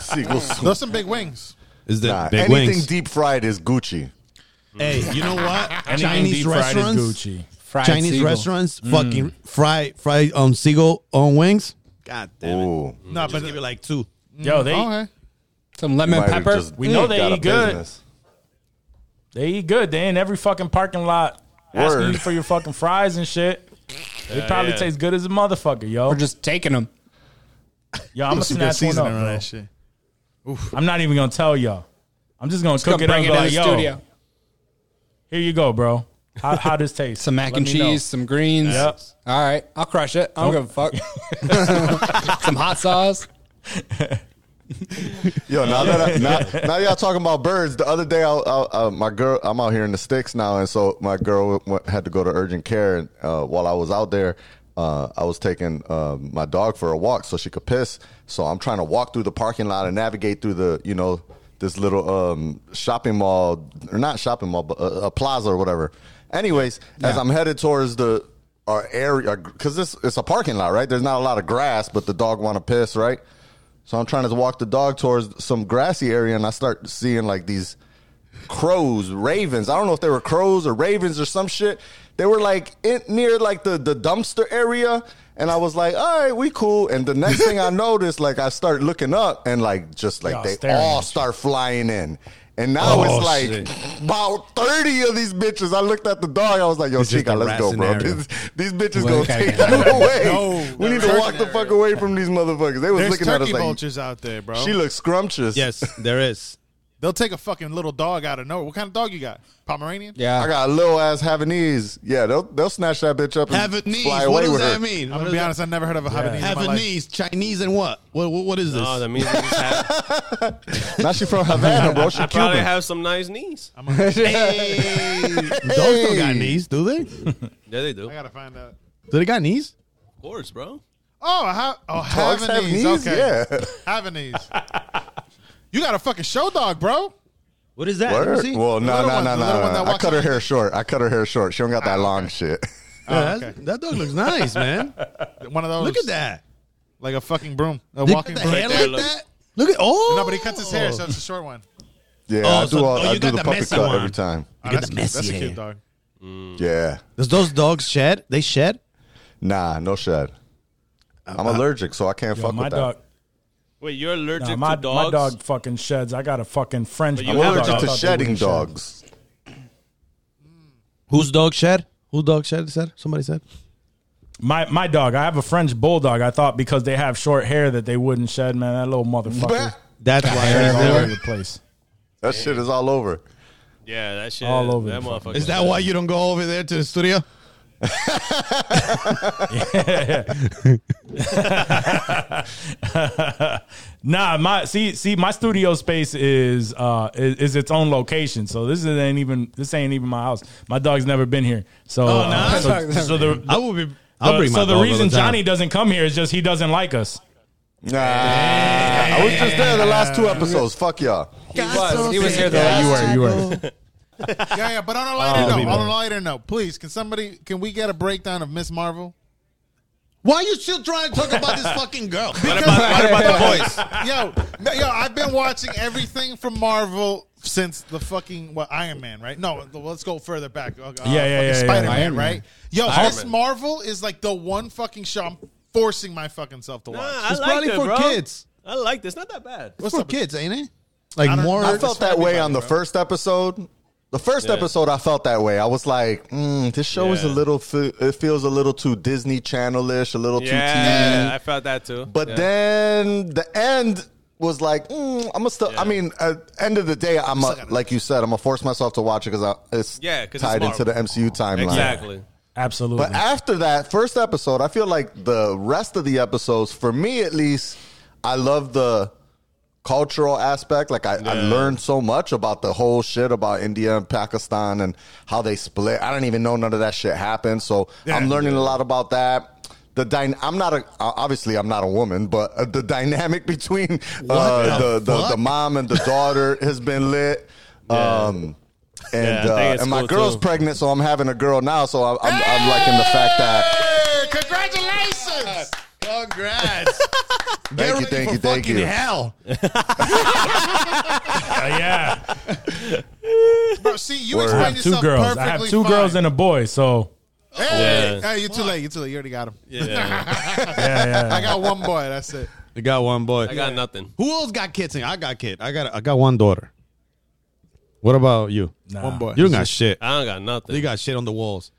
S8: Seagulls.
S2: Those some big wings.
S3: Is the
S8: Nah,
S3: big
S8: anything
S3: wings.
S8: deep fried is Gucci.
S3: hey, you know what?
S4: Anything
S3: Chinese
S4: deep fried is
S3: restaurants.
S4: Gucci.
S5: Fried
S3: Chinese
S5: seagull.
S3: restaurants fucking fry fry um seagull on wings. God damn it.
S8: Ooh,
S2: No,
S3: Just give it like two.
S5: Mm,
S4: Yo, they
S2: okay.
S5: Some lemon
S8: Might have
S5: pepper.
S8: just
S4: We know they
S8: got a
S4: eat good.
S8: business.
S4: They eat good. They in every fucking parking lot asking
S8: Word.
S4: you for your fucking fries and shit. It probably
S1: yeah.
S4: tastes good as a motherfucker, yo.
S5: We're just taking them.
S4: Yo, I'm gonna
S2: Some good
S4: snatch one up.
S2: seasoning on
S4: bro.
S2: that shit.
S4: I'm not even gonna tell y'all. I'm just gonna cook
S5: Come
S4: it up.
S5: bring
S4: and
S5: it
S4: be
S5: in the
S4: like, yo,
S5: studio.
S4: here you go, bro. How how this taste?
S5: Some mac
S4: Let
S5: and
S4: me know.
S5: cheese, some greens.
S4: Yep.
S5: All right, I'll crush it. I don't give a fuck. some hot sauce.
S8: Yo, now that I, now, now y'all talking about birds, the other day, I, I, uh, my girl, I'm out here in the sticks now, and so my girl went, had to go to urgent care. And uh, while I was out there, uh, I was taking uh, my dog for a walk so she could piss. So I'm trying to walk through the parking lot and navigate through the, you know, this little um, shopping mall or not shopping mall, but a, a plaza or whatever. Anyways, as I'm headed towards the our area, because this it's a parking lot, right? There's not a lot of grass, but the dog want to piss, right? So I'm trying to walk the dog towards some grassy area, and I start seeing like these crows, ravens. I don't know if they were crows or ravens or some shit. They were like in, near like the the dumpster area, and I was like, "All right, we cool." And the next thing I noticed, like I start looking up, and like just like
S4: Y'all
S8: they
S4: staring
S8: all
S4: at you. Oh,
S8: start flying in. And now it's like about thirty of these bitches. I looked at the dog. I was like, "Yo,
S3: It's just a
S8: Chica, let's
S3: rat
S8: go, bro.
S3: scenario.
S8: These, these bitches gonna
S5: Well, we gotta
S8: take
S5: get
S8: you away.
S2: No,
S8: we
S2: no,
S8: need to
S2: turkey
S8: walk the fuck away from these motherfuckers." They was
S2: There's
S8: looking at
S2: turkey
S8: us like,
S2: vultures out there, bro.
S8: she looks scrumptious.
S3: Yes, there is.
S2: They'll take a fucking little dog out of nowhere. What kind of dog you got? Pomeranian?
S5: Yeah.
S8: I got a little ass Havanese. Yeah, they'll they'll snatch that bitch up and
S9: Havanese.
S8: fly
S9: What
S8: away
S9: does
S8: with
S9: that
S8: her.
S9: mean?
S2: I'm gonna be honest. I never heard of a Havanese. in my life.
S9: Havanese, Chinese, and what? What? What, what is this?
S1: Oh, that means I have,
S8: Now she from Havana, bro. She
S1: I probably
S8: Cuban.
S1: have some nice knees.
S9: Those don't got knees, do they? do
S1: Yeah, they do.
S2: I gotta find out.
S9: they got knees?
S1: Of course, bro.
S2: Oh, a ha- oh,
S8: Dogs have
S2: Havanese.
S8: knees?
S2: Okay,
S8: Yeah.
S2: Havanese. you got a fucking show dog, bro.
S9: What is that? Let me
S8: Word?
S9: see.
S8: Well, no,
S2: little
S8: no,
S2: one-
S8: no,
S2: the little one
S8: no.
S2: that Ah,
S8: I
S2: walks
S8: cut her
S2: on-
S8: hair short. I cut her hair short. She don't got that long shit.
S9: Yeah, that's- That dog looks nice, man.
S2: One of those.
S9: Look at that.
S2: like a fucking broom, a
S9: They got
S2: walking
S9: the
S2: broom.
S9: hair
S1: there,
S9: like
S1: look.
S9: that. Look at oh.
S2: No, but he cuts his hair, so it's a short one.
S8: Yeah,
S9: Oh,
S8: I do
S9: so-
S8: all,
S9: oh,
S8: I
S9: you
S8: do
S9: got
S8: the
S9: the
S8: puppy
S9: messy
S8: cut
S9: one.
S8: every time.
S2: Oh,
S9: You get
S2: that's
S9: the
S2: cute. That's
S9: messy
S2: a
S9: hair.
S2: cute dog.
S8: Yeah.
S9: Does those dogs shed? They shed.
S8: Nah, no shed. I'm allergic, so I can't
S4: Yo,
S8: fuck
S4: my
S8: with that.
S4: dog.
S1: Wait, you're allergic
S4: Nah,
S1: to
S4: my, my
S1: dogs?
S4: dog fucking sheds. I got a fucking French.
S1: you
S8: I'm
S1: have
S4: bulldog.
S1: dogs.
S8: allergic
S4: I
S8: to
S4: thought they
S8: shedding
S4: wouldn't shed.
S8: dogs.
S9: Whose dog shed? Whose dog shed? Said somebody said.
S4: My my dog. I have a French bulldog. I thought because they have short hair that they wouldn't shed. Man, that little motherfucker.
S9: That's
S4: Hair's all over
S9: why.
S4: the place.
S8: That shit is all over.
S1: Yeah, that shit.
S4: All over
S1: That
S4: the
S1: motherfucker.
S9: Is that why you don't go over there to the studio?
S4: Nah, my see see my studio space is uh is, is its own location. So this is, ain't even this ain't even my house. My dog's never been here. So uh,
S9: Oh, nah.
S4: so, so the, the-
S9: I will be. I'll bring my
S4: so the
S9: dog all
S4: reason
S9: time.
S4: Johnny doesn't come here is just he doesn't like us.
S8: Nah. I was just there the last two episodes. Fuck y'all.
S5: He was, he was here though. You were. You were.
S2: Yeah, yeah. But on a
S1: Oh,
S2: lighter note, on a lighter note, please, can somebody, can we get a breakdown of Miss Marvel?
S9: Why are you still trying to talk about this fucking girl?
S1: What about, what about the boys?
S2: yo, no, yo, I've been watching everything from Marvel since the fucking what Iron Man, right? No, the- let's go further back. Uh,
S4: Yeah, yeah, yeah, yeah.
S2: Spider Man,
S5: Iron Man.
S2: right? Yo,
S1: Iron
S2: Miss
S1: Man.
S2: Marvel is like the one fucking show I'm forcing my fucking self to watch.
S1: Nah,
S9: It's
S1: I
S9: probably
S1: liked it,
S9: for
S1: bro.
S9: kids.
S1: I liked it. It's not that bad.
S9: What's for kids, ain't it?
S2: I
S9: Like
S2: don't-
S9: more.
S8: I felt that way on the first episode. The first
S1: Yeah.
S8: episode, I felt that way. I was like, mm, "This show is a
S1: Yeah.
S8: little. fe- It feels a little too Disney Channel-ish, a little too
S1: Yeah,
S8: TV."
S1: I felt that too.
S8: But
S1: yeah.
S8: then the end was like, mm, "I'm gonna still." I mean, at end of the day, I'm a, like you said, I'm gonna force myself to watch it because it's
S1: Yeah, 'cause it's
S8: tied into
S1: Marvel.
S8: the MCU timeline.
S1: exactly.
S4: Absolutely.
S8: But after that first episode, I feel like the rest of the episodes, for me at least, I love the cultural aspect. Like I, I learned so much about the whole shit about India and Pakistan and how they split. I don't even know none of that shit happened. So I'm learning a lot about that. The dyna- I'm not a uh, obviously I'm not a woman, but uh, the dynamic between uh, the,
S9: the
S8: the, the
S9: fuck?
S8: mom and the daughter has been lit. Um,
S1: Yeah, I
S8: and
S1: think
S8: uh,
S1: it's
S8: and my
S1: cool,
S8: girl's
S1: too.
S8: pregnant, so I'm having a girl now. So I'm, I'm, I'm liking the fact that.
S2: Hey, congratulations!
S9: Congrats.
S8: Thank you, thank you, thank you.
S9: Hell.
S4: Uh, yeah,
S2: Bro, see, you
S8: Word.
S4: I have
S2: explained
S4: two
S2: yourself
S4: girls.
S2: perfectly
S4: I have two
S2: fine.
S4: girls and a boy. So
S2: Hey,
S1: Yeah.
S2: hey, you're too late. You're too late. You already got him.
S1: Yeah,
S4: yeah, yeah.
S2: I got one boy. That's it.
S9: I got one boy.
S1: I got nothing.
S9: Who else got kids? I got kid. I got. I got one daughter. What about you?
S4: Nah.
S2: One boy.
S9: You don't got shit.
S1: I don't got nothing.
S9: You got shit on the walls.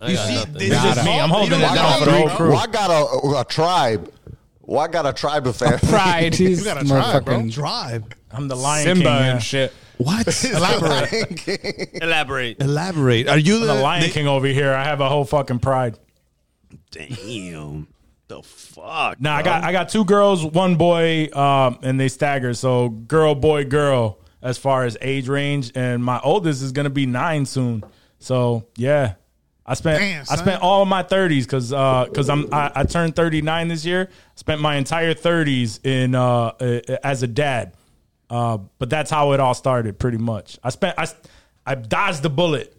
S1: I
S9: you
S1: got
S9: see,
S1: nothing.
S9: this is
S4: Gotta. me. I'm holding it
S8: Why
S4: down
S8: got,
S4: for the whole crew.
S8: why got a, a tribe? Why got a tribe of family?
S5: Pride. He's
S2: gotta try, bro.
S5: motherfucking
S9: Drive.
S4: I'm the Lion
S5: Simba
S4: King. yeah.
S5: and shit.
S9: What?
S1: Elaborate.
S9: Elaborate. Are you the,
S4: I'm the Lion
S9: they-
S4: King over here. I have a whole fucking pride.
S9: Damn. The fuck.
S4: Nah, I got I got two girls, one boy, um, and they stagger. So girl, boy, girl, as far as age range, and my oldest is gonna be nine soon. So yeah, I spent
S2: Damn,
S4: I
S2: son.
S4: spent all my thirties because because I'm I, I turned thirty nine this year. Spent my entire thirties in uh, uh, as a dad. Uh, but that's how it all started, pretty much. I spent I I dodged the bullet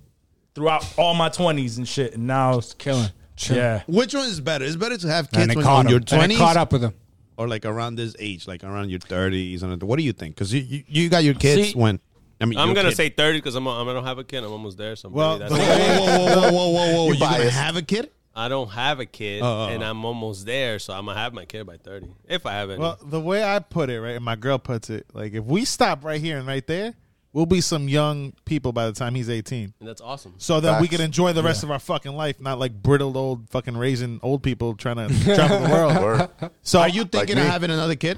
S4: throughout all my twenties and shit, and now it's
S5: Killing. Chill.
S4: yeah.
S9: Which one is better? It's better to have
S5: And
S9: kids
S5: it
S9: when
S5: caught
S9: you're in your
S5: him. And it
S9: twenties,
S5: caught up with him.
S9: or like around this age, like around your thirties. And what do you think? Because you, you you got your kids
S1: See,
S9: when I mean,
S1: I'm
S9: your
S1: gonna
S9: kid-
S1: say 30 because I'm I don't have a kid. I'm almost there. So
S2: Well,
S1: well,
S2: the-
S9: Whoa, whoa, whoa, whoa, whoa, whoa, whoa!
S8: You're
S9: You're gonna
S8: biased.
S9: have a kid?
S1: I don't have a kid,
S9: Oh, oh,
S1: and
S9: oh.
S1: I'm almost there. So I'm gonna have my kid by 30 if I have any.
S2: Well, the way I put it, right, and my girl puts it, like if we stop right here and right there, we'll be some young people by the time he's eighteen.
S1: and that's awesome.
S2: So that we
S8: Facts.
S2: can enjoy the rest of our fucking life, not like brittle old fucking raising old people trying to travel the world.
S8: Word.
S2: So
S9: Are you thinking
S8: me.
S9: of having another kid?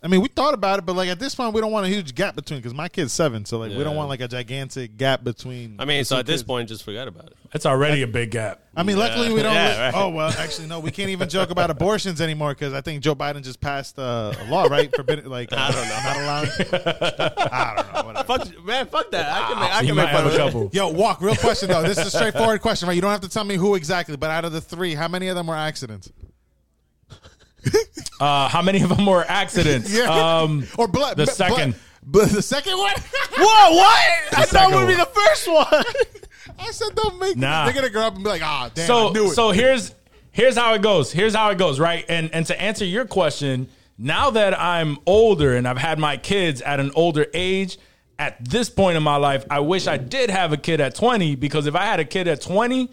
S2: I mean, we thought about it, but like at this point, we don't want a huge gap between because my kid's seven, so like we don't
S1: Yeah.
S2: want like a gigantic gap between.
S1: I mean,
S2: the
S1: so
S2: two
S1: at this
S2: kids.
S1: point, just forget about it.
S4: It's already a big gap.
S2: I mean, luckily we don't.
S1: Yeah, right.
S2: Oh well, actually no, we can't even joke about abortions anymore because I think Joe Biden just passed uh, a law, right? Forbidden, like I don't know, not allowed. I don't know. Whatever.
S1: Fuck, man, fuck that. I can make, I
S4: You
S1: can
S4: might
S1: make fun
S4: have
S1: of
S4: a
S1: it.
S4: couple.
S2: Yo, walk. Real question though. This is a straightforward question, right? You don't have to tell me who exactly, but out of the three, how many of them were accidents
S4: Uh, how many of them were accidents?
S2: Yeah.
S4: Um,
S2: or blood?
S4: The
S2: blood-
S4: second.
S2: blood- the second one.
S1: Whoa, what? I thought it
S4: second
S1: would be
S4: one.
S1: the first one.
S2: I said don't make. me.
S4: Nah.
S2: They're gonna grow up and be like, ah, damn. I
S4: so
S2: knew it.
S4: so here's here's how it goes. Here's how it goes, right? And and to answer your question, now that I'm older and I've had my kids at an older age, at this point in my life, I wish I did have a kid at 20 because if I had a kid at 20,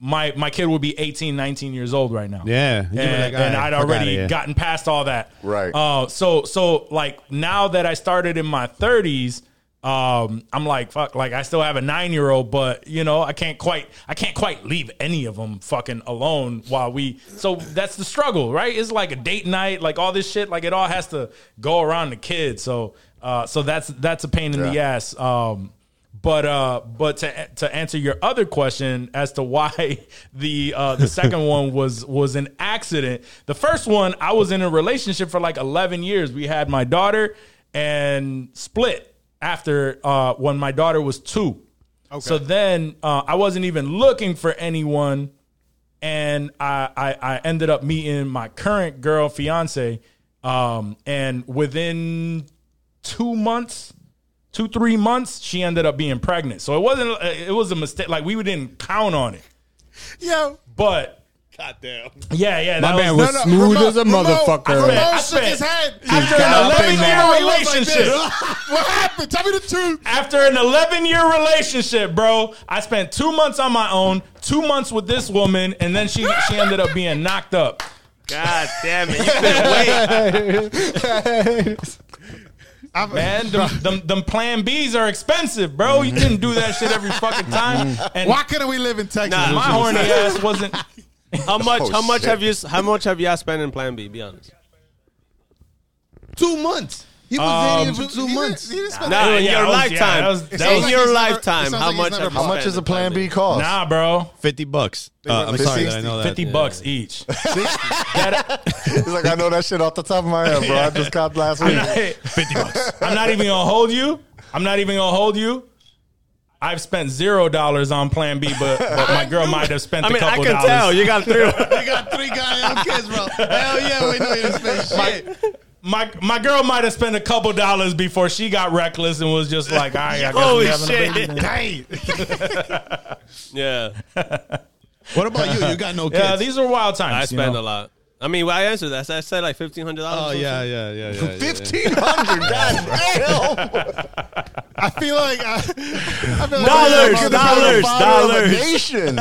S4: my my kid would be 18, 19 years old right now.
S3: Yeah.
S4: And,
S3: You'd be like,
S4: and
S3: "All right,
S4: I'd
S3: fuck
S4: already
S3: outta here."
S4: gotten past all that.
S8: Right.
S4: Uh, so so like now that I started in my 30s, um, I'm like fuck. Like I still have a nine year old, but you know I can't quite I can't quite leave any of them fucking alone while we. So that's the struggle, right? It's like a date night, like all this shit. Like it all has to go around the kid. So uh, so that's that's a pain in the
S8: Yeah.
S4: ass. Um, but uh, but to to answer your other question as to why the uh, the second one was was an accident. The first one, I was in a relationship for like eleven years. We had my daughter and split after uh, when my daughter was two. So then uh, I wasn't even looking for anyone, and I, I I ended up meeting my current girl fiance, um, and within two months two three months she ended up being pregnant so it wasn't uh, it was a mistake like we didn't count on it
S2: yo,
S4: but
S1: Goddamn.
S4: yeah yeah that
S9: man
S4: was,
S9: was smooth
S2: Ramon-
S9: as a
S2: Ramon-
S9: motherfucker.
S2: Ramon
S4: I
S2: shook
S4: bet.
S2: his head.
S4: after an 11 year relationship
S2: what happened? Tell me the truth.
S4: after an 11 year relationship bro i spent two months on my own two months with this woman and then she she ended up being knocked up
S1: God damn it. You couldn't wait.
S2: I'm,
S4: man them, them, them plan b's are expensive bro you couldn't do that shit every fucking time
S1: Mm-hmm.
S4: and
S2: why couldn't we live in Texas?
S1: Nah,
S4: my horny ass wasn't
S1: How much?
S8: Oh,
S1: how much
S8: shit.
S1: have you? How much have y'all spent in Plan B? Be honest.
S9: Two months. He was dating for two
S2: You
S9: months.
S2: didn't- you didn't spend
S1: Um, Nah,
S4: yeah,
S1: in your
S4: that was- yeah,
S1: lifetime.
S4: that was- that
S1: in
S4: was-
S1: your
S2: It sounds like he's
S1: lifetime,
S2: never-
S1: how
S2: it sounds like
S1: much
S2: he's
S1: have you
S2: never
S8: How much
S1: spent
S8: does a
S1: in
S8: Plan B cost?
S4: nah bro
S3: Fifty bucks.
S2: were
S3: Uh, I'm
S2: like
S3: sorry, that I
S2: 60.
S3: know that.
S4: 50 bucks each that,
S8: He's like, I know that shit off the top of my head, bro. I just copped last week.
S4: fifty bucks. I'm not even gonna hold you. I'm not even gonna hold you. I've spent zero dollars on Plan B, but, but my girl might have spent
S1: I
S4: a
S1: mean, I
S4: couple
S1: can
S4: dollars.
S1: tell you got three.
S9: I got three goddamn kids, bro. Hell yeah, we know you didn't spend shit.
S4: My my girl might have spent a couple dollars before she got reckless and was just like, "All right, I guess
S1: Holy
S4: we having a baby."
S1: shit!
S4: then."
S1: yeah,
S9: What about you? You got no kids.
S4: Yeah, Uh, these are wild times.
S1: I
S4: you
S1: spend
S4: know?
S1: a lot. I mean, well, I answered that. I said like fifteen hundred
S3: Oh
S1: dollars.
S3: yeah, yeah, yeah, yeah. yeah.
S8: Fifteen hundred. God damn.
S2: I feel like I, I feel like
S1: Dollars,
S2: I'm a
S1: dollars,
S2: father.
S1: dollars.
S8: Nation.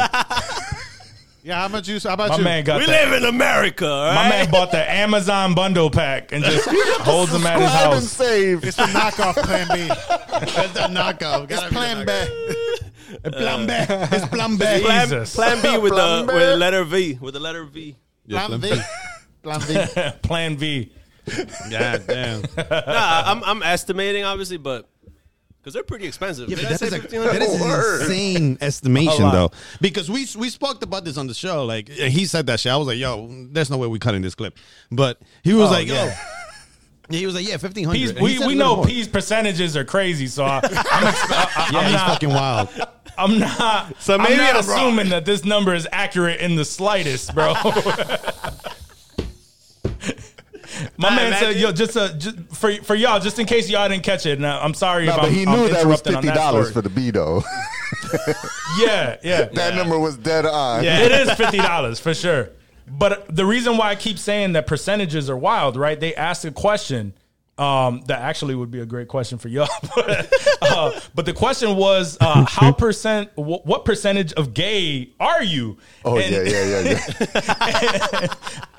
S2: Yeah, how much you? How about
S4: My
S2: you?
S4: man got
S1: We
S4: the-
S1: live in America, all right?
S4: my man bought the Amazon bundle pack and just holds them at his
S8: Subscribe and
S4: house.
S8: save.
S2: It's the knockoff Plan B.
S9: That's a knockoff.
S2: It's
S9: Gotta be
S2: Plan
S9: the
S2: B.
S9: knockoff. Plan B. It's Plan B.
S1: plan,
S4: Jesus.
S1: plan B with the
S8: Plan B.
S1: with the letter V with the letter V.
S3: Yeah,
S2: Plan
S3: Plan
S2: B.
S3: B.
S2: Plan B.
S4: Plan V.
S3: Yeah, damn.
S1: Nah, Uh, I'm I'm estimating obviously, but because they're pretty expensive. Did I
S9: That
S1: say
S9: is, a,
S1: fifteen hundred?
S9: that is an insane estimation,
S4: lot.
S9: though, because we we spoke about this on the show. Like and he said that shit, I was like, "Yo, there's no way we're cutting this clip." But he was like,
S4: yeah.
S9: "Yo," he was like, "Yeah, fifteen
S4: P's,
S9: hundred.
S4: we we know P's percentages are crazy, so I, I'm, expe- I,
S9: Yeah,
S4: am
S9: he's
S4: not,
S9: fucking wild.
S4: I'm not.
S1: So maybe
S4: I'm not
S1: I'm
S4: assuming that this number is accurate in the slightest, bro. My
S1: Nah,
S4: man said,
S1: imagine-
S4: "Yo, just, uh, just for for y'all, just in case y'all didn't catch it, and I, am sorry
S8: Nah,
S4: if
S8: but
S4: I'm,
S8: he
S4: I'm
S8: knew that was
S4: interrupting on
S8: fifty dollars
S4: story.
S8: for the B though.
S4: yeah, yeah,
S8: that number was dead on.
S4: yeah. It is fifty dollars for sure. But the reason why I keep saying that percentages are wild, right? They asked a question um, that actually would be a great question for y'all. but, uh, but the question was, uh, how percent? wh- what percentage of gay are you?
S8: Oh
S4: And-
S8: yeah, yeah, yeah, yeah.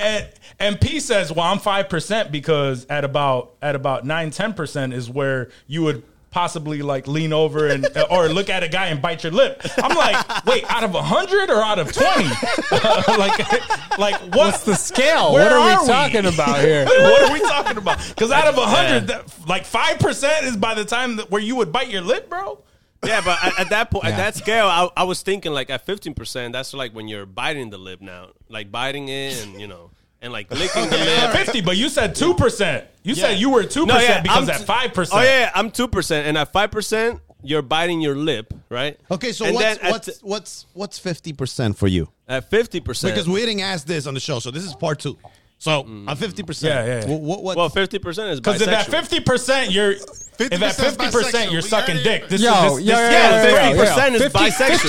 S4: and and P says, "Well, I'm five percent because at about at about nine ten percent is where you would possibly like lean over and or look at a guy and bite your lip. I'm like, wait, out of hundred or out of twenty? like, like what-
S5: What's the scale?
S4: Where
S5: what are, we
S4: we?
S5: talking about here?
S4: what are we talking about? Because out of hundred, like five percent is by the time that, where you would bite your lip, bro.
S1: Yeah, but at, at that point, at that scale, I, I was thinking like at fifteen percent, that's like when you're biting the lip now, like biting it, and you know, and like licking the lip.
S4: Fifty, but you said two percent. You said you were two
S1: No,
S4: percent
S1: yeah,
S4: because
S1: I'm
S4: at
S1: t-
S4: five percent.
S1: Oh yeah, yeah, I'm two percent, and at five percent, you're biting your lip, right?
S3: Okay, so
S1: And
S3: what's
S1: then at
S3: what's, what's what's fifty percent for you?
S1: at fifty percent?
S3: Because we didn't ask this on the show, so this is part two. So I'm fifty percent.
S4: Yeah, yeah, yeah.
S3: What? what
S1: well, fifty percent is
S4: Because if at
S1: bisexual.
S4: fifty percent, you're if at
S2: 50% is
S4: fifty percent,
S2: bisexual.
S4: you're
S2: We
S4: sucking
S2: already-
S4: dick. This
S5: Yo,
S4: is this,
S5: yo,
S4: this,
S5: yo,
S1: yeah,
S5: yo, yo, yo,
S1: 50% is
S5: 50,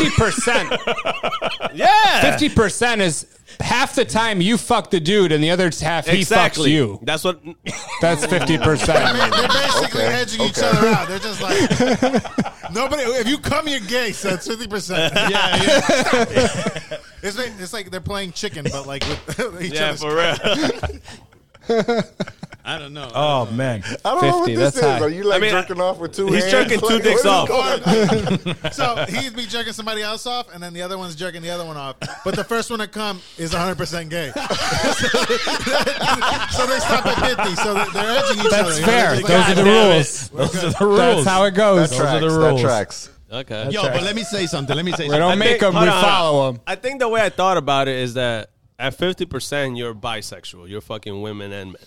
S1: bisexual.
S5: 50%.
S1: yeah,
S5: 50% is half the time you fuck the dude and the other half he
S1: exactly.
S5: fucks you.
S1: That's what.
S5: That's 50%.
S2: They're basically
S8: Okay,
S2: hedging each
S8: okay.
S2: other out. They're just like nobody. If you come, you're gay. So it's fifty percent. Yeah, yeah. It's like, it's like they're playing chicken, but like with each
S1: Yeah,
S2: other's.
S1: for real.
S3: I don't know.
S4: Oh man,
S8: I don't know what
S5: 50,
S8: this
S5: that's
S8: is.
S5: high.
S8: Are you like
S1: I mean,
S8: jerking off with two
S1: he's
S8: hands?
S1: jerking two
S8: Like,
S1: dicks
S8: what is
S1: off.
S8: going on?
S2: So he'd be jerking somebody else off, and then the other one's jerking the other one off. But the first one to come is 100% gay. so, they stop at 50. So they're they're edging each other.
S5: That's
S2: you know, they're
S5: fair. Those
S2: just "Ah,
S5: are the
S4: damn it.
S5: rules.
S4: those are the rules.
S5: That's how it goes.
S8: That tracks. That tracks.
S1: Okay.
S3: Yo, but let me say something. Let me say
S5: We don't
S3: something.
S5: make them, we
S1: hold on, hold on.
S5: follow them.
S1: I think the way I thought about it is that at fifty percent, you're bisexual. You're fucking women and men.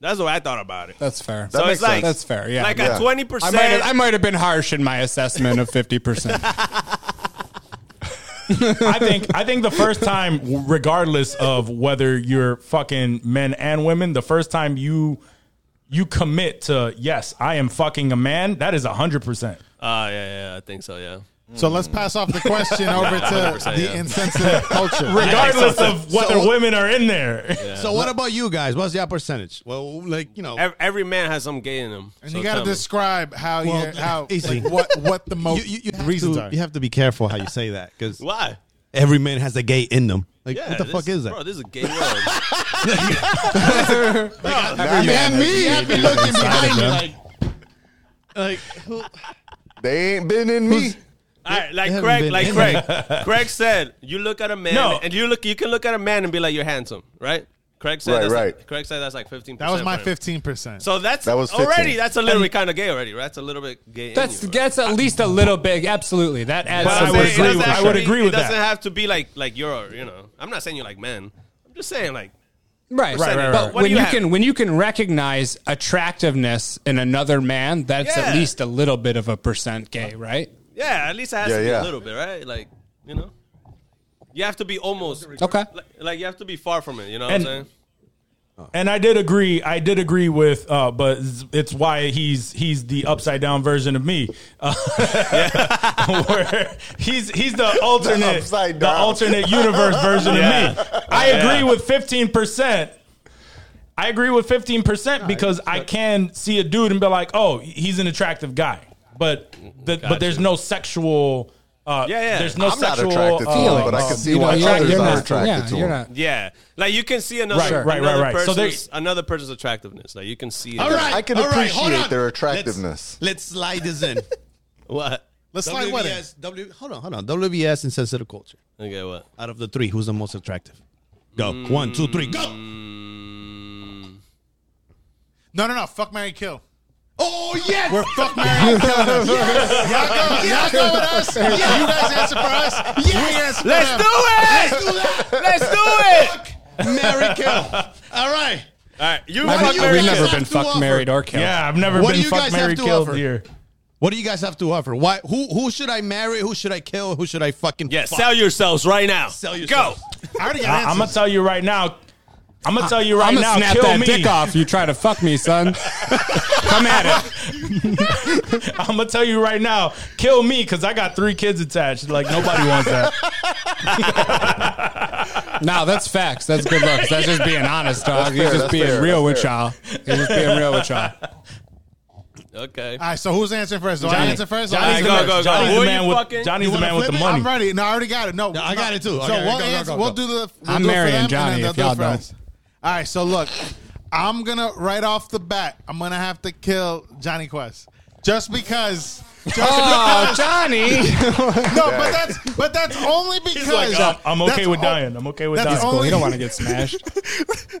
S1: That's the way I thought about it.
S5: That's fair.
S1: so it's like
S5: That's fair. Yeah.
S1: Like
S8: Yeah.
S1: at twenty
S5: I might, have,
S1: percent,
S5: I might have been harsh in my assessment of 50%.
S4: I think I think the first time, regardless of whether you're fucking men and women, the first time you you commit to yes, I am fucking a man. That is hundred percent.
S1: Ah, yeah, yeah, I think so. Yeah.
S2: So let's pass off the question over to
S1: 100%,
S2: the
S1: yeah.
S2: insensitive culture.
S4: Regardless of whether
S3: So-
S4: women are in there.
S3: So what about you guys? What's your percentage? Well, like you know,
S1: Every, every man has some gay in him.
S2: And
S1: so
S2: you got
S1: tell
S2: to
S1: me.
S2: describe how
S3: Well,
S2: you how
S3: easy.
S2: like, what what the
S3: you,
S2: most
S3: you, you have
S2: reasons
S3: to,
S2: are.
S3: you have to be careful how you say that because
S1: why?
S3: every man has a gay in them. Like
S1: Yeah,
S3: what the
S1: this-
S3: fuck is that?
S1: Bro, this is a gay world.
S3: man, me have been looking behind me like. Like who,
S8: They ain't been in me.
S1: All right, like
S3: haven't
S1: Craig,
S3: been
S1: like
S3: in
S1: Craig. Craig said, "You look at a man,
S4: No.
S1: and you look, you can look at a man and be like, you're handsome, right?" Craig said,
S8: Right,
S1: that's
S8: right.
S1: Like, Craig said that's like fifteen.
S2: That was my 15%.
S1: So that's
S8: That was 15.
S1: already that's a little bit kind of gay already, right? That's a little bit gay. in
S5: That's
S1: you, right?
S5: that's at least a little big. Absolutely. That adds
S4: But
S1: But
S5: some
S1: I'm
S4: I would
S1: saying it doesn't
S4: agree with-
S1: have
S4: I
S1: to
S4: would
S1: be-
S4: agree with
S1: It doesn't
S4: that.
S1: have to be like like you're you know. I'm not saying you like men. I'm just saying like
S5: Right, right,
S1: right, right.
S5: But
S1: What do
S5: when
S1: you
S5: you,
S1: have?
S5: can when you can recognize attractiveness in another man, that's at
S1: Yeah.
S5: least a little bit of a percent gay, right?
S1: yeah, at least it has
S8: Yeah,
S1: to be a
S8: yeah.
S1: little bit, right? Like you know, you have to be almost
S5: Okay.
S1: Like, like, you have to be far from it. You know what
S4: And-
S1: I'm saying?
S4: And I did agree. I did agree with, uh, but it's- it's why he's he's the upside down version of me. Uh, where he's he's the alternate
S8: upside
S4: the
S8: down.
S4: alternate universe version
S1: Yeah.
S4: of me. I agree with fifteen percent. I agree with fifteen percent because I can see a dude and be like, oh, he's an attractive guy, but the, but there's no sexual. Uh,
S1: Yeah, yeah.
S4: There's no
S8: I'm not
S4: sexual
S8: attracted to
S4: uh,
S8: him, but I can see
S5: You know,
S8: why
S5: you're-
S8: others
S5: you're
S8: are
S5: not-
S8: attracted
S5: yeah,
S8: to
S5: you're
S8: him.
S5: not-
S1: Yeah, like you can see another
S4: Right, Sure. right,
S1: another
S4: right, right. So they-
S1: person's- another person's attractiveness. Like you can see. it.
S3: all right,
S8: I can
S3: all right, hold
S8: appreciate
S3: on.
S8: their
S3: Let's-
S8: attractiveness.
S3: let's slide this in.
S1: What?
S2: Let's slide what in?
S3: WBS, W, hold on, hold on. WBS and sensitive culture.
S1: Okay, what?
S3: Out of the three, who's the most attractive? Go.
S1: Mm.
S3: One, two, three, go.
S2: No, no, no. Fuck, Mary kill.
S3: Oh, yes.
S2: We're fuck Mary and killing us. Y'all go, y'all go with us. You guys answer for us. We answer for
S1: Let's
S2: them.
S1: do it! Let's do it!
S3: Mary kill. All right.
S1: All right, you
S3: What do
S1: fuck
S3: you
S1: Mary
S5: We've
S3: guys
S1: Kill.
S5: never
S3: have
S5: been
S3: to
S5: fucked,
S3: offer?
S5: married, or killed.
S4: Yeah, I've never
S3: What do
S4: been
S3: you
S4: fuck,
S3: guys
S4: marry,
S3: have to
S4: killed
S3: offer?
S4: here.
S3: What do you guys have to offer? Why? Who? Who should I marry? Who should I kill? Who should I fucking?
S1: Yeah,
S3: fuck?
S1: sell yourselves right now.
S3: Sell yourself.
S1: Go.
S2: I already got
S4: I, I'm
S2: answers.
S4: gonna tell you right now. I'm gonna tell you right
S5: I'm gonna
S4: now.
S5: snap
S4: kill
S5: that
S4: me.
S5: dick off. You try to fuck me, son. Come at it.
S4: I'm gonna tell you right now. Kill me because I got three kids attached. Like nobody wants that.
S5: No, that's facts. That's good looks. That's just being honest, dog. He's
S8: fair,
S5: just
S8: that's
S5: being
S8: fair,
S5: real with
S8: that's
S5: y'all. He's just being real with y'all.
S1: Okay.
S2: All right, so who's answering first? Do I
S4: Johnny.
S2: answer first?
S1: Johnny,
S2: I'll
S1: go,
S2: answer
S1: go,
S2: first.
S1: go.
S4: Johnny's
S1: Who are
S4: the man
S1: you
S4: with
S1: fucking-
S4: Johnny's
S1: You
S4: the man with the
S2: Flip it?
S4: money.
S2: I'm ready. No, I already got it. No,
S3: I got it too.
S2: So
S3: Okay,
S2: we'll,
S3: go, go,
S2: answer,
S3: go,
S2: we'll
S3: go.
S2: do the. We'll
S5: I'm
S2: do it for
S5: marrying
S2: them, and
S5: Johnny,
S2: then they'll
S5: if
S2: do it
S5: y'all
S2: for
S5: don't.
S2: us. All right, so look, I'm gonna right off the bat. I'm gonna have to kill Johnny Quest. Just because. Just
S11: Oh,
S4: Ah.
S2: because-
S11: Johnny.
S2: No, but that's but that's only because
S4: like, I'm, I'm okay
S2: "Oh, that's
S4: with
S2: o-
S4: dying. I'm okay with
S2: that's
S4: dying.
S2: all-
S5: Cool. You don't want to get smashed.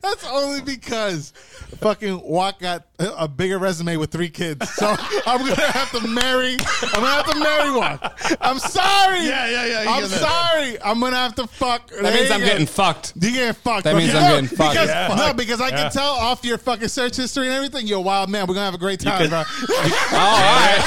S2: That's only because fucking Watt got a a bigger resume with three kids. So I'm gonna have to marry. I'm gonna have to marry Watt. I'm sorry.
S12: Yeah, yeah, yeah, you
S2: I'm
S12: get that.
S2: sorry. I'm gonna have to fuck.
S5: That means I'm getting fucked.
S2: You getting fucked.
S11: That
S2: bro.
S11: means
S2: You
S11: I'm
S2: know,
S11: getting fucked.
S2: Because,
S4: Yeah.
S2: No, because I
S4: Yeah.
S2: can tell off your fucking search history and everything. You're a wild man. We're gonna have a great time, bro.
S11: Oh,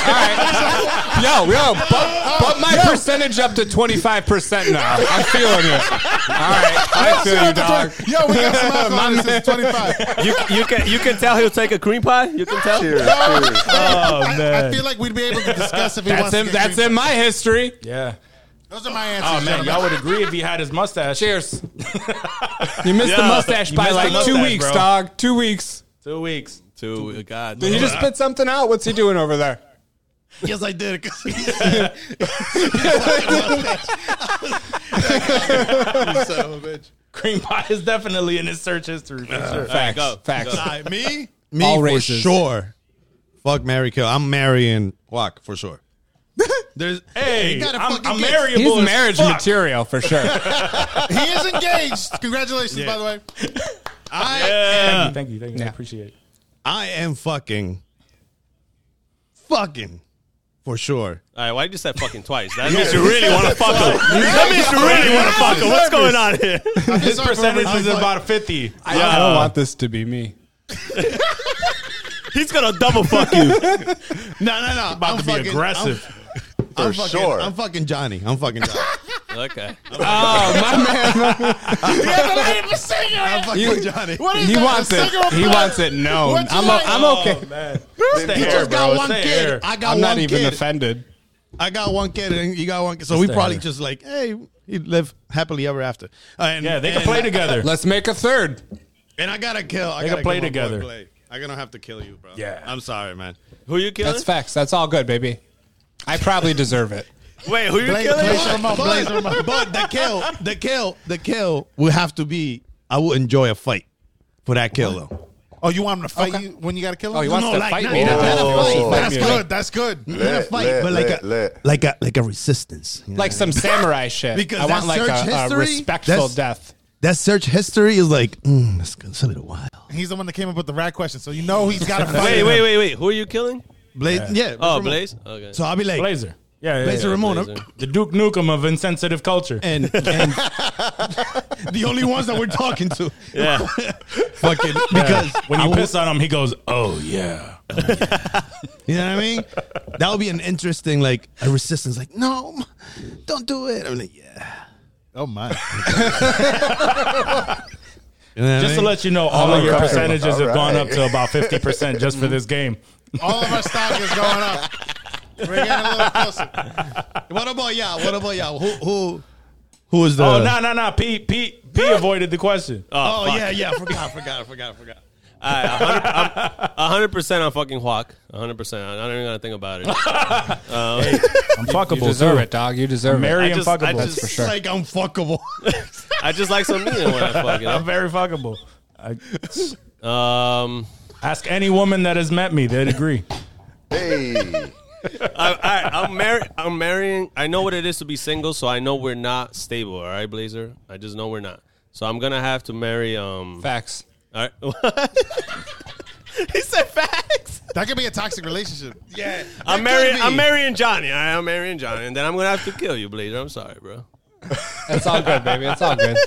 S11: all right, all right. Yo, yo, bump, bump my percentage up to twenty five percent now. I'm feeling it. All right, I feel you, dog.
S2: Yo, we got some alcohol.
S11: My
S2: this
S11: man.
S2: is 25.
S1: You, you can you can tell he'll take a cream pie. You can tell.
S8: Cheers, cheers.
S4: Oh
S2: I, I
S4: man,
S2: feel like we'd be able to discuss if he
S5: That's
S2: wants
S5: in,
S2: to. get
S5: that's
S2: green-
S5: in my history.
S4: yeah.
S2: Those are my answers.
S4: Oh man,
S2: gentlemen.
S4: y'all would agree if he had his mustache.
S5: Cheers. you missed the
S4: Yeah,
S5: mustache
S4: you
S5: by
S4: missed the
S5: like two
S4: mustache,
S5: weeks,
S4: bro.
S5: dog. Two weeks.
S4: Two weeks.
S1: To God,
S5: Did he just spit something out? What's he doing over there?
S12: Yes, I did. 'cause-
S4: Cream pie is definitely in his search history for sure.
S5: Facts.
S1: go,
S5: Facts.
S12: All right, me?
S3: Me
S11: All
S3: for
S11: races.
S3: sure. Fuck Mary Kill. I'm marrying Quack for sure. There's
S4: Hey,
S12: gotta
S4: I'm,
S12: fucking
S4: I'm
S12: get-
S4: marriable.
S11: He's
S4: as
S11: marriage
S4: fuck.
S11: material for sure.
S2: He is engaged. Congratulations, by the way.
S3: I
S4: Thank you, thank you, thank you. I
S11: Yeah.
S4: appreciate it.
S3: I am fucking fucking for sure.
S1: All right, why did you say fucking twice? That means you really want to fuck him. That means you really want to fuck him. What's going on here?
S4: His percentage is about fifty.
S5: I, don't, I don't want this to be me.
S1: He's gonna double fuck you.
S3: No, no, no.
S4: About to be aggressive.
S3: I'm,
S8: For
S3: fucking,
S8: sure.
S3: I'm fucking Johnny. I'm fucking Johnny.
S1: Okay.
S3: I'm fucking Johnny.
S2: What is
S5: He
S2: that, a
S5: wants it.
S2: cigarette
S5: He
S2: butt?
S5: wants it known.
S2: What you
S5: I'm,
S2: like?
S5: a, I'm okay.
S4: Oh, man.
S8: You
S4: It's the hair,
S8: just got
S4: bro. It's
S8: one
S4: the
S8: kid.
S4: hair.
S3: I got
S5: I'm
S3: one
S5: not even
S3: kid.
S5: offended.
S3: I got one kid and you got one kid. So we
S4: the
S3: probably
S4: hair.
S3: just like, hey, he live happily ever after. Uh, And,
S4: Yeah, they can
S3: and-
S4: play together.
S5: Let's make a third.
S3: And I gotta kill. I
S4: They
S3: gotta
S4: can play
S3: kill my boy
S4: together.
S3: Clay. I'm gonna have to kill you, bro.
S4: Yeah.
S3: I'm sorry, man.
S1: Who you killing?
S5: That's facts. That's all good, baby. I probably deserve it.
S1: Wait, who you killing?
S2: Blaze Ramon, Blaze Ramon.
S3: But, but the kill, the kill, the kill will have to be. I will enjoy a fight for that kill though.
S2: Oh, you want him to fight you when you gotta kill him?
S5: Oh, he wants
S3: No,
S5: to
S3: like,
S5: fight
S3: not-
S5: me.
S3: not-
S5: That's
S3: not a
S5: awesome.
S3: fight.
S5: Fight
S2: that's
S5: me.
S2: good. That's good.
S3: Not a
S8: Lit,
S3: fight,
S8: lit,
S3: but like
S8: lit,
S3: a
S8: lit.
S3: like a like a resistance. you know?
S5: Like some samurai shit.
S3: Because
S5: I want
S3: that
S5: like
S3: search
S5: a, a
S3: history,
S5: respectful
S3: that's-
S5: death.
S3: that search history is like mm, that's good. It's a little wild.
S2: He's the one that came up with the rat question, so you know he's got to fight.
S1: Wait,
S2: him.
S1: wait, wait, wait. Who are you killing?
S3: Blaze, yeah.
S1: Oh,
S3: Ramon.
S1: Blaze. Okay.
S3: So I'll be like Blazer,
S4: Blazer. Yeah, yeah, yeah.
S3: Ramon,
S1: Blazer.
S4: the Duke Nukem of insensitive culture.
S3: and and the only ones that we're talking to.
S1: Yeah.
S3: Fucking because
S4: When you piss on him, he goes, "Oh yeah."
S3: You know what I mean? That would be an interesting like a resistance. Like, no, don't do it. I'm like, yeah.
S2: Oh my!
S3: You know what I
S4: Just to
S3: mean?
S4: let you know, all of your
S8: Alright.
S4: percentages have gone up
S8: Alright.
S4: to about fifty percent just for this game.
S2: All of our stock is going up. We're getting a little closer.
S3: What about y'all? What about y'all? Who who who is the?
S4: Oh no no no! Pete Pete Pete avoided the question.
S3: Oh, yeah yeah. I forgot I forgot I forgot I forgot.
S1: hundred percent on fucking Hawk. hundred percent. I'm not even gonna think about it.
S4: I'm
S5: You
S4: fuckable
S5: deserve
S4: too.
S5: it, dog. You deserve
S4: Marry
S1: I
S4: and
S1: just- I
S4: fuckable.
S1: just-
S5: it. For sure.
S3: Like I'm fuckable.
S1: I just like some meaning when I fuck. You
S4: I'm
S1: know?
S4: very fuckable. I,
S1: Um,
S4: ask any woman that has met me; they'd agree.
S8: Hey.
S1: I, I, I'm married. I'm marrying. I know what it is to be single, so I know we're not stable. All right, Blazer. I just know we're not. So I'm gonna have to marry. Um,
S5: Facts.
S1: all right. he said facts.
S2: That could be a toxic relationship. Yeah,
S1: I'm marrying. I'm marrying Johnny. All right, I'm marrying Johnny, and then I'm gonna have to kill you, Blazer. I'm sorry, bro.
S5: That's all good, baby. It's all good.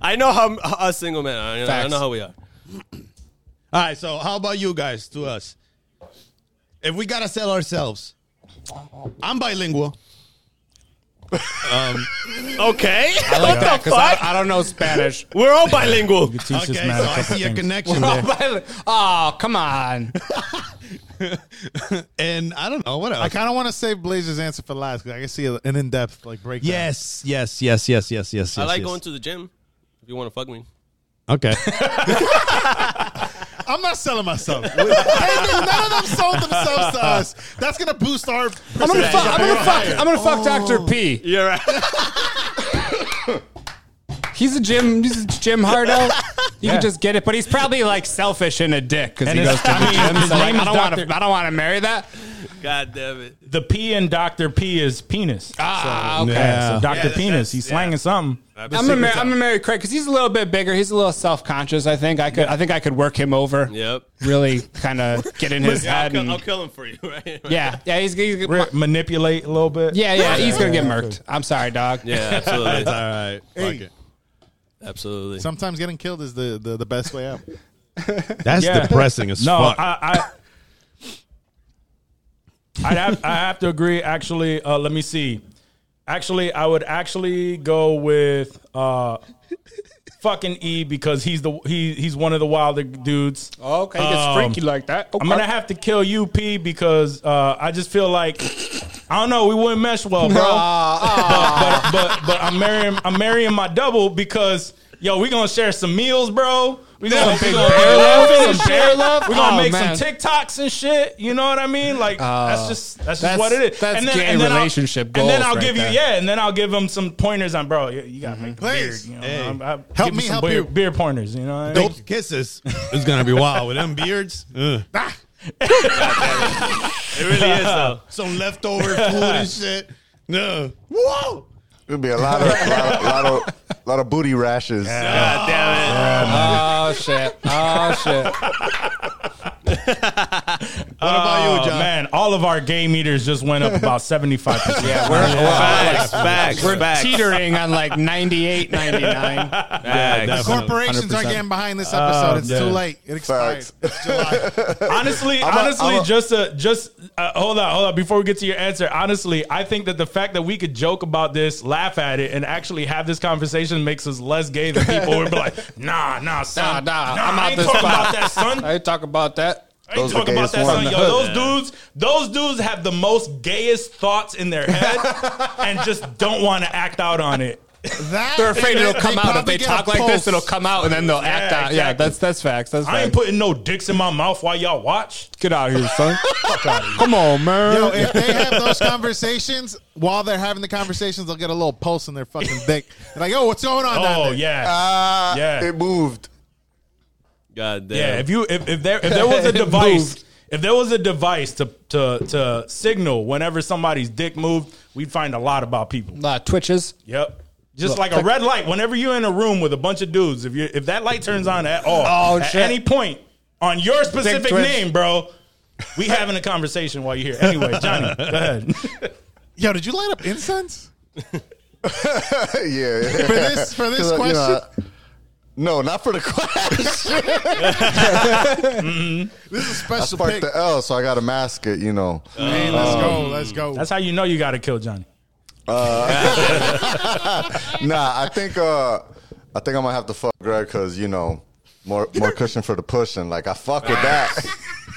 S1: I know how us single men. Are. I, know, I
S5: Facts.
S1: know how we are.
S3: All right. So how about you guys to us? If we gotta sell ourselves, I'm bilingual.
S1: Okay.
S5: I like
S1: what
S5: that
S1: the
S5: because I,
S1: fuck?
S5: I don't know Spanish.
S1: We're all bilingual.
S4: You could teach
S3: Okay,
S4: this
S3: so
S4: man a
S3: I
S4: couple
S3: see a
S4: things.
S3: connection there,
S5: oh, come on.
S3: and I don't know what else.
S2: I kind of want to save Blazer's answer for last because I can see an in-depth like breakdown.
S3: yes, yes, yes, yes, yes, yes.
S1: I
S3: yes,
S1: like
S3: yes.
S1: going to the gym. If you want to fuck me,
S3: Okay.
S2: I'm not selling myself. Hey, None of them sold themselves to us. That's gonna boost our.
S5: I'm gonna fuck. I'm gonna fuck. I'm gonna
S13: Oh.
S5: fuck Doctor P.
S1: you're right.
S5: He's a gym. He's a gym hardo.
S13: You
S4: Yeah.
S13: can just get it, but he's probably like selfish and a dick because
S4: And
S13: he
S4: his-
S13: goes to
S4: I
S13: the
S4: mean,
S13: gym.
S4: his
S13: So like,
S4: name
S13: I
S4: is
S13: don't want
S4: Dr.
S13: to. I don't want to marry that.
S1: God damn it.
S4: The P in Doctor P is penis.
S13: Ah, okay.
S4: Yeah, so
S3: Yeah.
S1: Yeah,
S4: Doctor
S1: that's-
S4: Penis.
S1: that's-
S4: He's
S1: yeah.
S4: slanging something.
S13: I'm gonna, marry, I'm gonna marry Craig because he's a little bit bigger. He's a little self conscious. I think I could. I think I could work him over.
S1: Yep.
S13: Really, kind of get in his
S1: Yeah, I'll,
S13: head.
S1: kill, I'll
S13: and-
S1: kill him for you, right?
S13: yeah, yeah. He's, he's
S4: Re- manipulate a little bit.
S13: yeah, yeah. He's gonna get murked. I'm sorry, dog.
S1: Yeah, absolutely.
S3: All right. Fuck it.
S1: absolutely.
S2: Sometimes getting killed is the, the, the best way out.
S3: That's
S4: Yeah.
S3: depressing as
S4: No,
S3: fuck.
S4: I. I I'd have, I have to agree. Actually, uh, let me see. Actually, I would actually go with uh, fucking E because he's the he he's one of the wilder dudes.
S13: Oh, Okay, he gets
S4: Um,
S13: freaky like that.
S4: I'm gonna have to kill you, P, because uh, I just feel like I don't know. We wouldn't mesh well, bro.
S13: ah.
S4: but, but but I'm marrying I'm marrying my double because yo, we gonna share some meals, bro. We gonna we gonna-
S13: some bear love.
S4: we gonna
S13: Oh,
S4: make
S13: man. Uh,
S4: some TikToks and shit. You know what I mean? Like that's just that's,
S13: That's-
S4: just what it is.
S13: that's
S4: and then,
S13: gay
S4: and then I'll-
S13: relationship
S4: And then
S13: goals
S4: I'll
S13: right
S4: give
S13: there. Mm-hmm.
S4: you yeah, and then I'll give him some pointers on bro. You, you gotta make the beard.
S2: Please.
S4: You know, I'm- I'm-
S2: Help
S4: give
S2: me
S4: some
S2: help
S4: beer,
S2: you.
S4: Beer pointers. You know what I mean?
S3: Dope kisses. It's gonna be wild with them beards. Ugh.
S1: it really is though.
S3: Some leftover food and shit. No. Whoa.
S8: It'd be a lot of lot of, lot of lot of booty rashes.
S1: God damn it.
S5: Oh shit! Oh shit!
S3: What about you,
S4: Oh,
S3: John?
S4: man, all of our gay meters just went up about 75%. yeah,
S1: Facts, facts, facts.
S13: teetering on like 98, 99.
S1: Facts.
S2: Corporations are
S3: 100%.
S2: getting behind this episode. it's
S4: yeah.
S2: too late. It expired.
S8: Facts.
S2: It's July.
S4: honestly, honestly,
S8: I'm a-
S4: just a, just uh, hold on, hold on. Before we get to your answer, honestly, I think that the fact that we could joke about this, laugh at it, and actually have this conversation makes us less gay than people would be like, nah, nah, son,
S5: Nah, nah, I'm
S4: I
S5: out
S4: ain't
S5: this
S4: talking
S5: spot.
S4: about that, son.
S5: I talk about that.
S4: I ain't
S8: Those are
S4: talking
S8: the
S4: about
S8: gayest
S4: that,
S8: ones.
S4: son. Yo, those dudes, those dudes have the most gayest thoughts in their head and just don't want to act out on it.
S2: That
S13: They're afraid it'll come out if
S2: probably
S13: they
S2: get
S13: talk
S2: a
S13: like
S2: pulse.
S13: this. It'll come out and then they'll act out. Yeah,
S4: exactly.
S13: that's that's facts. That's
S4: I ain't
S13: facts.
S4: putting no dicks in my mouth while y'all watch.
S13: Get out of here, son. Come on, man.
S2: Yo, if they have those conversations while they're having the conversations, they'll get a little pulse in their fucking dick. They're like, "Yo, what's going on?" down
S4: Oh
S2: there?
S4: yeah,
S8: Ah,
S4: Yeah.
S8: It moved.
S1: God damn.
S4: yeah. If you if, if there if there was a device if there was a device to to to signal whenever somebody's dick moved, we'd find a lot about people.
S5: Uh, twitches.
S4: Yep. Just like a red light. Whenever you're in a room with a bunch of dudes, if you if that light turns on at all,
S5: Oh,
S4: at
S5: shit.
S4: any point on your specific
S5: twitch.
S4: name, bro, we having a conversation while you're here. Anyway, Johnny, go ahead.
S2: Yo, did you light up incense
S8: yeah.
S2: for this for this
S8: You
S2: question?
S8: know, I- no, not for the question.
S2: this is a
S8: I
S2: special
S8: sparked
S2: pick.
S8: the L, so I got to mask it. You know.
S2: Hey, let's go, let's go.
S4: That's how you know you got to kill Johnny.
S8: nah, I think uh, I think I'm gonna have to fuck Greg because you know more more cushion for the pushing. Like I fuck with that.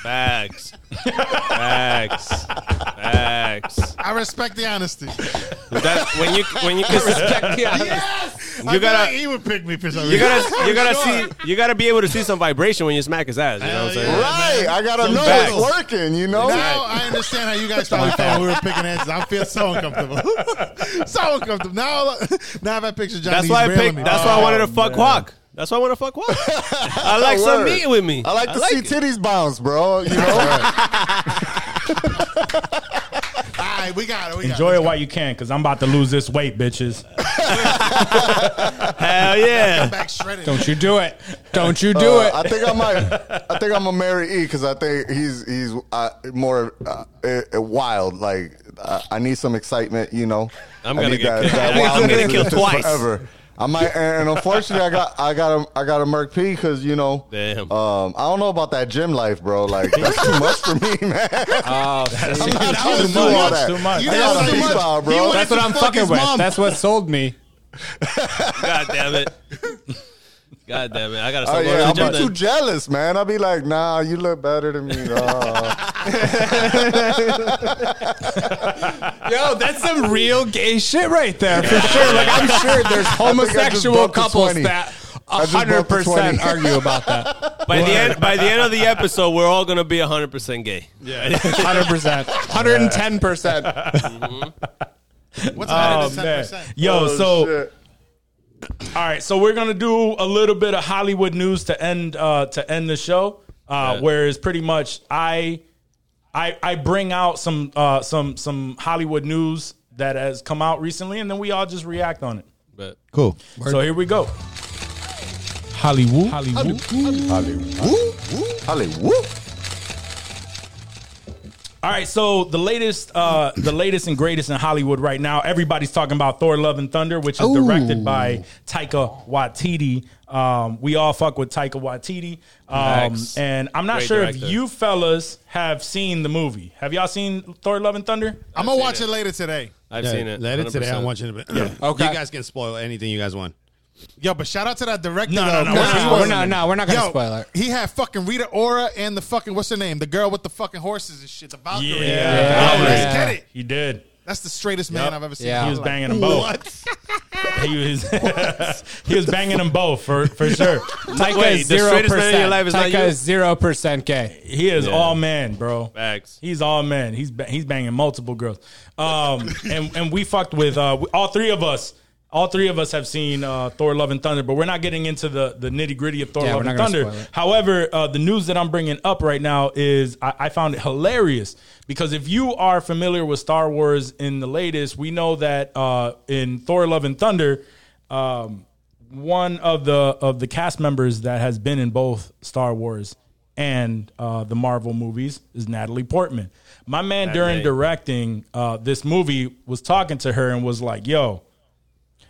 S1: Facts. Facts. Facts.
S2: I respect the honesty.
S1: That, when you when you kiss
S2: I feel
S1: gotta-
S2: like he would pick me for some
S1: you
S2: reason.
S1: gotta you gotta
S2: Sure.
S1: see you gotta be able to see some vibration when you smack his ass. You know what I'm saying?
S8: right, I gotta know
S1: facts.
S8: it's working. You know.
S2: Now Oh, I understand how you guys probably felt when we were picking answers. I feel so uncomfortable, so uncomfortable. Now, now if I picture Johnny,
S1: That's
S2: he's
S1: why I
S2: railing
S1: picked.
S2: me.
S1: That's why I wanted to fuck Quack. That's why I want to fuck Quack. I like some
S8: Word.
S1: meat with me.
S8: I like to see
S1: it.
S8: titties bounce, bro. You know.
S2: All right, we got it. We
S4: Enjoy
S2: got
S4: it while you can, because I'm about to lose this weight, bitches.
S1: Hell
S2: it.
S1: yeah.
S2: Back shredded.
S13: Don't you do it. Don't you do
S8: Uh,
S13: it.
S8: I think I might. I think I'm gonna marry E because I think he's he's uh, more uh, uh, wild. Like I I need some excitement. You know.
S1: I'm
S8: I
S1: gonna
S8: need
S1: get killed. I'm gonna
S8: wildness
S1: get killed
S8: just
S1: twice.
S8: Forever. I might, and unfortunately, I got I got a I got a Merc P because you know,
S1: Damn.
S8: um, I don't know about that gym life, bro. Like that's too much for me, man. I'm not
S2: That was
S8: trying to
S2: too
S8: do all
S2: much.
S8: that.
S4: Too much.
S8: I
S4: You
S8: got
S2: know
S8: a
S2: too much.
S8: freestyle, bro.
S2: He wanted
S13: That's what
S2: to
S13: I'm
S2: fuck
S13: fucking
S2: his
S13: with.
S2: mom.
S13: That's what sold me.
S1: God damn it. God damn it. I gotta
S8: Oh,
S1: start
S8: yeah, I'll
S1: going to the
S8: be too
S1: gym. then.
S8: jealous, man. I'll be like, nah, you look better than me. dawg."
S13: Yo, that's some real gay shit right there for sure. Like I'm sure there's homosexual
S8: bumped to
S13: couples
S8: 20.
S13: that
S8: I just bumped to
S13: hundred percent
S8: 20.
S13: argue about that.
S1: By the end by the end of the episode, we're all gonna be hundred percent gay.
S13: Hundred percent, hundred and ten percent.
S2: What's
S4: Oh,
S2: oh,
S4: man.
S2: 10%?
S4: Yo,
S8: Oh,
S4: so
S8: shit.
S4: All right, so we're gonna do a little bit of Hollywood news to end uh, to end the show. Uh, Where it's pretty much I, I I bring out some uh, some some Hollywood news that has come out recently, and then we all just react on it.
S1: But
S3: Cool.
S4: So here we go. Hollywood, Hollywood,
S8: Hollywood. Hollywood.
S4: All right, so the latest, uh, the latest and greatest in Hollywood right now, everybody's talking about Thor: Love and Thunder, which is directed by Taika Waititi. Um, we all fuck with Taika Waititi, um,
S1: Facts.
S4: and I'm not
S1: Great
S4: sure
S1: director.
S4: if you fellas have seen the movie. Have y'all seen Thor: Love and Thunder?
S2: I'm gonna watch it. later today.
S1: I've
S3: Yeah,
S1: seen it.
S3: Let it today. I'm
S1: 100%.
S3: watching it. but-
S5: Okay.
S3: You guys can spoil anything you guys want.
S2: Yo, but shout out to that director.
S4: No, no,
S2: though,
S4: no,
S2: 'cause
S4: we're not-
S2: he
S5: No,
S4: we're
S5: we're
S2: wasn't-
S5: not. No, we're not gonna
S2: Yo,
S5: spoil it.
S2: He had fucking Rita Ora and the fucking what's her name, the girl with the fucking horses and shit, the Valkyrie.
S4: Yeah.
S2: Yo, let's
S5: Yeah.
S2: get it.
S4: He did.
S2: That's the straightest man I've ever seen.
S5: Yeah.
S4: He was banging them both. He was he was banging them both for for sure.
S5: Taika
S1: Wait,
S5: is
S1: the
S5: zero
S1: straightest man in your
S5: percent.
S1: life is not
S5: Taika
S1: you?
S5: is zero percent gay.
S4: He is all man, bro.
S1: Facts.
S4: He's all man. He's ba- he's banging multiple girls. Um, and and we fucked with uh, we- all three of us. All three of us have seen uh, Thor: Love and Thunder, but we're not getting into the, the nitty gritty of Thor:
S5: Yeah,
S4: Love
S5: we're
S4: and
S5: not gonna
S4: Thunder.
S5: spoil it.
S4: However, uh, the news that I'm bringing up right now is I, I found it hilarious because if you are familiar with Star Wars in the latest, we know that uh, in Thor: Love and Thunder, um, one of the of the cast members that has been in both Star Wars and uh, the Marvel movies is Natalie Portman. My man during directing uh, this movie was talking to her and was like, "Yo,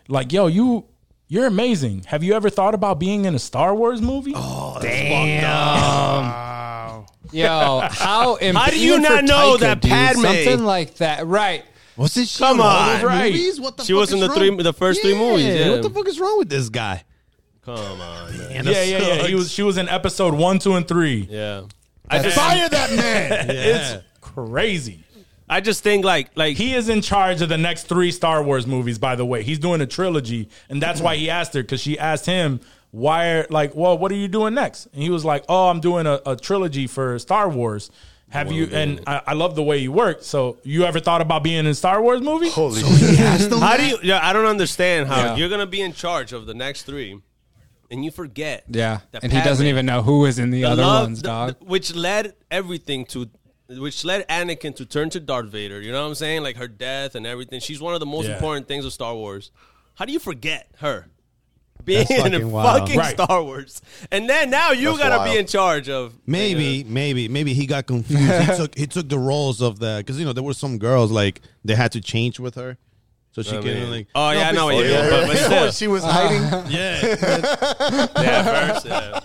S4: like yo, you." You're amazing. Have you ever thought about being in a Star Wars movie?
S5: Oh, Yo, how
S1: How do you not know that Padme-
S5: something like that? Right.
S3: What's this?
S1: Come on.
S3: right?
S1: She was in the three, the first three movies. Yeah.
S3: What the fuck is wrong with this guy?
S1: Come on. man.
S4: yeah, yeah, yeah. He was, she was in episode one, two, and three.
S1: Yeah.
S2: Fire that man.
S4: It's crazy.
S1: I just think like like
S4: He is in charge of the next three Star Wars movies, by the way. He's doing a trilogy, and that's why he asked her because she asked him why, are, like, well, what are you doing next? And he was like, oh, I'm doing a, a trilogy for Star Wars. Have you? And I, I love the way you work. So you ever thought about being in a Star Wars movie?
S8: Holy shit.
S1: How do you? Yeah, I don't understand how
S5: Yeah.
S1: you're gonna be in charge of the next three, and you forget.
S5: Yeah,
S1: that
S5: and he doesn't
S1: Padme-
S5: even know who is in the,
S1: the
S5: other
S1: love-
S5: ones,
S1: the-
S5: dog.
S1: the- which led everything to, which led Anakin to turn to Darth Vader. You know what I'm saying? Like her death and everything. She's one of the most
S4: Yeah.
S1: important things of Star Wars. How do you forget her? Being in a
S3: fucking wild.
S1: fucking
S4: Right.
S1: Star Wars, and then now you
S8: That's
S1: gotta
S8: wild.
S1: be in charge of
S3: Maybe, maybe, maybe he got confused. he took he took the roles of the because you know there were some girls like they had to change with her, so she
S1: I
S3: can
S1: mean,
S3: like
S1: oh yeah, Uh-huh. I know what you mean,
S8: yeah,
S1: but, but
S8: yeah.
S1: still,
S8: she was hiding.
S3: yeah, but,
S1: yeah, first, yeah.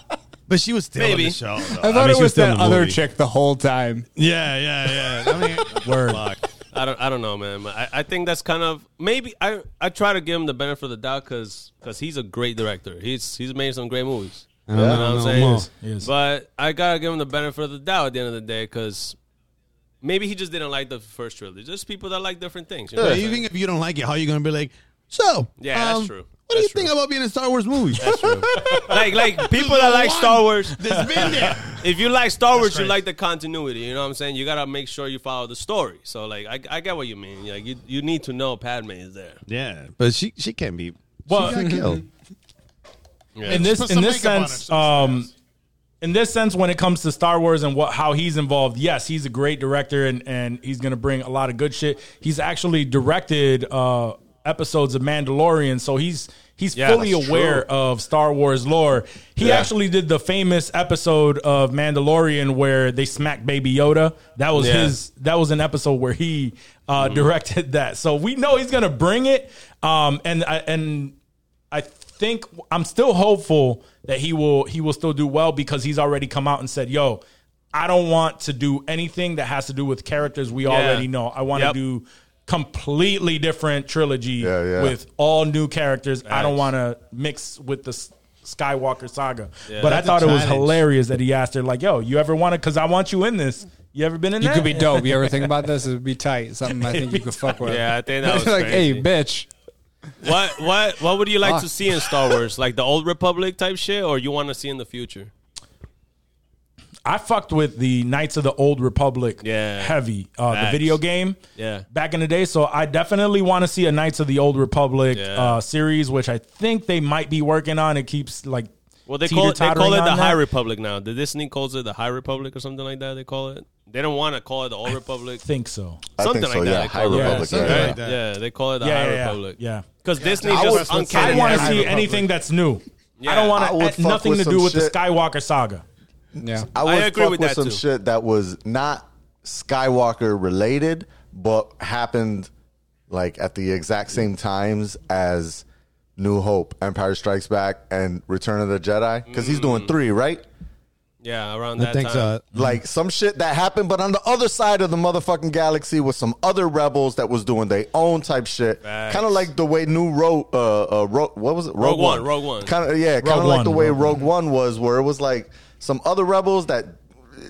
S3: but she was still on
S1: Maybe.
S3: the show. though.
S5: I thought
S3: mean,
S5: it
S3: she
S5: was
S3: still in
S5: that
S3: the
S5: other
S3: movie.
S5: chick the whole time.
S3: Yeah, yeah, yeah. I mean, word.
S1: I don't, I don't know, man. I, I think that's kind of maybe I, I try to give him the benefit of the doubt because he's a great director. He's he's made some great movies.
S3: don't
S1: you
S3: know,
S1: know what I'm
S3: no
S1: saying?
S3: more.
S4: He is.
S1: But I gotta give him the benefit of the doubt at the end of the day because maybe he just didn't like the first trilogy. There's people that like different things. You know what I'm
S3: you
S1: saying?
S3: think if you don't like it, how you gonna be like? So
S1: Yeah, that's
S3: um,
S1: true.
S3: What do you
S1: That's
S3: think
S1: true.
S3: about being in a Star Wars movie?
S1: like like people that like Star Wars.
S3: That's been there.
S1: If you like Star Wars, you like the continuity. You know what I'm saying? You gotta make sure you follow the story. So like I, I get what you mean. Like you, you need to know Padme is there.
S3: Yeah, but she she can be.
S4: Well-
S3: she got killed.
S4: in this
S2: Put
S4: in
S2: some
S4: this
S2: makeup on
S4: sense,
S2: it, some
S4: um, in this sense, when it comes to Star Wars and what how he's involved, yes, he's a great director and and he's gonna bring a lot of good shit. He's actually directed uh, episodes of Mandalorian, so he's he's
S1: Yeah,
S4: fully
S1: that's
S4: aware of Star Wars lore. He actually did the famous episode of Mandalorian where they smacked Baby Yoda. That was
S1: Yeah.
S4: his that was an episode where he uh, directed that. So we know he's gonna bring it. Um, and I- and I think I'm still hopeful that he will he will still do well because he's already come out and said, "Yo, I don't want to do anything that has to do with characters we already know. I want
S1: Yep.
S4: to do completely different trilogy
S8: Yeah, yeah.
S4: with all new characters. I don't want to mix with the S- Skywalker saga." but I
S3: That's a
S4: thought it was
S3: challenge.
S4: hilarious that he asked her like, "Yo, you ever want to cuz I want you in this. You ever been in
S5: You
S4: that?"
S5: could be dope. You ever think about this? It would be tight. Something I think you could fuck with.
S1: Yeah, I think that was
S5: like,
S1: crazy.
S5: hey, bitch.
S1: What what what would you like to
S5: Fuck.
S1: see in Star Wars? Like the old Republic type shit, or you want to see in the future?
S4: I fucked with the Knights of the Old Republic
S1: Yeah.
S4: heavy, uh, the
S1: Facts.
S4: video game
S1: Yeah.
S4: back in the day. So I definitely want to see a Knights of the Old Republic
S1: Yeah.
S4: uh, series, which I think they might be working on. It keeps like
S1: Well, they call, it, they call
S4: teeter-tottering
S1: it the
S4: on
S1: High
S4: that.
S1: Republic now. The Disney calls it the High Republic or something like that. They call it. They don't want to call it the Old Republic.
S4: think so.
S8: I
S1: Something
S8: think so,
S1: like that.
S8: yeah.
S1: they
S8: High
S1: call it.
S8: Republic, Yeah, something yeah, like
S1: yeah.
S8: yeah.
S1: they call it the
S4: Yeah,
S1: High
S4: yeah, yeah.
S1: Republic.
S4: Yeah.
S1: because Disney
S8: I
S1: just
S8: would-
S1: uncanny.
S4: I want to
S1: High
S4: see
S1: Republic.
S4: anything that's new.
S1: Yeah.
S4: I don't
S8: I
S4: want
S8: would
S4: to
S8: fuck
S4: nothing
S8: with
S4: to do
S8: some
S4: with the
S8: shit.
S4: Skywalker saga.
S5: Yeah.
S8: I
S1: I
S8: would
S1: agree
S8: fuck
S1: with
S8: with,
S1: that
S8: some
S1: too.
S8: shit that was not Skywalker related, but happened like at the exact same times as New Hope, Empire Strikes Back, and Return of the Jedi. Because he's
S1: Mm.
S8: doing three, right?
S1: Yeah, around
S3: I
S1: that
S3: think
S1: time.
S3: so.
S8: Like some shit that happened, but on the other side of the motherfucking galaxy was some other rebels that was doing their own type shit.
S1: Facts.
S8: Kind of like the way New Rogue, uh, uh, Ro- what was it?
S1: Rogue One, Rogue One.
S8: Kind of yeah, kind of
S4: Rogue
S8: like
S4: One,
S8: the way
S4: Rogue
S8: Rogue, One was, where it was like some other rebels that,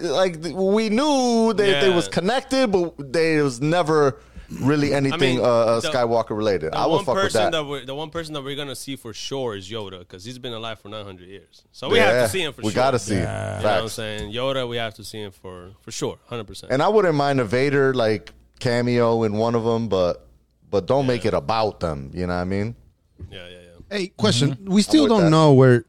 S8: like th- we knew they they
S1: Yeah.
S8: was connected, but they it was never really anything
S1: mean,
S8: uh, uh,
S1: the-
S8: Skywalker related.
S1: The
S8: I
S1: one
S8: would fuck with
S1: person
S8: that.
S1: that we're, the one person that we're gonna see for sure is Yoda because he's been alive for 900 years. So we have
S8: Yeah,
S1: to see him for
S8: we
S1: sure.
S8: gotta see him.
S1: You know what I'm
S8: Facts.
S1: saying? Yoda, we have to see him for for sure, 100. percent
S8: and I wouldn't mind a Vader like cameo in one of them, but but don't make it about them. You know what I mean?
S1: Yeah, yeah, yeah.
S3: Hey, question.
S2: Mm-hmm.
S3: We still
S8: with
S3: don't
S8: that.
S3: know where.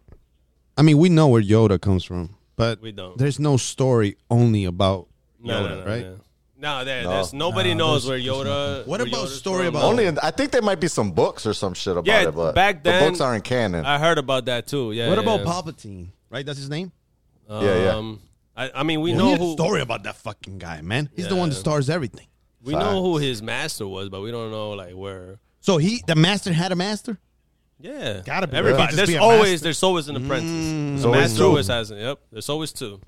S3: I mean, we know where Yoda comes from, but
S1: We don't.
S3: There's no story only about Yoda,
S1: No, no, no,
S3: right?
S1: yeah. No, there, there's nobody knows where Yoda.
S3: What
S1: where
S3: about
S1: Yoda's
S3: story
S1: from.
S3: about-
S4: Oh.
S8: Only in, I think there might be some books or some shit about
S1: Yeah,
S8: it, but
S1: back then-
S8: the books aren't canon.
S4: uh,
S1: I heard about that too. Yeah.
S3: What
S1: yeah,
S3: about
S1: yeah.
S3: Palpatine? Right, that's his name.
S8: yeah, yeah.
S1: Um, I, I mean, we
S3: We
S1: know
S3: need a
S1: who
S3: story about that fucking guy, man. He's the one that
S1: Yeah.
S3: stars everything.
S1: we know who his master was, but we don't know like where.
S3: So he, the master, had a master.
S1: Yeah,
S2: Gotta be. It
S1: Everybody,
S2: can't just
S1: there's
S2: be a
S1: always
S2: master.
S1: there's always an apprentice. the
S8: always
S1: master
S8: two.
S1: always has. Yep, there's always two.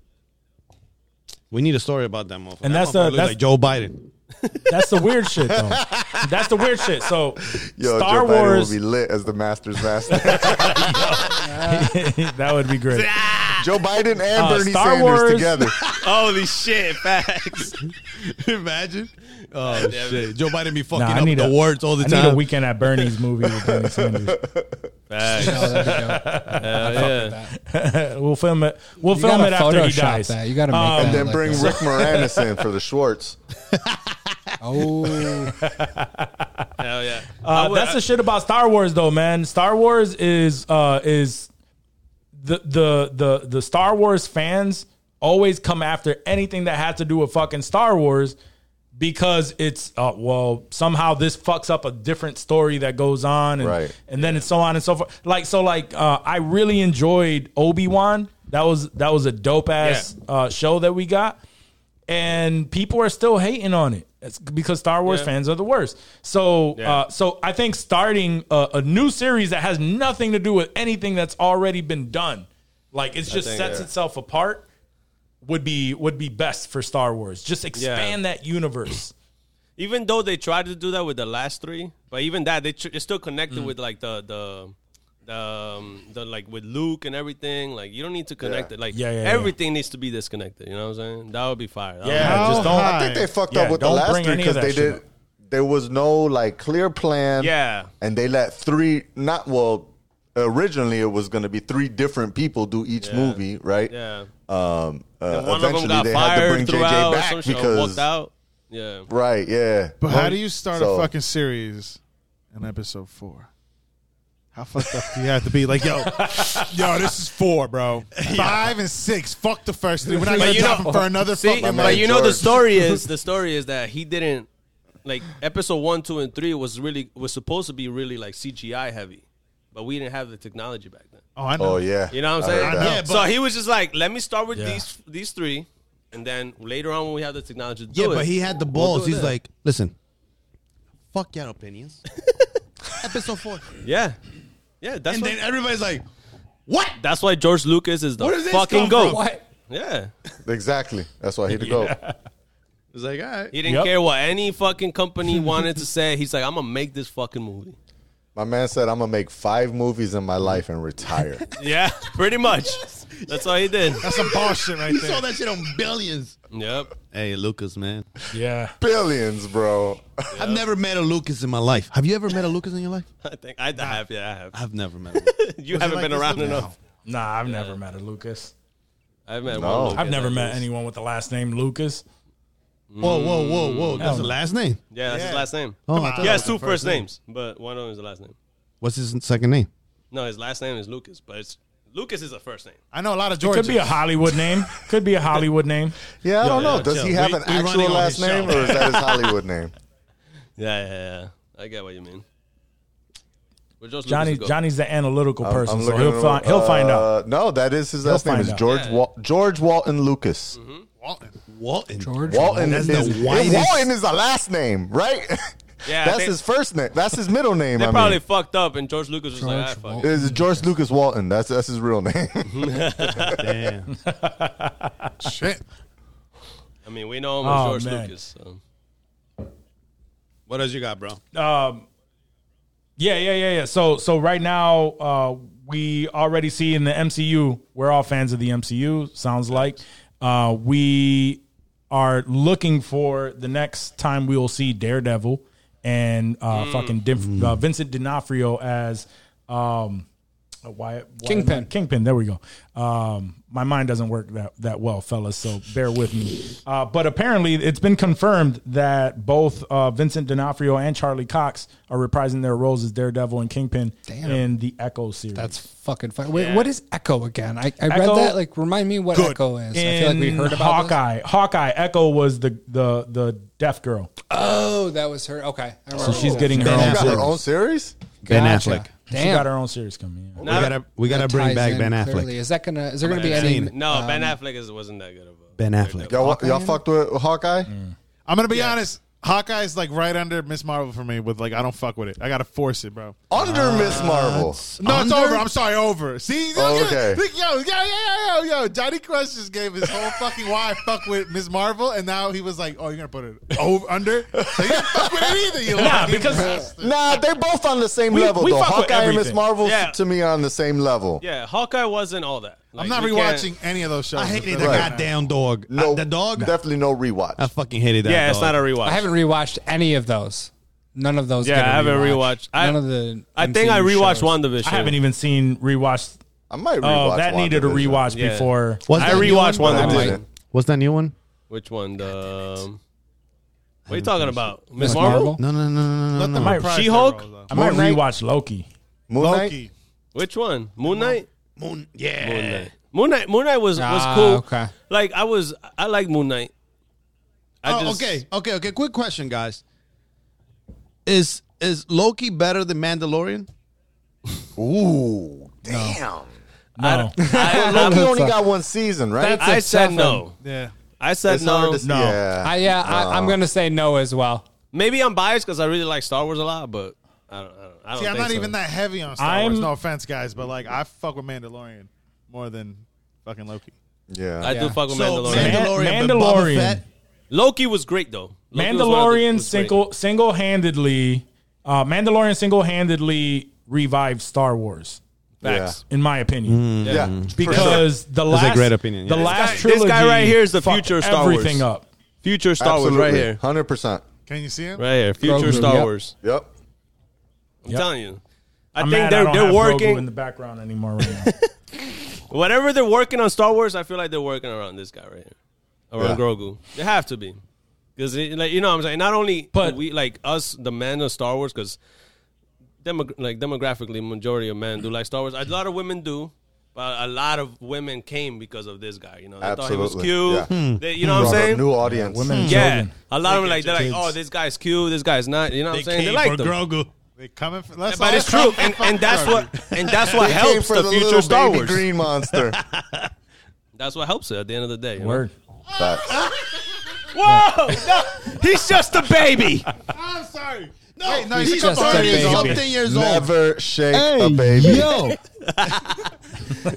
S3: We need a story about that motherfucker.
S4: And
S3: That
S4: that's the-
S3: motherfucker looks
S4: that's-
S3: like Joe Biden.
S4: That's the weird shit, though. That's the weird shit. So,
S8: Yo,
S4: Star
S8: Joe Biden
S4: Wars.
S8: will be lit as the master's master.
S4: that would be great.
S8: Joe Biden and
S4: Uh,
S8: Bernie
S4: Star
S8: Sanders
S4: Wars.
S8: together.
S1: Holy shit! Facts.
S3: Imagine. Oh shit, Joe Biden be fucking
S4: Nah, I
S3: up
S4: need
S3: the
S4: a-
S3: words all the
S4: I
S3: time.
S4: need a weekend at Bernie's movie with Bernie Sanders.
S1: Facts.
S5: No, that'd be dope.
S1: yeah.
S4: we'll film it. We'll
S5: You
S4: film
S5: gotta
S4: it after he
S5: Photoshop
S4: dies.
S5: That. You got to make that.
S4: Oh,
S8: and then
S5: like
S8: bring
S5: a-
S8: Rick Moranis in for the Schwartz.
S5: Oh,
S1: Hell yeah.
S4: Uh, that's the shit about Star Wars, though, man. Star Wars is uh, is the the the the Star Wars fans always come after anything that has to do with fucking Star Wars because it's uh, well somehow this fucks up a different story that goes on and
S8: Right.
S4: and then it's so on and so forth. Like so, like uh, I really enjoyed Obi Wan. That was that was a dope ass uh, show that we got and people are still hating on it. It's because Star Wars
S1: Yeah.
S4: fans are the worst. So,
S1: Yeah.
S4: uh, so I think starting a, a new series that has nothing to do with anything that's already been done, like it just
S1: think,
S4: sets
S1: yeah.
S4: itself apart, would be would be best for Star Wars. Just expand that universe.
S1: even though they tried to do that with the last three, but even that they tr- it's still
S4: Mm.
S1: connected with like the the the, um, the like with Luke and everything. Like you don't need to connect it. Like
S4: Yeah, yeah, yeah.
S1: everything needs to be disconnected. You know what I'm saying? That would be fire. That would
S4: Yeah,
S1: be-
S2: How
S4: just don't.
S8: I think they fucked
S4: Yeah,
S8: up with the
S4: don't
S8: last
S4: bring
S8: three
S4: any of
S8: because
S4: that
S8: they
S4: shit
S8: did.
S4: up.
S8: There was no like clear plan.
S1: yeah.
S8: and they let three not well originally it was going to be three different people do each movie right
S1: Yeah.
S8: um uh,
S1: And one of
S8: eventually
S1: them got
S8: they had to
S1: fired
S8: bring
S1: throughout
S8: jj
S1: or some
S8: back
S1: shit, or walked
S8: because
S1: out. Yeah.
S8: right yeah
S2: But how do you start
S8: So-
S2: a fucking series in episode four? How fucked up do you have to be? Like, yo, yo, this is four, bro. Five and six. Fuck the first three. We're not gonna
S1: you
S2: drop
S1: know-
S2: them for another
S1: See,
S2: fucking.
S1: but
S8: man
S1: you know the
S8: George.
S1: story is the story is that he didn't like episode one, two, and three was really was supposed to be really like CGI heavy, but we didn't have the technology back then.
S2: Oh, I know.
S8: oh yeah
S1: You know what I'm
S8: I heard
S1: saying?
S8: that.
S2: Yeah,
S1: so he was just like, let me start with these these three, and then later on when we have the technology, to do
S3: yeah,
S1: it,
S3: but he had the
S1: we'll
S3: balls.
S1: do it
S3: He's
S1: then.
S3: like, listen, fuck your opinions. Episode four,
S1: yeah, yeah. That's
S3: and
S1: why,
S3: then everybody's like, what?
S1: that's why George Lucas is the
S3: Where does this
S1: fucking
S3: come
S1: goat.
S3: from?
S5: what?
S1: Yeah,
S8: exactly that's why he had to go
S3: It's like, all right.
S1: he didn't
S4: Yep.
S1: care what any fucking company wanted to say. He's like, I'm gonna make this fucking movie.
S8: my man said i'm gonna make five movies in my life and retire
S1: Yeah, pretty much. That's all he did.
S2: That's some
S4: Oh,
S2: bullshit right
S3: He saw
S2: there.
S3: that shit on billions.
S1: Yep.
S3: Hey, Lucas, man.
S4: Yeah,
S8: billions bro
S3: I've never met a Lucas in my life. Have you ever met a Lucas in your life?
S1: I think I, I have. Yeah, I have.
S3: I've never met. A Lucas.
S1: You haven't
S2: like
S1: been
S2: this
S1: around
S2: now?
S1: enough.
S4: nah, I've never met a Lucas.
S1: I've met
S8: No.
S1: one. Lucas
S4: I've never
S1: like
S4: met
S1: this.
S4: anyone with the last name Lucas.
S9: Whoa, whoa, whoa, whoa! That's the
S4: no.
S9: last name.
S1: Yeah, that's his last name.
S9: Oh, I thought
S1: he
S9: that was
S1: has
S9: the
S1: two
S9: first
S1: first
S9: name.
S1: names, but one of them is the last name.
S9: What's his second name?
S1: No, his last name is Lucas, but it's Lucas is a first name.
S2: I know a lot of
S4: Could
S2: Georges.
S4: be a Hollywood name. Could be a Hollywood name.
S8: Yeah, I don't know. Does
S1: chill.
S8: he have
S1: We-
S8: an
S1: we running
S8: actual
S1: on
S8: last
S1: his
S8: name
S1: show.
S8: or is that his Hollywood name?
S1: Yeah, yeah, yeah. I get what you mean. We're just
S4: Johnny
S1: Lucas go.
S4: Johnny's the analytical
S8: I'm-
S4: person,
S8: I'm
S4: so
S8: looking
S4: he'll
S8: it
S4: find
S8: up.
S4: he'll find out.
S8: Uh, No, that is his last name.
S4: find
S8: Is
S4: out.
S8: George Wal- George Walton Lucas.
S1: Mm-hmm.
S9: Walton.
S5: George.
S8: Walton
S9: That's
S8: is
S9: the whitest-
S8: Walton is the last name, right?
S1: Yeah,
S8: that's
S1: they-
S8: his first name. That's his middle name.
S1: They
S8: I
S1: probably
S8: mean.
S1: fucked up, and George Lucas was like,
S5: George
S1: ah, fuck. it."
S8: It's George Lucas Walton. That's that's his real name.
S9: Damn.
S2: Shit.
S1: I mean, we know him
S4: Oh,
S1: as George
S4: man.
S1: Lucas. So.
S9: what else you got, bro?
S4: Yeah, yeah, yeah, yeah. So so right now uh, we already see in the MCU, we're all fans of the MCU. Sounds like uh, we are looking for the next time we will see Daredevil and uh,
S8: Mm.
S4: fucking Div- uh, Vincent D'Onofrio as um, uh, why, why
S5: Kingpin.
S4: Kingpin. There we go. Um, my mind doesn't work that that well, fellas. So bear with me. Uh, but apparently, it's been confirmed that both uh, Vincent D'Onofrio and Charlie Cox are reprising their roles as Daredevil and Kingpin in the Echo series.
S5: That's fucking fun. Wait, what is Echo again? I, I
S4: Echo-
S5: read that. Like, remind me what Echo is. I feel like we
S4: In
S5: heard about This.
S4: Hawkeye. Hawkeye. Echo was the the the deaf girl.
S5: Oh, that was her. Okay, I
S4: So
S5: remember.
S4: she's getting her
S9: Ben
S4: own.
S8: got
S4: Series.
S8: her own series.
S9: Ben
S5: Gotcha.
S9: Affleck.
S5: Damn.
S4: She got her own series coming. Yeah.
S9: We gotta we gotta
S5: That
S9: bring
S5: ties
S9: back
S5: in
S9: Ben Affleck.
S5: clearly. Is that gonna? Is there gonna be
S9: I've
S5: any?
S9: seen it.
S1: No, Ben
S9: Um,
S1: Afflesh is, wasn't that good of a.
S9: Ben Affleck.
S8: Y'all, y'all fucked with Hawkeye.
S2: I'm gonna be honest. Hawkeye's like right under Miss Marvel for me. With like, I don't fuck with it. I gotta force it, bro.
S8: Under Miss Marvel.
S2: No, it's over. I'm sorry, over. See,
S8: Oh,
S2: yo,
S8: okay.
S2: yo, yo, yo, yo, yo, Johnny Crush just gave his whole fucking why I fuck with Ms. Marvel, and now he was like, "Oh, you're gonna put it over under?" So you didn't fuck with it either. You
S4: Nah,
S2: fucking
S4: because-
S2: bastard.
S8: Nah, they both on the same level
S4: we
S8: though.
S4: fuck with
S8: Hawkeye and Miss
S4: everything.
S8: Marvel
S1: Yeah.
S8: to me on the same level.
S1: Yeah, Hawkeye wasn't all that. Like,
S2: I'm not
S1: we can't-
S2: rewatching any of those shows.
S9: I hated the
S8: Right.
S9: goddamn dog.
S8: No,
S9: I- the dog.
S8: Definitely no rewatch.
S9: I fucking hated that.
S1: Yeah, it's
S9: dog.
S1: not a rewatch.
S5: I haven't rewatched any of those. None of those.
S1: Yeah,
S5: get a
S1: I haven't
S5: rewatch.
S1: rewatched. I-
S5: None of the.
S1: I think I
S5: MCU
S1: rewatched
S5: shows.
S1: One WandaVision.
S4: I haven't even seen rewatched.
S8: I might rewatch.
S4: Oh, that needed a
S8: WandaVision.
S4: rewatch
S1: Yeah.
S4: before.
S9: What's
S1: I
S9: that new
S1: rewatched
S9: one?
S8: I
S1: WandaVision.
S8: didn't.
S9: What's that new one?
S1: Which one? The. um, what are you talking about? Miss Marvel?
S5: Marvel?
S9: No, no, no, no, no, no.
S2: Let them
S9: no.
S2: reprise their
S1: She-Hulk?
S2: roles, though.
S4: I might
S8: Moon Knight?
S4: rewatch Loki.
S8: Moon Knight.
S2: Loki.
S1: Which one? Moon Knight?
S9: Moon, yeah.
S1: Moon Knight. Moon Knight. Moon Knight was was
S5: Ah,
S1: cool.
S5: okay.
S1: Like I was, I like Moon Knight. I
S9: Oh, okay, okay, okay. Quick question, guys. Is is Loki better than Mandalorian?
S8: Ooh, damn.
S4: No.
S1: I,
S8: Loki
S1: I-
S8: only got one season, right?
S1: I said no.
S2: Yeah.
S1: I said
S8: It's hard
S1: no.
S8: to see. Yeah.
S5: I, Uh, yeah, I, I'm gonna say no as well.
S1: Maybe I'm biased because I really like Star Wars a lot, but I don't. I don't, I don't
S2: See, I'm
S1: think
S2: not
S1: so.
S2: even that heavy on Star Wars.
S4: I'm-
S2: No offense, guys, but like, I fuck with Mandalorian more than fucking Loki.
S8: yeah.
S1: I do fuck with Mandalorian.
S4: Man-
S9: but Boba
S4: Mandalorian.
S9: Fett?
S1: Loki was great though. Loki was one of the-
S4: Mandalorian
S1: was great.
S4: single single handedly, uh, Mandalorian single handedly revived Star Wars,
S1: Facts.
S4: in my opinion,
S8: Yeah.
S4: because the last
S9: great opinion,
S4: The
S9: yeah.
S4: last
S1: Mm. This guy- this
S4: trilogy,
S1: guy right here is the
S4: fucked
S1: future of Star Wars.
S4: Everything up.
S1: Future Star Wars right here,
S8: Hundred percent.
S2: Can you see him?
S1: right here. Future
S5: Grogu,
S1: Star
S5: yep.
S1: Wars.
S8: Yep.
S1: I'm telling you. I
S4: I'm
S1: think
S4: mad
S1: they're
S4: don't
S1: they're
S4: have Grogu
S1: working
S4: in the background anymore right now.
S1: whatever they're working on Star Wars. I feel like they're working around this guy right here, around
S8: Yeah.
S1: Grogu. They have to be because like you know what I'm saying not only
S4: But-
S1: but we like us the men of Star Wars because demog- like demographically majority of men do like Star Wars. A lot of women do. But a lot of women came because of this guy. You know, they thought
S8: Absolutely,
S1: he was cute.
S8: yeah.
S1: They- you know what I'm
S8: Hmm. Brought a
S1: saying?
S8: New audience.
S4: Women and
S1: Yeah,
S4: children.
S1: a lot of them like they're like, oh, this guy's cute, this guy's not. You know what
S9: They
S1: I'm saying? They
S9: came
S1: like
S9: for
S1: them.
S9: Grogu.
S2: They coming for. Let's
S1: But
S2: all
S1: it's
S2: come
S1: true,
S2: for
S1: and, and
S2: fucking
S1: that's
S2: Grogu.
S1: what and that's what
S8: Came
S1: helps
S8: for
S1: the, future
S8: little
S1: Star
S8: baby
S1: Wars.
S8: green monster.
S1: That's what helps it at the end of the day. you know?
S4: Word.
S8: Facts.
S1: Whoa, no, he's just a baby.
S2: I'm sorry. No, Wait, no,
S5: he's
S2: he's
S5: just
S2: just
S5: a
S2: years
S5: baby.
S2: old.
S9: Something years old.
S8: Never shake a baby.
S9: Yo,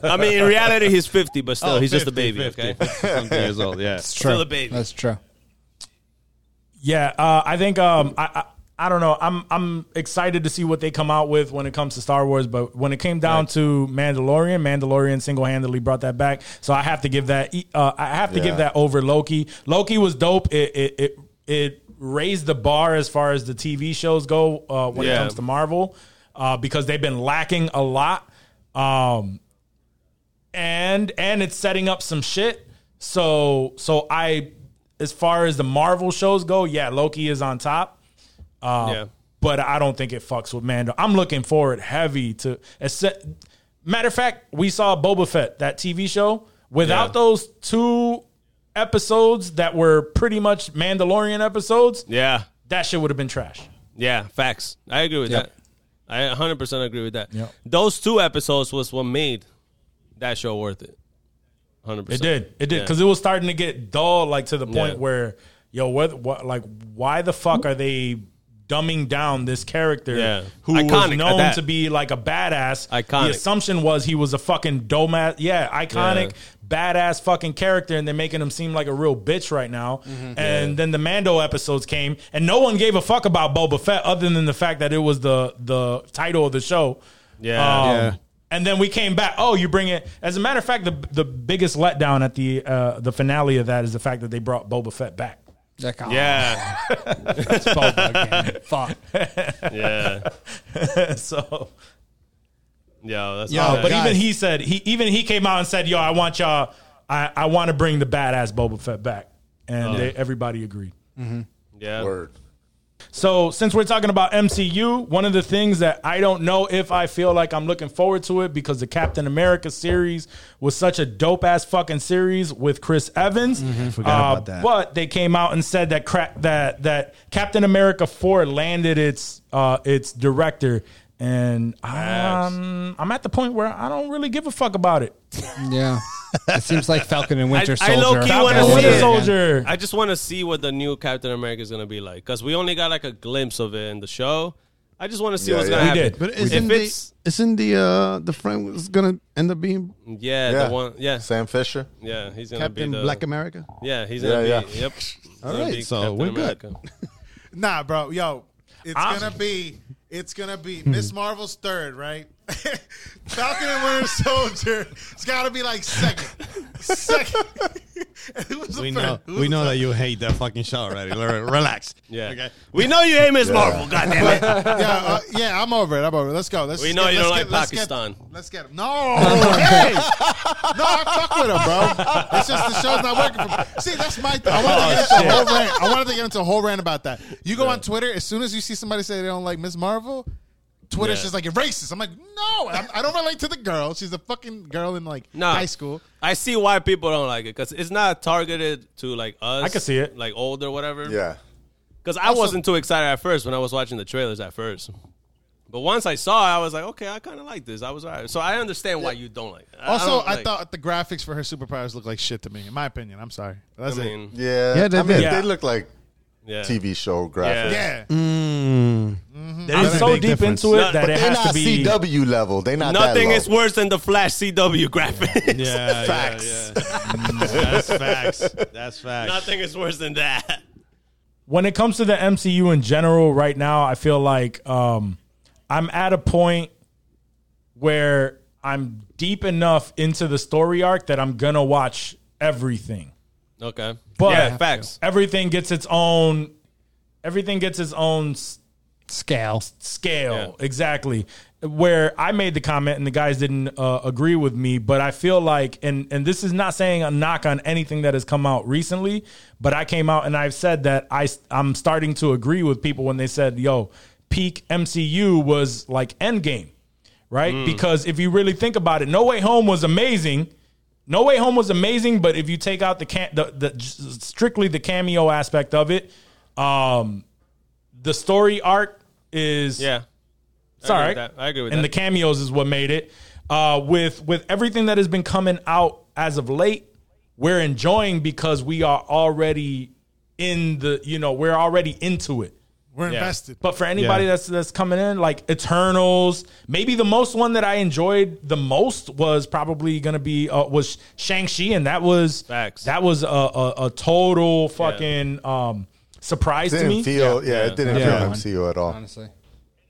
S1: I mean, in reality, he's fifty, but still,
S9: Oh,
S1: he's just a
S9: 50,
S1: baby. Okay,
S9: something years old. Yeah.
S1: still a baby.
S5: That's true.
S4: Yeah, uh, I think um, I, I I don't know. I'm I'm excited to see what they come out with when it comes to Star Wars, but when it came down to Mandalorian, Mandalorian single handedly brought that back. So I have to give that e- uh, I have to
S8: Yeah.
S4: give that over Loki. Loki was dope. It it it, it raised the bar as far as the TV shows go uh, when it
S1: Yeah.
S4: comes to Marvel uh, because they've been lacking a lot. Um, and and it's setting up some shit. So so I, as far as the Marvel shows go, yeah, Loki is on top. Uh,
S1: Yeah.
S4: But I don't think it fucks with Mando. I'm looking forward heavy to. Except, matter of fact, we saw Boba Fett that TV show. Without
S1: Yeah.
S4: those two episodes that were pretty much Mandalorian episodes,
S1: Yeah.
S4: that shit would have been trash.
S1: Yeah, facts. I agree with
S4: Yep.
S1: that. I 100 percent agree with that.
S4: Yep.
S1: Those two episodes was what made that show worth it. 100.
S4: It
S1: percent
S4: did. It did because it was starting to get dull, like to the point
S1: Yeah.
S4: where, yo, what, what, like, why the fuck are they dumbing down this character
S1: Yeah.
S4: who
S1: Iconic
S4: was
S1: at
S4: known
S1: that.
S4: to be like a badass?
S1: Iconic.
S4: The assumption was he was a fucking domass, yeah, iconic, badass fucking character, and they're making him seem like a real bitch right now.
S1: Mm-hmm.
S4: And then the Mando episodes came, and no one gave a fuck about Boba Fett other than the fact that it was the the title of the show.
S1: Yeah.
S4: Um,
S1: Yeah.
S4: And then we came back. Oh, you bring it. As a matter of fact, the the biggest letdown at the uh, the finale of that is the fact that they brought Boba Fett back.
S5: Like, oh,
S1: Yeah,
S5: it's Boba again. Fuck.
S1: yeah,
S4: so,
S1: yeah. That's
S4: uh,
S1: yeah,
S4: but even he said he even he came out and said, "Yo, I want y'all. I, I want to bring the badass Boba Fett back," and they, everybody agreed.
S1: yeah.
S8: Word.
S4: So, since we're talking about MCU, one of the things that I don't know if I feel like I'm looking forward to it because the Captain America series was such a dope ass fucking series with Chris Evans.
S9: Mm-hmm. forgot
S4: Uh,
S9: about that.
S4: But they came out and said that crap that that Captain America Four landed its uh, its director, and um, I'm at the point where I don't really give a fuck about it.
S5: Yeah. It seems like Falcon and Winter
S1: I- I
S5: Soldier.
S1: low-key wanna
S5: Falcon and
S1: see
S4: Winter
S1: it.
S4: Soldier.
S1: I just want to see what the new Captain America is gonna be like because we only got like a glimpse of it in the show. I just want to see
S8: Yeah,
S1: what's
S8: yeah.
S1: gonna
S4: We
S1: happen.
S4: did.
S9: But
S1: If
S9: isn't
S1: it's-
S9: the isn't the uh the friend was gonna end up being
S1: yeah,
S8: Yeah.
S1: the one. Yeah,
S8: Sam Fisher.
S1: yeah. He's gonna
S9: Captain
S1: be the,
S9: Black America?
S1: Yeah, he's gonna
S8: Yeah,
S1: be.
S8: yeah.
S1: Yep. All
S9: right, so we're good.
S2: Nah, bro, yo, it's
S4: I'm-
S2: gonna be, it's gonna be Miss Marvel's third, right? Falcon and Winter Soldier. It's gotta be like second, second. Who was the
S9: We
S2: third?
S9: know
S2: Who
S9: we
S2: was
S9: know
S2: the-
S9: that you hate that fucking show already. Re- Relax.
S1: Yeah.
S9: Okay.
S1: We know you hate Miss Marvel. God damn it.
S2: Yeah, uh, yeah, I'm over it. I'm over it. Let's go. Let's
S1: We
S2: just
S1: know
S2: get,
S1: you
S2: let's
S1: don't
S2: get,
S1: like
S2: let's get-
S1: Pakistan.
S2: Let's get him. No, hey, no, I fuck with him, bro. It's just the show's not working for me. See, that's my thing. I
S1: Oh,
S2: wanted to get into a whole rant. I wanted to get into a whole rant about that. You go on Twitter as soon as you see somebody say they don't like Miss Marvel. Twitter's
S1: Yeah.
S2: just like you're racist. I'm like, no, I'm, I don't relate to the girl. She's a fucking girl in like
S1: No.
S2: high school.
S1: I see why people don't like it because it's not targeted to like us.
S4: I can see it.
S1: Like old or whatever.
S8: Yeah.
S1: Because I wasn't too excited at first when I was watching the trailers at first. But once I saw it, I was like, okay, I kind of like this. I was all right. So I understand why you don't like it.
S2: Also,
S1: don't
S2: I,
S1: like-
S2: thought the graphics for her superpowers look like shit to me. In my opinion, I'm sorry.
S1: I
S2: That's it.
S1: mean,
S8: Yeah.
S9: Yeah, they
S8: I mean,
S9: did.
S8: they look like
S1: yeah.
S8: TV show graphics.
S2: Yeah,
S4: I'm so deep into it
S1: No,
S4: that
S1: but
S4: it
S8: They're
S4: has
S8: not
S4: to be.
S8: CW level. They're not that
S1: Nothing
S8: low.
S1: is worse than the Flash CW graphics.
S9: Yeah, facts. That's facts. That's facts.
S1: Nothing is worse than that.
S4: when it comes to the MCU in general right now, I feel like um, I'm at a point where I'm deep enough into the story arc that I'm gonna watch everything.
S1: Okay.
S4: But
S1: yeah, facts.
S4: Everything gets its own. Everything gets its own s-
S5: Scale.
S4: scale exactly where i made the comment and the guys didn't uh, agree with me but i feel like and and this is not saying a knock on anything that has come out recently but i came out and i've said that i i'm starting to agree with people when they said yo peak mcu was like endgame right because if you really think about it no way home was amazing no way home was amazing but if you take out the can the, the strictly the cameo aspect of it um the story arc is
S1: Yeah.
S4: it's all
S1: agree
S4: right.
S1: with that. I agree with
S4: and
S1: that.
S4: the cameos is what made it. Uh, with with everything that has been coming out as of late, we're enjoying because we are already in the you know we're already into it.
S2: we're invested.
S4: But for anybody that's that's coming in, like Eternals, maybe the most one that I enjoyed the most was probably gonna be uh, was Shang Chi, and that was
S1: Facts.
S4: that was a a, a total fucking um, surprise
S8: It
S4: to me.
S8: didn't feel. Yeah, it didn't
S5: Yeah.
S8: feel MCU at all.
S5: Honestly.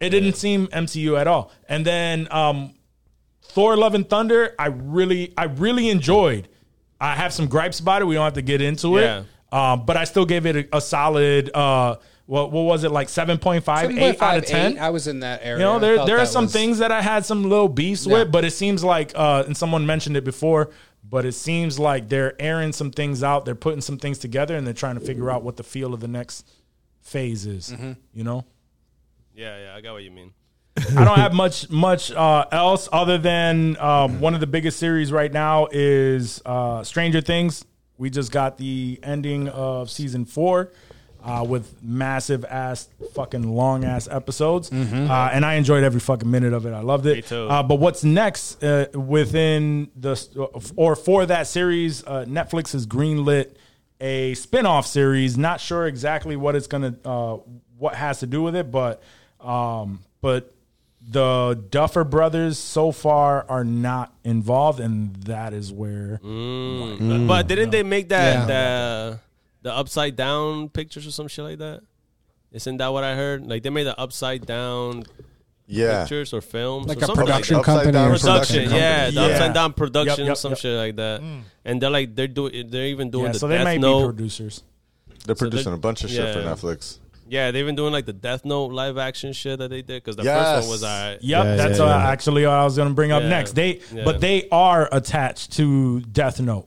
S4: It didn't seem MCU at all. And then um, Thor: Love and Thunder, I really, I really enjoyed. I have some gripes about it. We don't have to get into
S1: Yeah.
S4: it, um, but I still gave it a, a solid uh, what what was it like 7.5 8 out of 10
S5: 7.58. I was in that area.
S4: you know,
S5: I
S4: there
S5: felt
S4: there are
S5: that
S4: some
S5: was-
S4: things that I had some little beefs
S5: Yeah.
S4: with, but it seems like, uh, and someone mentioned it before, but it seems like they're airing some things out, they're putting some things together, and they're trying to figure out what the feel of the next phase is.
S5: Mm-hmm.
S4: You know,
S1: Yeah, yeah, I got what you mean.
S4: I don't have much much uh, else other than um, one of the biggest series right now is uh, Stranger Things. We just got the ending of season four. Uh, with massive ass fucking long ass episodes, uh, and I enjoyed every fucking minute of it. I loved it.
S1: Mm-hmm. Me too.
S4: Uh, but what's next uh, within the or for that series? Uh, Netflix has greenlit a spin-off series. Not sure exactly what it's gonna uh, what has to do with it, but um, but the Duffer brothers so far are not involved, and that is where
S1: But-
S4: Mm.
S1: But didn't they make that the the upside down pictures or some shit like that? Isn't that what I heard? Like they made the upside down
S8: Yeah.
S1: pictures or films,
S5: like
S1: or
S5: a
S1: something
S5: production
S8: Upside
S5: company.
S8: down
S5: or
S8: production
S5: something.
S1: production, yeah, the
S4: company.
S1: upside
S4: Yeah.
S1: down production,
S4: Yep, yep,
S1: some
S4: yep. Mm.
S1: shit like that. And they're like they're doing, they're even doing
S4: yeah,
S1: the
S4: so they
S1: Death
S4: might be
S1: Note.
S4: producers.
S8: They're producing
S1: they're-
S8: a bunch of shit for
S1: yeah.
S8: Netflix.
S1: yeah, they've been doing like the Death Note live action shit that they did because the
S8: Yes.
S1: first one was alright.
S4: Yep, that's uh, actually what I was going to bring up
S1: Yeah.
S4: next. They
S1: Yeah.
S4: but they are attached to Death Note.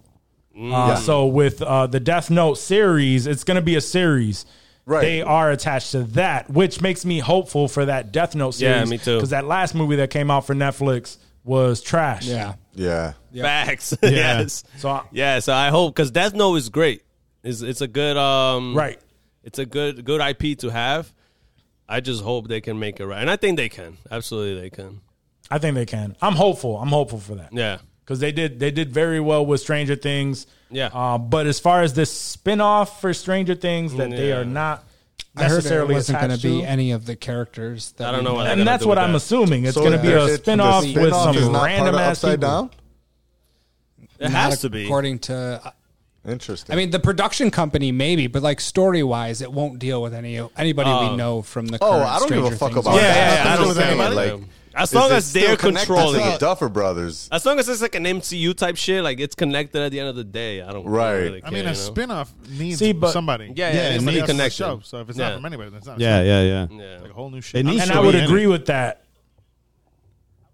S1: Mm.
S4: Uh, So with uh, the Death Note series, it's going to be a series.
S8: Right.
S4: They are attached to that, which makes me hopeful for that Death Note
S1: Yeah,
S4: series.
S1: me too.
S4: Because that last movie that came out for Netflix was trash.
S5: Yeah.
S8: Yeah.
S1: Facts. yes.
S4: So I-
S1: yeah, so I hope because Death Note is great. It's it's a good um
S4: Right.
S1: It's a good good IP to have. I just hope they can make it right, and I think they can. Absolutely, they can.
S4: I think they can. I'm hopeful. I'm hopeful for that.
S1: Yeah.
S4: because they did they did very well with Stranger Things.
S1: Yeah.
S4: Uh, but as far as this spinoff for Stranger Things, that they
S1: Mm, Yeah.
S4: are not
S5: I heard there
S4: necessarily
S5: wasn't going
S4: attached
S5: to be
S4: to.
S5: any of the characters. That
S1: I don't
S5: we
S1: know
S5: know.
S1: what
S4: and that's what I'm
S1: assuming.
S4: assuming. It's going to be
S8: it-
S4: a
S8: it- the
S4: spin-off with
S8: spinoff is
S4: some
S8: not part
S4: random
S8: of
S4: ass
S8: Upside
S4: people.
S8: Down?
S1: It
S5: Not
S1: has to be.
S5: According to,
S8: Interesting.
S5: I mean, the production company maybe, but like story wise, it won't deal with any anybody we know from the.
S8: oh,
S5: current
S8: I don't give a
S5: Stranger
S8: fuck
S5: Things
S8: about
S5: universe.
S1: Yeah,
S8: that.
S1: yeah, yeah, I
S8: Nothing to
S1: don't
S8: do with
S1: care
S8: it.
S1: about
S8: Like,
S1: it. As
S8: is
S1: long
S8: it
S1: as
S8: still
S1: they're
S8: connected to
S1: controlling
S8: the
S1: it.
S8: Duffer Brothers.
S1: As long as it's like an MCU type shit, like it's connected at the end of the day. I don't
S8: Right.
S1: Really
S2: I
S1: care,
S2: mean, a
S1: you know?
S2: spinoff needs
S4: See, but-
S2: somebody.
S1: Yeah, yeah, it
S2: Somebody
S1: needs
S2: else on the
S1: connection.
S2: show, So if it's
S1: Yeah.
S2: not from anybody, then it's not.
S3: Yeah, yeah, yeah.
S1: Yeah.
S2: Like a whole new shit.
S3: They need
S4: And I
S3: story
S4: would
S3: in it.
S4: agree with that.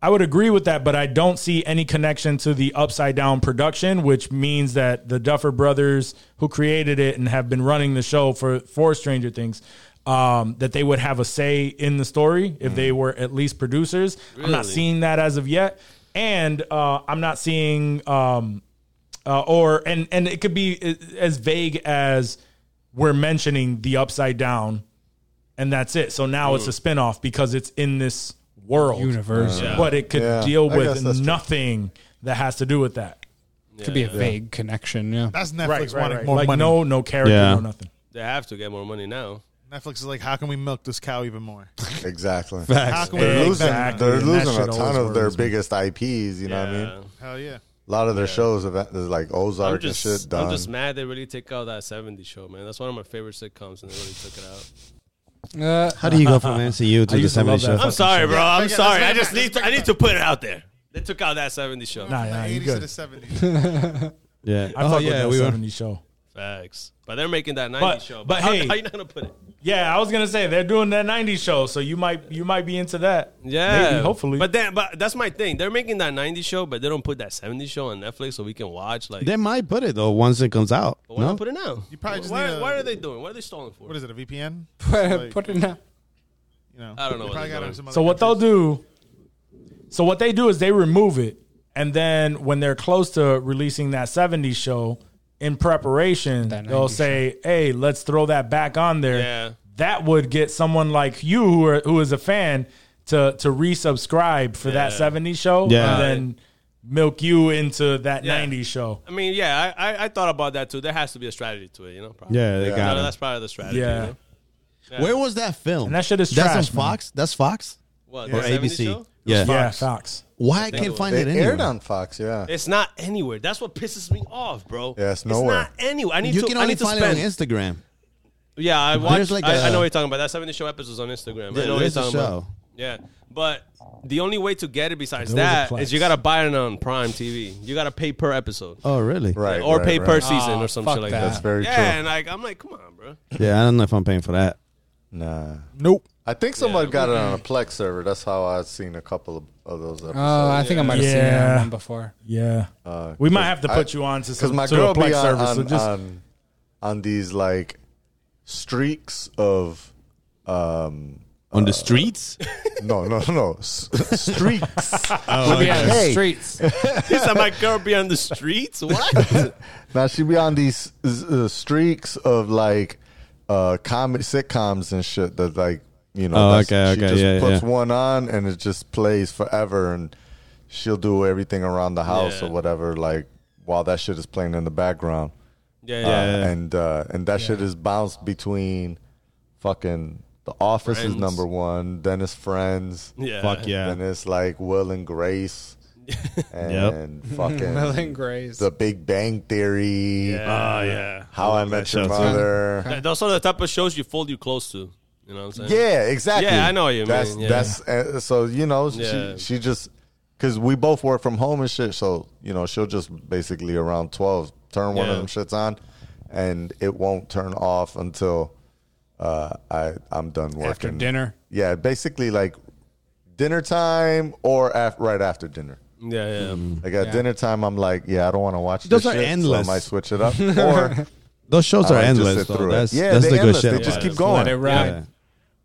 S4: I would agree with that, but I don't see any connection to the Upside Down production, which means that the Duffer brothers who created it and have been running the show for for Stranger Things, um, that they would have a say in the story if they were at least producers. I'm not
S1: Really?
S4: seeing that as of yet, and uh, I'm not seeing um, uh, or and and it could be a- as vague as we're mentioning the Upside Down, and that's it. So now it's a spinoff because it's in this world
S5: universe.
S4: but it could
S8: Yeah,
S4: deal
S8: I guess
S4: with
S8: that's true.
S4: nothing that has to do with that.
S5: Could be a vague connection. Yeah.
S2: That's Netflix
S4: Right, right,
S2: wanting
S4: right.
S2: more
S4: Like
S2: money.
S4: no, no character,
S3: Yeah.
S4: no nothing.
S1: They have to get more money now.
S2: Netflix is like, how can we milk this cow even more?
S8: Exactly.
S2: How can we
S8: They're
S2: make
S8: losing,
S2: that-
S4: Exactly.
S8: they're
S4: And that
S8: losing
S4: shit
S8: a ton
S4: always
S8: of their
S4: worries me.
S8: biggest IPs. You know what I
S1: Yeah.
S8: mean?
S2: Hell yeah.
S8: A lot of their shows have is like
S1: I'm
S8: Ozark
S1: just,
S8: and shit done.
S1: I'm just mad they really take out that 70 show, man. That's one of my favorite sitcoms, and they really took it out.
S5: Uh,
S3: How do you go from MCU to the
S4: used to love
S3: 70
S4: that
S3: show?
S1: I'm sorry, bro. I'm
S2: let's
S1: sorry.
S2: make
S1: I
S2: it
S1: just
S2: back.
S1: need to, I need to put it out there. They took out that 70 show.
S4: Nah,
S2: From
S4: nah,
S2: the
S4: you
S2: 80s
S4: good.
S2: to the 70s.
S3: Yeah.
S4: I
S3: oh,
S4: fuck
S3: yeah,
S4: with
S3: we
S4: that
S3: were.
S4: 70s show.
S1: Facts. But they're making that 90s
S4: But-
S1: show.
S4: but
S1: how,
S4: hey.
S1: how you not going to put it?
S4: Yeah, I was gonna say they're doing that '90s show, so you might you might be into that.
S1: Yeah.
S4: Maybe, hopefully.
S1: But then, but that's my thing. They're making that 90s show, but they don't put that 70s show on Netflix so we can watch. Like,
S3: They might put it, though, once it comes out.
S1: but why
S3: no?
S1: not put it now? You
S2: probably just
S1: why,
S2: need a-
S1: why are they doing? What are they stalling for?
S2: What is it? A VPN?
S5: put, put it. in a-
S2: You know,
S1: I don't know
S2: they
S1: what they're
S2: probably got it
S1: doing.
S2: in some
S4: so
S2: other
S4: what they'll
S2: countries.
S4: do? So what they do is they remove it, and then when they're close to releasing that '70s show, in preparation,
S5: That
S4: they'll
S5: 90s
S4: say, "Hey, let's throw that back on there."
S1: Yeah.
S4: that would get someone like you who are, who is a fan to to resubscribe for that 70s show
S3: Yeah.
S4: and then milk you into that
S1: Yeah.
S4: 90s show.
S1: I mean, yeah, I, I, I thought about that too. There has to be a strategy to it, you know? Probably.
S3: Yeah, they got
S1: No,
S3: it.
S1: that's probably the strategy.
S4: Yeah.
S1: You know?
S3: Where was that film?
S4: And that shit is
S3: That's
S4: trash,
S3: on
S4: man.
S3: Fox? That's Fox?
S1: What,
S3: Or
S1: the 70s
S3: ABC?
S1: show?
S3: Yeah.
S4: Yeah, Fox.
S3: Why I can't find
S8: They
S3: it anywhere?
S8: aired on Fox, yeah.
S1: It's not anywhere. That's what pisses me off, bro.
S8: Yeah, it's
S1: It's
S8: nowhere.
S1: not anywhere. I need
S3: You
S1: to.
S3: can
S1: I
S3: only
S1: need to
S3: find it on
S1: spend.
S3: Instagram.
S1: Yeah, I watched.
S3: like
S1: I I
S3: a-
S1: know what you're talking about. That 70 show episodes on Instagram. I
S3: There
S1: know what you're
S3: is a
S1: talking about.
S3: show.
S1: Yeah, but the only way to get it besides
S4: There was a
S1: that
S4: Plex.
S1: is you gotta buy it on Prime TV. You gotta pay per episode
S3: Oh, really?
S8: Right.
S1: or
S8: right,
S1: pay
S8: right.
S1: per season
S5: Ah,
S1: or some
S5: fuck
S1: shit like
S5: that.
S1: that.
S8: That's very
S1: yeah,
S8: true.
S1: and like I'm like, come on, bro.
S3: Yeah, I don't know if I'm paying for that.
S8: Nah.
S2: Nope.
S8: I think somebody got it on a Plex server. That's how I've seen a couple of, of those episodes.
S5: Oh, I think I might have seen
S4: Yeah.
S5: that one before.
S4: Yeah.
S8: Uh,
S4: we might have to
S8: I-
S4: put you on to
S8: because
S4: some
S8: my
S4: to
S8: girl
S4: a Plex
S8: be on,
S4: service.
S8: on,
S4: so just
S8: on, on these like streaks of um
S3: on the streets.
S8: no no no s- streaks.
S3: Oh,
S8: With an
S5: Yeah, the
S8: A.
S5: streets.
S1: Is that my girl be on the streets? What?
S8: Now she be on these uh, streaks of like uh comic sitcoms and shit that like you know.
S3: Oh,
S8: that's-
S3: okay,
S8: she
S3: okay,
S8: just
S3: yeah,
S8: puts
S3: yeah.
S8: one on and it just plays forever, and she'll do everything around the house
S1: Yeah.
S8: or whatever, like while that shit is playing in the background.
S1: Yeah,
S8: Uh,
S1: yeah.
S8: and uh, and that shit is bounced between fucking The Office
S1: Friends.
S8: is number one, then it's Friends,
S1: yeah.
S3: Fuck yeah.
S8: then it's like Will and Grace, and fucking
S5: Melon Grays.
S8: The Big Bang Theory.
S3: Oh yeah.
S8: How I
S3: love that
S8: Met
S3: show,
S8: Your
S3: too.
S8: Mother.
S1: Th- Those are the type of shows you fold you close to. You know what I'm saying?
S8: Yeah, exactly.
S1: Yeah, I know what you mean,
S8: that's,
S1: yeah.
S8: That's uh, so you know
S1: Yeah.
S8: she she just because we both work from home and shit, so you know she'll just basically around twelve turn one
S1: Yeah.
S8: of them shits on, and it won't turn off until uh, I I'm done working
S13: After dinner.
S8: Yeah, basically like dinner time or af- right after dinner.
S1: Yeah, yeah.
S8: Like at dinner time, I'm like, yeah, I don't want to watch.
S3: Those
S8: this
S3: are
S8: shit,
S3: endless.
S8: So I might switch it up, or
S3: Those shows
S8: I
S3: are
S8: like to
S3: endless.
S8: sit
S3: Though.
S8: through it.
S3: That's,
S8: Yeah,
S3: that's
S8: they're
S3: the good
S8: endless.
S3: shit.
S8: They
S3: about
S8: just
S3: it.
S8: keep
S5: Let it
S8: going.
S5: ride.
S3: Yeah.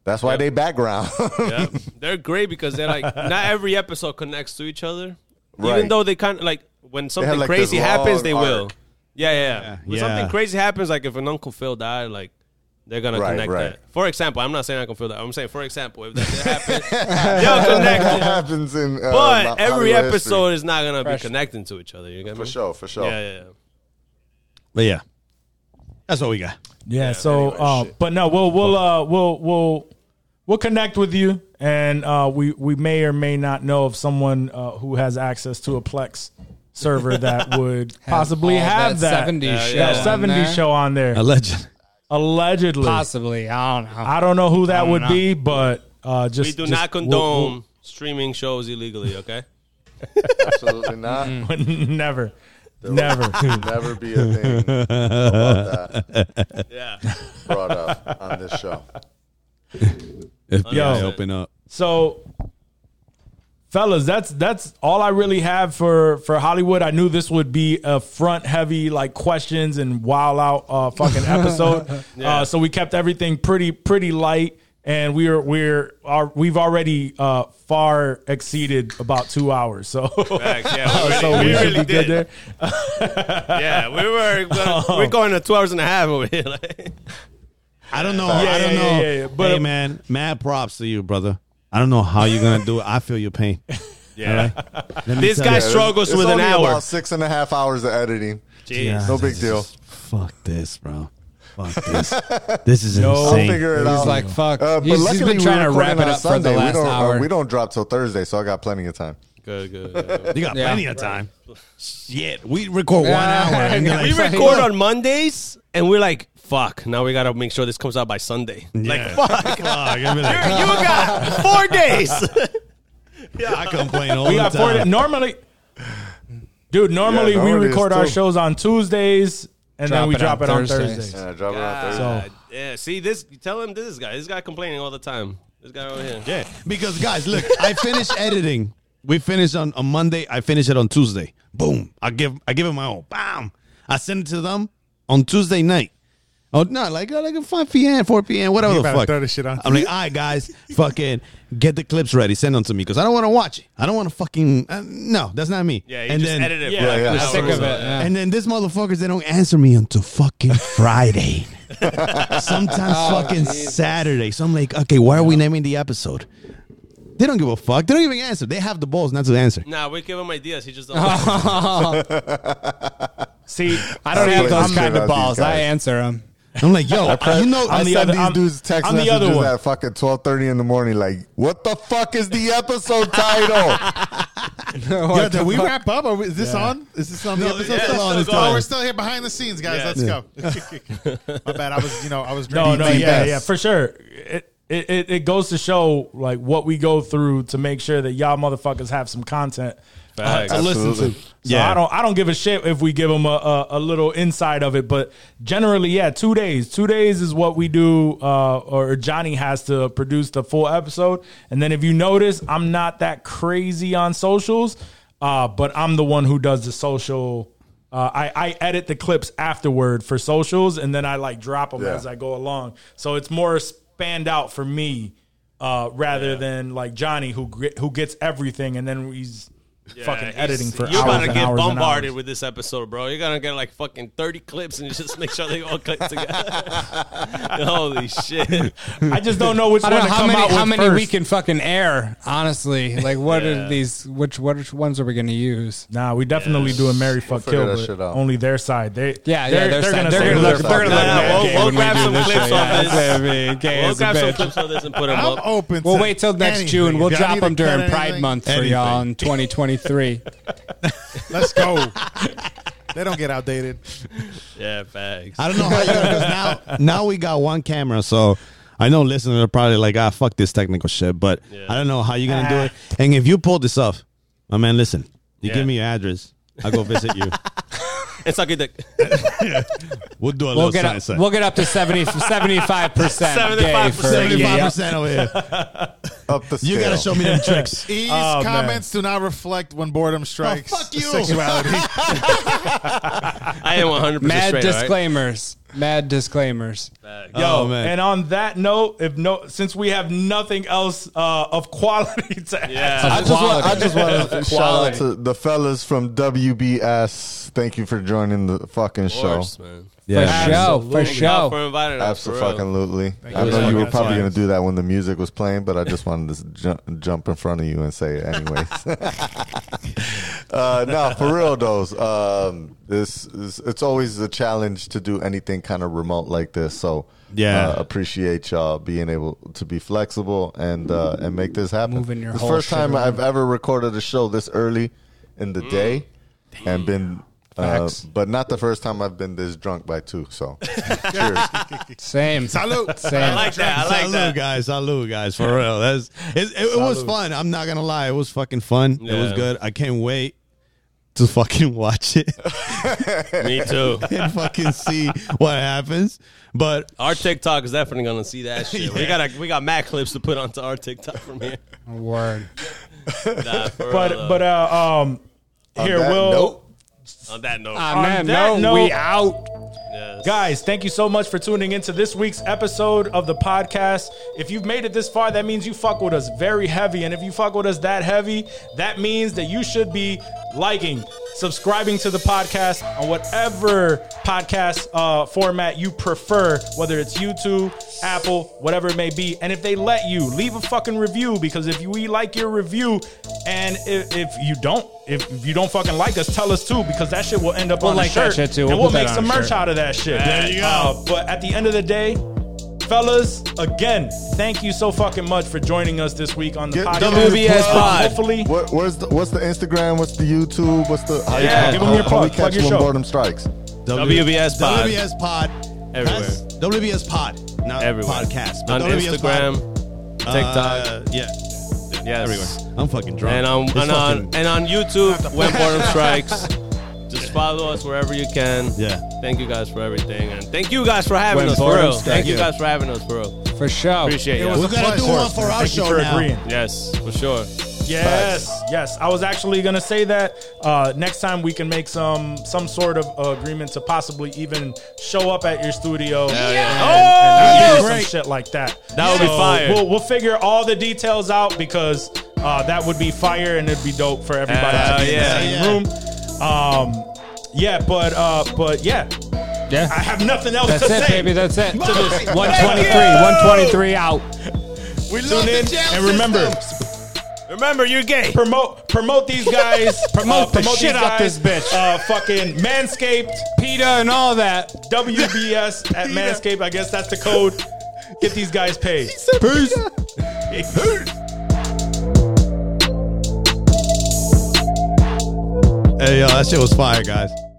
S8: That's why they background.
S1: yeah. They're great because they're like not every episode connects to each other. Even
S8: Right.
S1: though they kind of like when something
S8: like, this
S1: crazy happens,
S8: long
S1: they
S8: arc.
S1: will. Yeah, yeah. yeah. When
S3: yeah.
S1: something crazy happens, like if an Uncle Phil died, like they're gonna
S8: Right,
S1: connect
S8: right.
S1: that. For example, I'm not saying Uncle Phil died. I'm saying, for example, if that did happen, they'll connect.
S8: that
S1: it.
S8: happens in uh,
S1: But
S8: Hollywood
S1: every
S8: history.
S1: episode is not gonna be connecting to each other. You get me?
S8: for sure, for sure.
S1: Yeah, yeah. yeah.
S3: But yeah, that's what we got.
S4: yeah, so uh, but no, we'll we'll uh, we'll we'll we'll connect with you, and uh, we we may or may not know of someone uh, who has access to a Plex server that would possibly
S5: all
S4: have
S5: that
S4: that
S5: 70s
S4: that
S5: show on
S4: 70s
S5: there.
S4: show on there
S3: A legend.
S4: allegedly.
S5: Possibly. I don't know.
S4: I don't know who that
S5: don't
S4: would
S5: know.
S4: be, but uh, just
S1: We do
S4: just-
S1: not
S4: we'll-
S1: condone streaming shows illegally. Okay.
S8: Absolutely not.
S4: we'll- never, never.
S8: Never be a thing about that
S1: Yeah.
S8: brought up on this show.
S3: FBI
S4: Yo.
S3: open up.
S4: So, fellas, that's that's all I really have for for Hollywood. I knew this would be a front heavy like questions and wild out uh, fucking episode. uh, so we kept everything pretty pretty light, and we're we're are, we've already uh, far exceeded about two hours. So. Uh,
S1: Facts, Yeah. We really,
S4: So
S1: we
S4: we should
S1: really
S4: be good
S1: did.
S4: there.
S1: Yeah, we were gonna, we're going to two hours and a half over here. like.
S3: I don't know.
S4: Yeah,
S3: I don't
S4: yeah,
S3: know.
S4: yeah, yeah. But-
S3: hey, man, mad props to you, brother. I don't know how you're gonna do it. I feel your pain.
S1: yeah.
S3: Let me
S1: This
S3: tell
S1: guy
S3: you.
S1: struggles
S8: it's
S1: with an
S8: only
S1: hour.
S8: about six and a half hours of editing.
S1: Jeez.
S3: Yeah,
S8: No big
S3: this
S8: deal.
S3: is- Fuck this, bro. Fuck this. this is
S8: I'll
S3: insane.
S8: figure it out.
S5: He's like, fuck.
S8: Uh, but
S5: he's, he's
S8: luckily,
S5: been trying to
S8: we
S5: wrap it up for the
S8: Sunday. we
S5: last
S8: don't, uh,
S5: hour.
S8: we don't drop till Thursday, so I got plenty of time.
S1: Good, good. good.
S3: you got
S5: Yeah.
S3: plenty of time. Shit, we record
S5: Yeah.
S3: one hour. And you're
S1: we
S3: like,
S1: record on Mondays, and we're like, "Fuck!" Now we gotta make sure this comes out by Sunday. Like, fuck,
S3: fuck. You're gonna be
S1: you
S3: like,
S1: got four days.
S3: I complain all
S4: We
S3: the
S4: got
S3: time.
S4: four. Normally, dude. Normally,
S8: Yeah, normally
S4: we
S8: it's
S4: record our
S8: two.
S4: shows on Tuesdays, and then
S5: Drop
S4: we
S5: it
S4: drop
S5: on
S4: it on
S5: Thursdays.
S4: Thursdays.
S8: And I drop it on Thursday.
S1: God, yeah. See this? Tell him this guy. This guy complaining all the time. This guy over here.
S3: Yeah, because guys, look, I finished editing. We finished on, on Monday. I finished it on Tuesday. Boom. I give I give it my all. Bam. I send it to them on Tuesday night. Oh no, like uh, like at five p.m., four p.m., whatever
S2: You
S3: the
S2: better
S3: fuck.
S2: throw this shit on.
S3: I'm like, all right, guys, fucking get the clips ready. Send them to me because I don't want to watch it. I don't want to fucking uh, no. That's not me.
S1: Yeah, he just edited it. for
S4: Yeah,
S1: like
S8: yeah.
S1: an
S8: Sick
S1: hour or
S5: of
S1: so.
S5: it, yeah.
S3: And then this motherfuckers they don't answer me until fucking Friday. Sometimes fucking Saturday. So I'm like, okay, why are we naming the episode? They don't give a fuck. They don't even answer. They have the balls not to answer.
S1: Nah, we give him ideas. He just don't.
S4: See,
S5: I don't have
S8: I'm
S5: those
S8: sure
S5: kind
S8: about
S5: of balls.
S8: these
S5: I
S8: guys.
S5: answer them.
S3: I'm like, yo, you know,
S8: I
S4: the
S8: send
S4: other-
S8: these
S4: I'm-
S8: dudes text
S4: I'm the other
S8: messages
S4: one.
S8: at fucking twelve thirty in the morning. Like, what the fuck is the episode title?
S2: Yeah, did we wrap up? Are we, is this on? Is this on the
S3: No,
S2: episode?
S3: yeah,
S2: still
S3: it's
S2: on?
S3: still
S2: Oh,
S3: going.
S2: we're still here behind the scenes, guys.
S1: Yeah.
S2: Let's go. My bad. I was, you know, I was
S4: no,
S2: drinking.
S4: no,
S8: DBS.
S4: yeah, yeah, for sure. It, it, it, it goes to show like what we go through to make sure that y'all motherfuckers have some content uh,
S1: Facts.
S4: to listen to. So
S1: Absolutely.
S4: I don't I don't give a shit if we give them a, a, a little inside of it, but generally, yeah, two days. Two days is what we do. Uh, or Johnny has to produce the full episode, and then if you notice, I'm not that crazy on socials, uh, but I'm the one who does the social. Uh, I, I edit the clips afterward for socials, and then I like drop them
S8: Yeah.
S4: as I go along. So it's more spanned out for me uh, rather than like Johnny who gr- who gets everything and then he's fucking
S1: he's-
S4: editing for
S1: You're
S4: hours
S1: gonna
S4: and
S1: get
S4: hours and
S1: bombarded
S4: hours.
S1: with this episode, bro. You're gonna get like fucking 30 clips and just make sure they all click together. Holy shit!
S4: I just don't know which
S5: I
S4: one
S5: don't
S4: to
S5: know how
S4: come
S5: many
S4: out
S5: how
S4: with
S5: many
S4: first.
S5: we can fucking air. Honestly, like what
S1: Yeah.
S5: are these? Which which ones are we going to use?
S4: Nah, we definitely doing Mary fuck
S8: figure
S4: kill,
S8: that
S4: but
S8: shit out.
S4: only their side. They
S5: Yeah, yeah,
S4: they're,
S5: their
S4: they're
S5: side.
S4: gonna
S5: They're
S4: say
S5: gonna
S4: their
S5: look-
S4: side.
S5: they're gonna
S1: Nah,
S5: look back
S1: we'll-
S5: gay
S1: we'll
S5: when we
S1: grab
S5: do
S1: some
S5: this
S1: clips
S5: shit.
S1: on
S5: Yeah,
S1: this.
S5: that's what I mean. Gay
S1: We'll
S5: as a
S1: grab some
S5: bitch.
S1: clips of this and put them
S2: I'm
S1: up.
S2: open.
S5: We'll
S2: to
S5: wait till next
S2: anything.
S5: June. We'll
S2: If y'all
S5: drop
S2: need to
S5: them during
S2: cut
S5: Pride
S2: anything,
S5: Month for y'all in 2023.
S2: Let's go. they don't get outdated.
S1: Yeah, facts.
S3: I don't know how you because now now we got one camera, so I know listeners are probably like, ah, fuck this technical shit, but I don't know how you're gonna do it. And if you pull this off, my man, listen, you
S1: Yeah.
S3: give me your address, I'll go visit you.
S1: It's like dick.
S3: We'll do a
S5: We'll
S3: little
S5: get up.
S3: sunset.
S5: We'll get up to 70 75 percent.
S1: 75%,
S3: Seventy-five percent over here.
S8: Up the scale.
S3: You gotta show me them tricks.
S2: E's
S4: Oh, man.
S2: comments do not reflect when boredom strikes.
S3: fuck you.
S2: Sexuality.
S1: I am 100 percent straight.
S5: Mad
S1: all right?
S5: disclaimers. Mad disclaimers.
S4: Yo,
S3: Oh, man.
S4: and on that note, if no, since we have nothing else uh, of quality to add,
S1: Yeah.
S8: I just want, I just want to
S5: Quality.
S8: shout out to the fellas from WBS. Thank you for joining the fucking
S1: Of
S8: show.
S1: course, man.
S5: For show. For
S1: Thank y'all for
S5: show.
S1: inviting us. for real.
S8: Absolutely. I
S1: you.
S8: know you were
S1: That's
S8: probably
S1: nice.
S8: going to do that when the music was playing, but I just wanted to jump, jump in front of you and say it anyways. uh, no, for real, those. Um, this is, it's always a challenge to do anything kind of remote like this. So
S3: Yeah.
S8: uh, appreciate y'all being able to be flexible and uh, and make this happen.
S5: Moving your
S8: the
S5: whole
S8: first
S5: shit
S8: time
S5: around.
S8: I've ever recorded a show this early in the day and been. Uh,
S5: Facts.
S8: but not the first time I've been this drunk by two. So, cheers.
S5: Same.
S2: Salute.
S1: I
S5: Same.
S1: like that. I like
S3: salute,
S1: that.
S3: guys. Salute, guys. For real. That's it, it, it was fun. I'm not gonna lie. It was fucking fun. It was
S1: Yeah.
S3: good. I can't wait to fucking watch it
S1: Me too.
S3: and fucking see what happens. But
S1: Our TikTok is definitely gonna see that shit. We got a, we got mad clips to put onto our TikTok from here.
S5: Word.
S1: Nah, for real,
S4: but
S1: though.
S4: but uh, um, here
S8: that
S4: will
S8: note,
S1: on that note,
S5: Ah,
S4: On
S5: man,
S4: that note-
S5: no, we out.
S1: yes.
S4: Guys, thank you so much for tuning into this week's episode of the podcast. If you've made it this far, that means you fuck with us very heavy. And if you fuck with us that heavy, that means that you should be liking, subscribing to the podcast on whatever podcast uh, format you prefer, whether it's YouTube, Apple, whatever it may be. And if they let you, leave a fucking review because if we like your review, and if, if you don't, if, if you don't fucking like us, tell us too because that shit will end up
S5: We'll
S4: on
S5: like
S4: a
S5: that
S4: shirt,
S5: shit, too.
S4: and
S5: We'll
S4: we'll
S5: put that
S4: make some
S5: on a
S4: merch
S5: shirt.
S4: out of that shit.
S1: There you go.
S4: Uh, but at the end of the day, fellas, again, thank you so fucking much for joining us this week on the
S8: Get
S4: podcast.
S8: WBS
S4: Uh,
S8: pod.
S4: Hopefully,
S8: What, where's the, what's the Instagram? What's the YouTube? What's the how
S1: Yeah,
S8: how-
S1: give
S4: 'em your
S8: how
S4: plug.
S8: we
S4: Plug
S8: catch
S4: your
S8: when
S4: show.
S8: boredom strikes?
S1: WBS pod.
S3: WBS pod.
S1: Everywhere.
S3: That's WBS pod. Not
S1: everywhere.
S3: podcast.
S1: on
S3: but WBS pod.
S1: Instagram,
S3: Uh,
S1: TikTok,
S3: yeah.
S1: yes.
S3: Everywhere. I'm fucking drunk.
S1: and on
S3: It's
S1: and on
S3: fucking-
S1: and on YouTube when boredom strikes. Just follow us wherever you can.
S3: Yeah.
S1: Thank you guys for everything, and thank you guys for having
S5: When
S1: us. For
S5: boredom
S1: real.
S5: strikes.
S1: Thank you guys for having us. For real.
S3: Oh,
S5: For show.
S1: Appreciate you.
S3: We're gonna do one for our
S4: thank you
S3: show
S4: for
S3: now.
S4: agreeing.
S1: Yes, for sure.
S4: Yes, yes. I was actually gonna say that uh, next time we can make some some sort of uh, agreement to possibly even show up at your studio.
S1: Oh,
S4: and, and, do
S1: yes.
S4: some shit like that.
S1: That would be fire.
S4: We'll, we'll figure all the details out because uh, that would be fire and it'd be dope for everybody
S1: Hell
S4: to be
S1: yeah.
S4: in the same room. Um, yeah, but uh, but yeah, I
S5: Yeah.
S4: have nothing else
S5: That's
S4: to
S5: it,
S4: say.
S5: baby. That's it.
S4: To this.
S5: 123. 123 out.
S4: We love in and remember,
S1: Remember, you're gay.
S4: promote promote these guys. uh,
S5: Promote the
S4: these
S5: shit out
S4: guys.
S5: this bitch.
S4: Uh, fucking manscaped.
S5: PETA and all that.
S4: WBS at Manscaped. I guess that's the code. Get these guys paid. Peace.
S3: Hey, yo, that shit was fire, guys.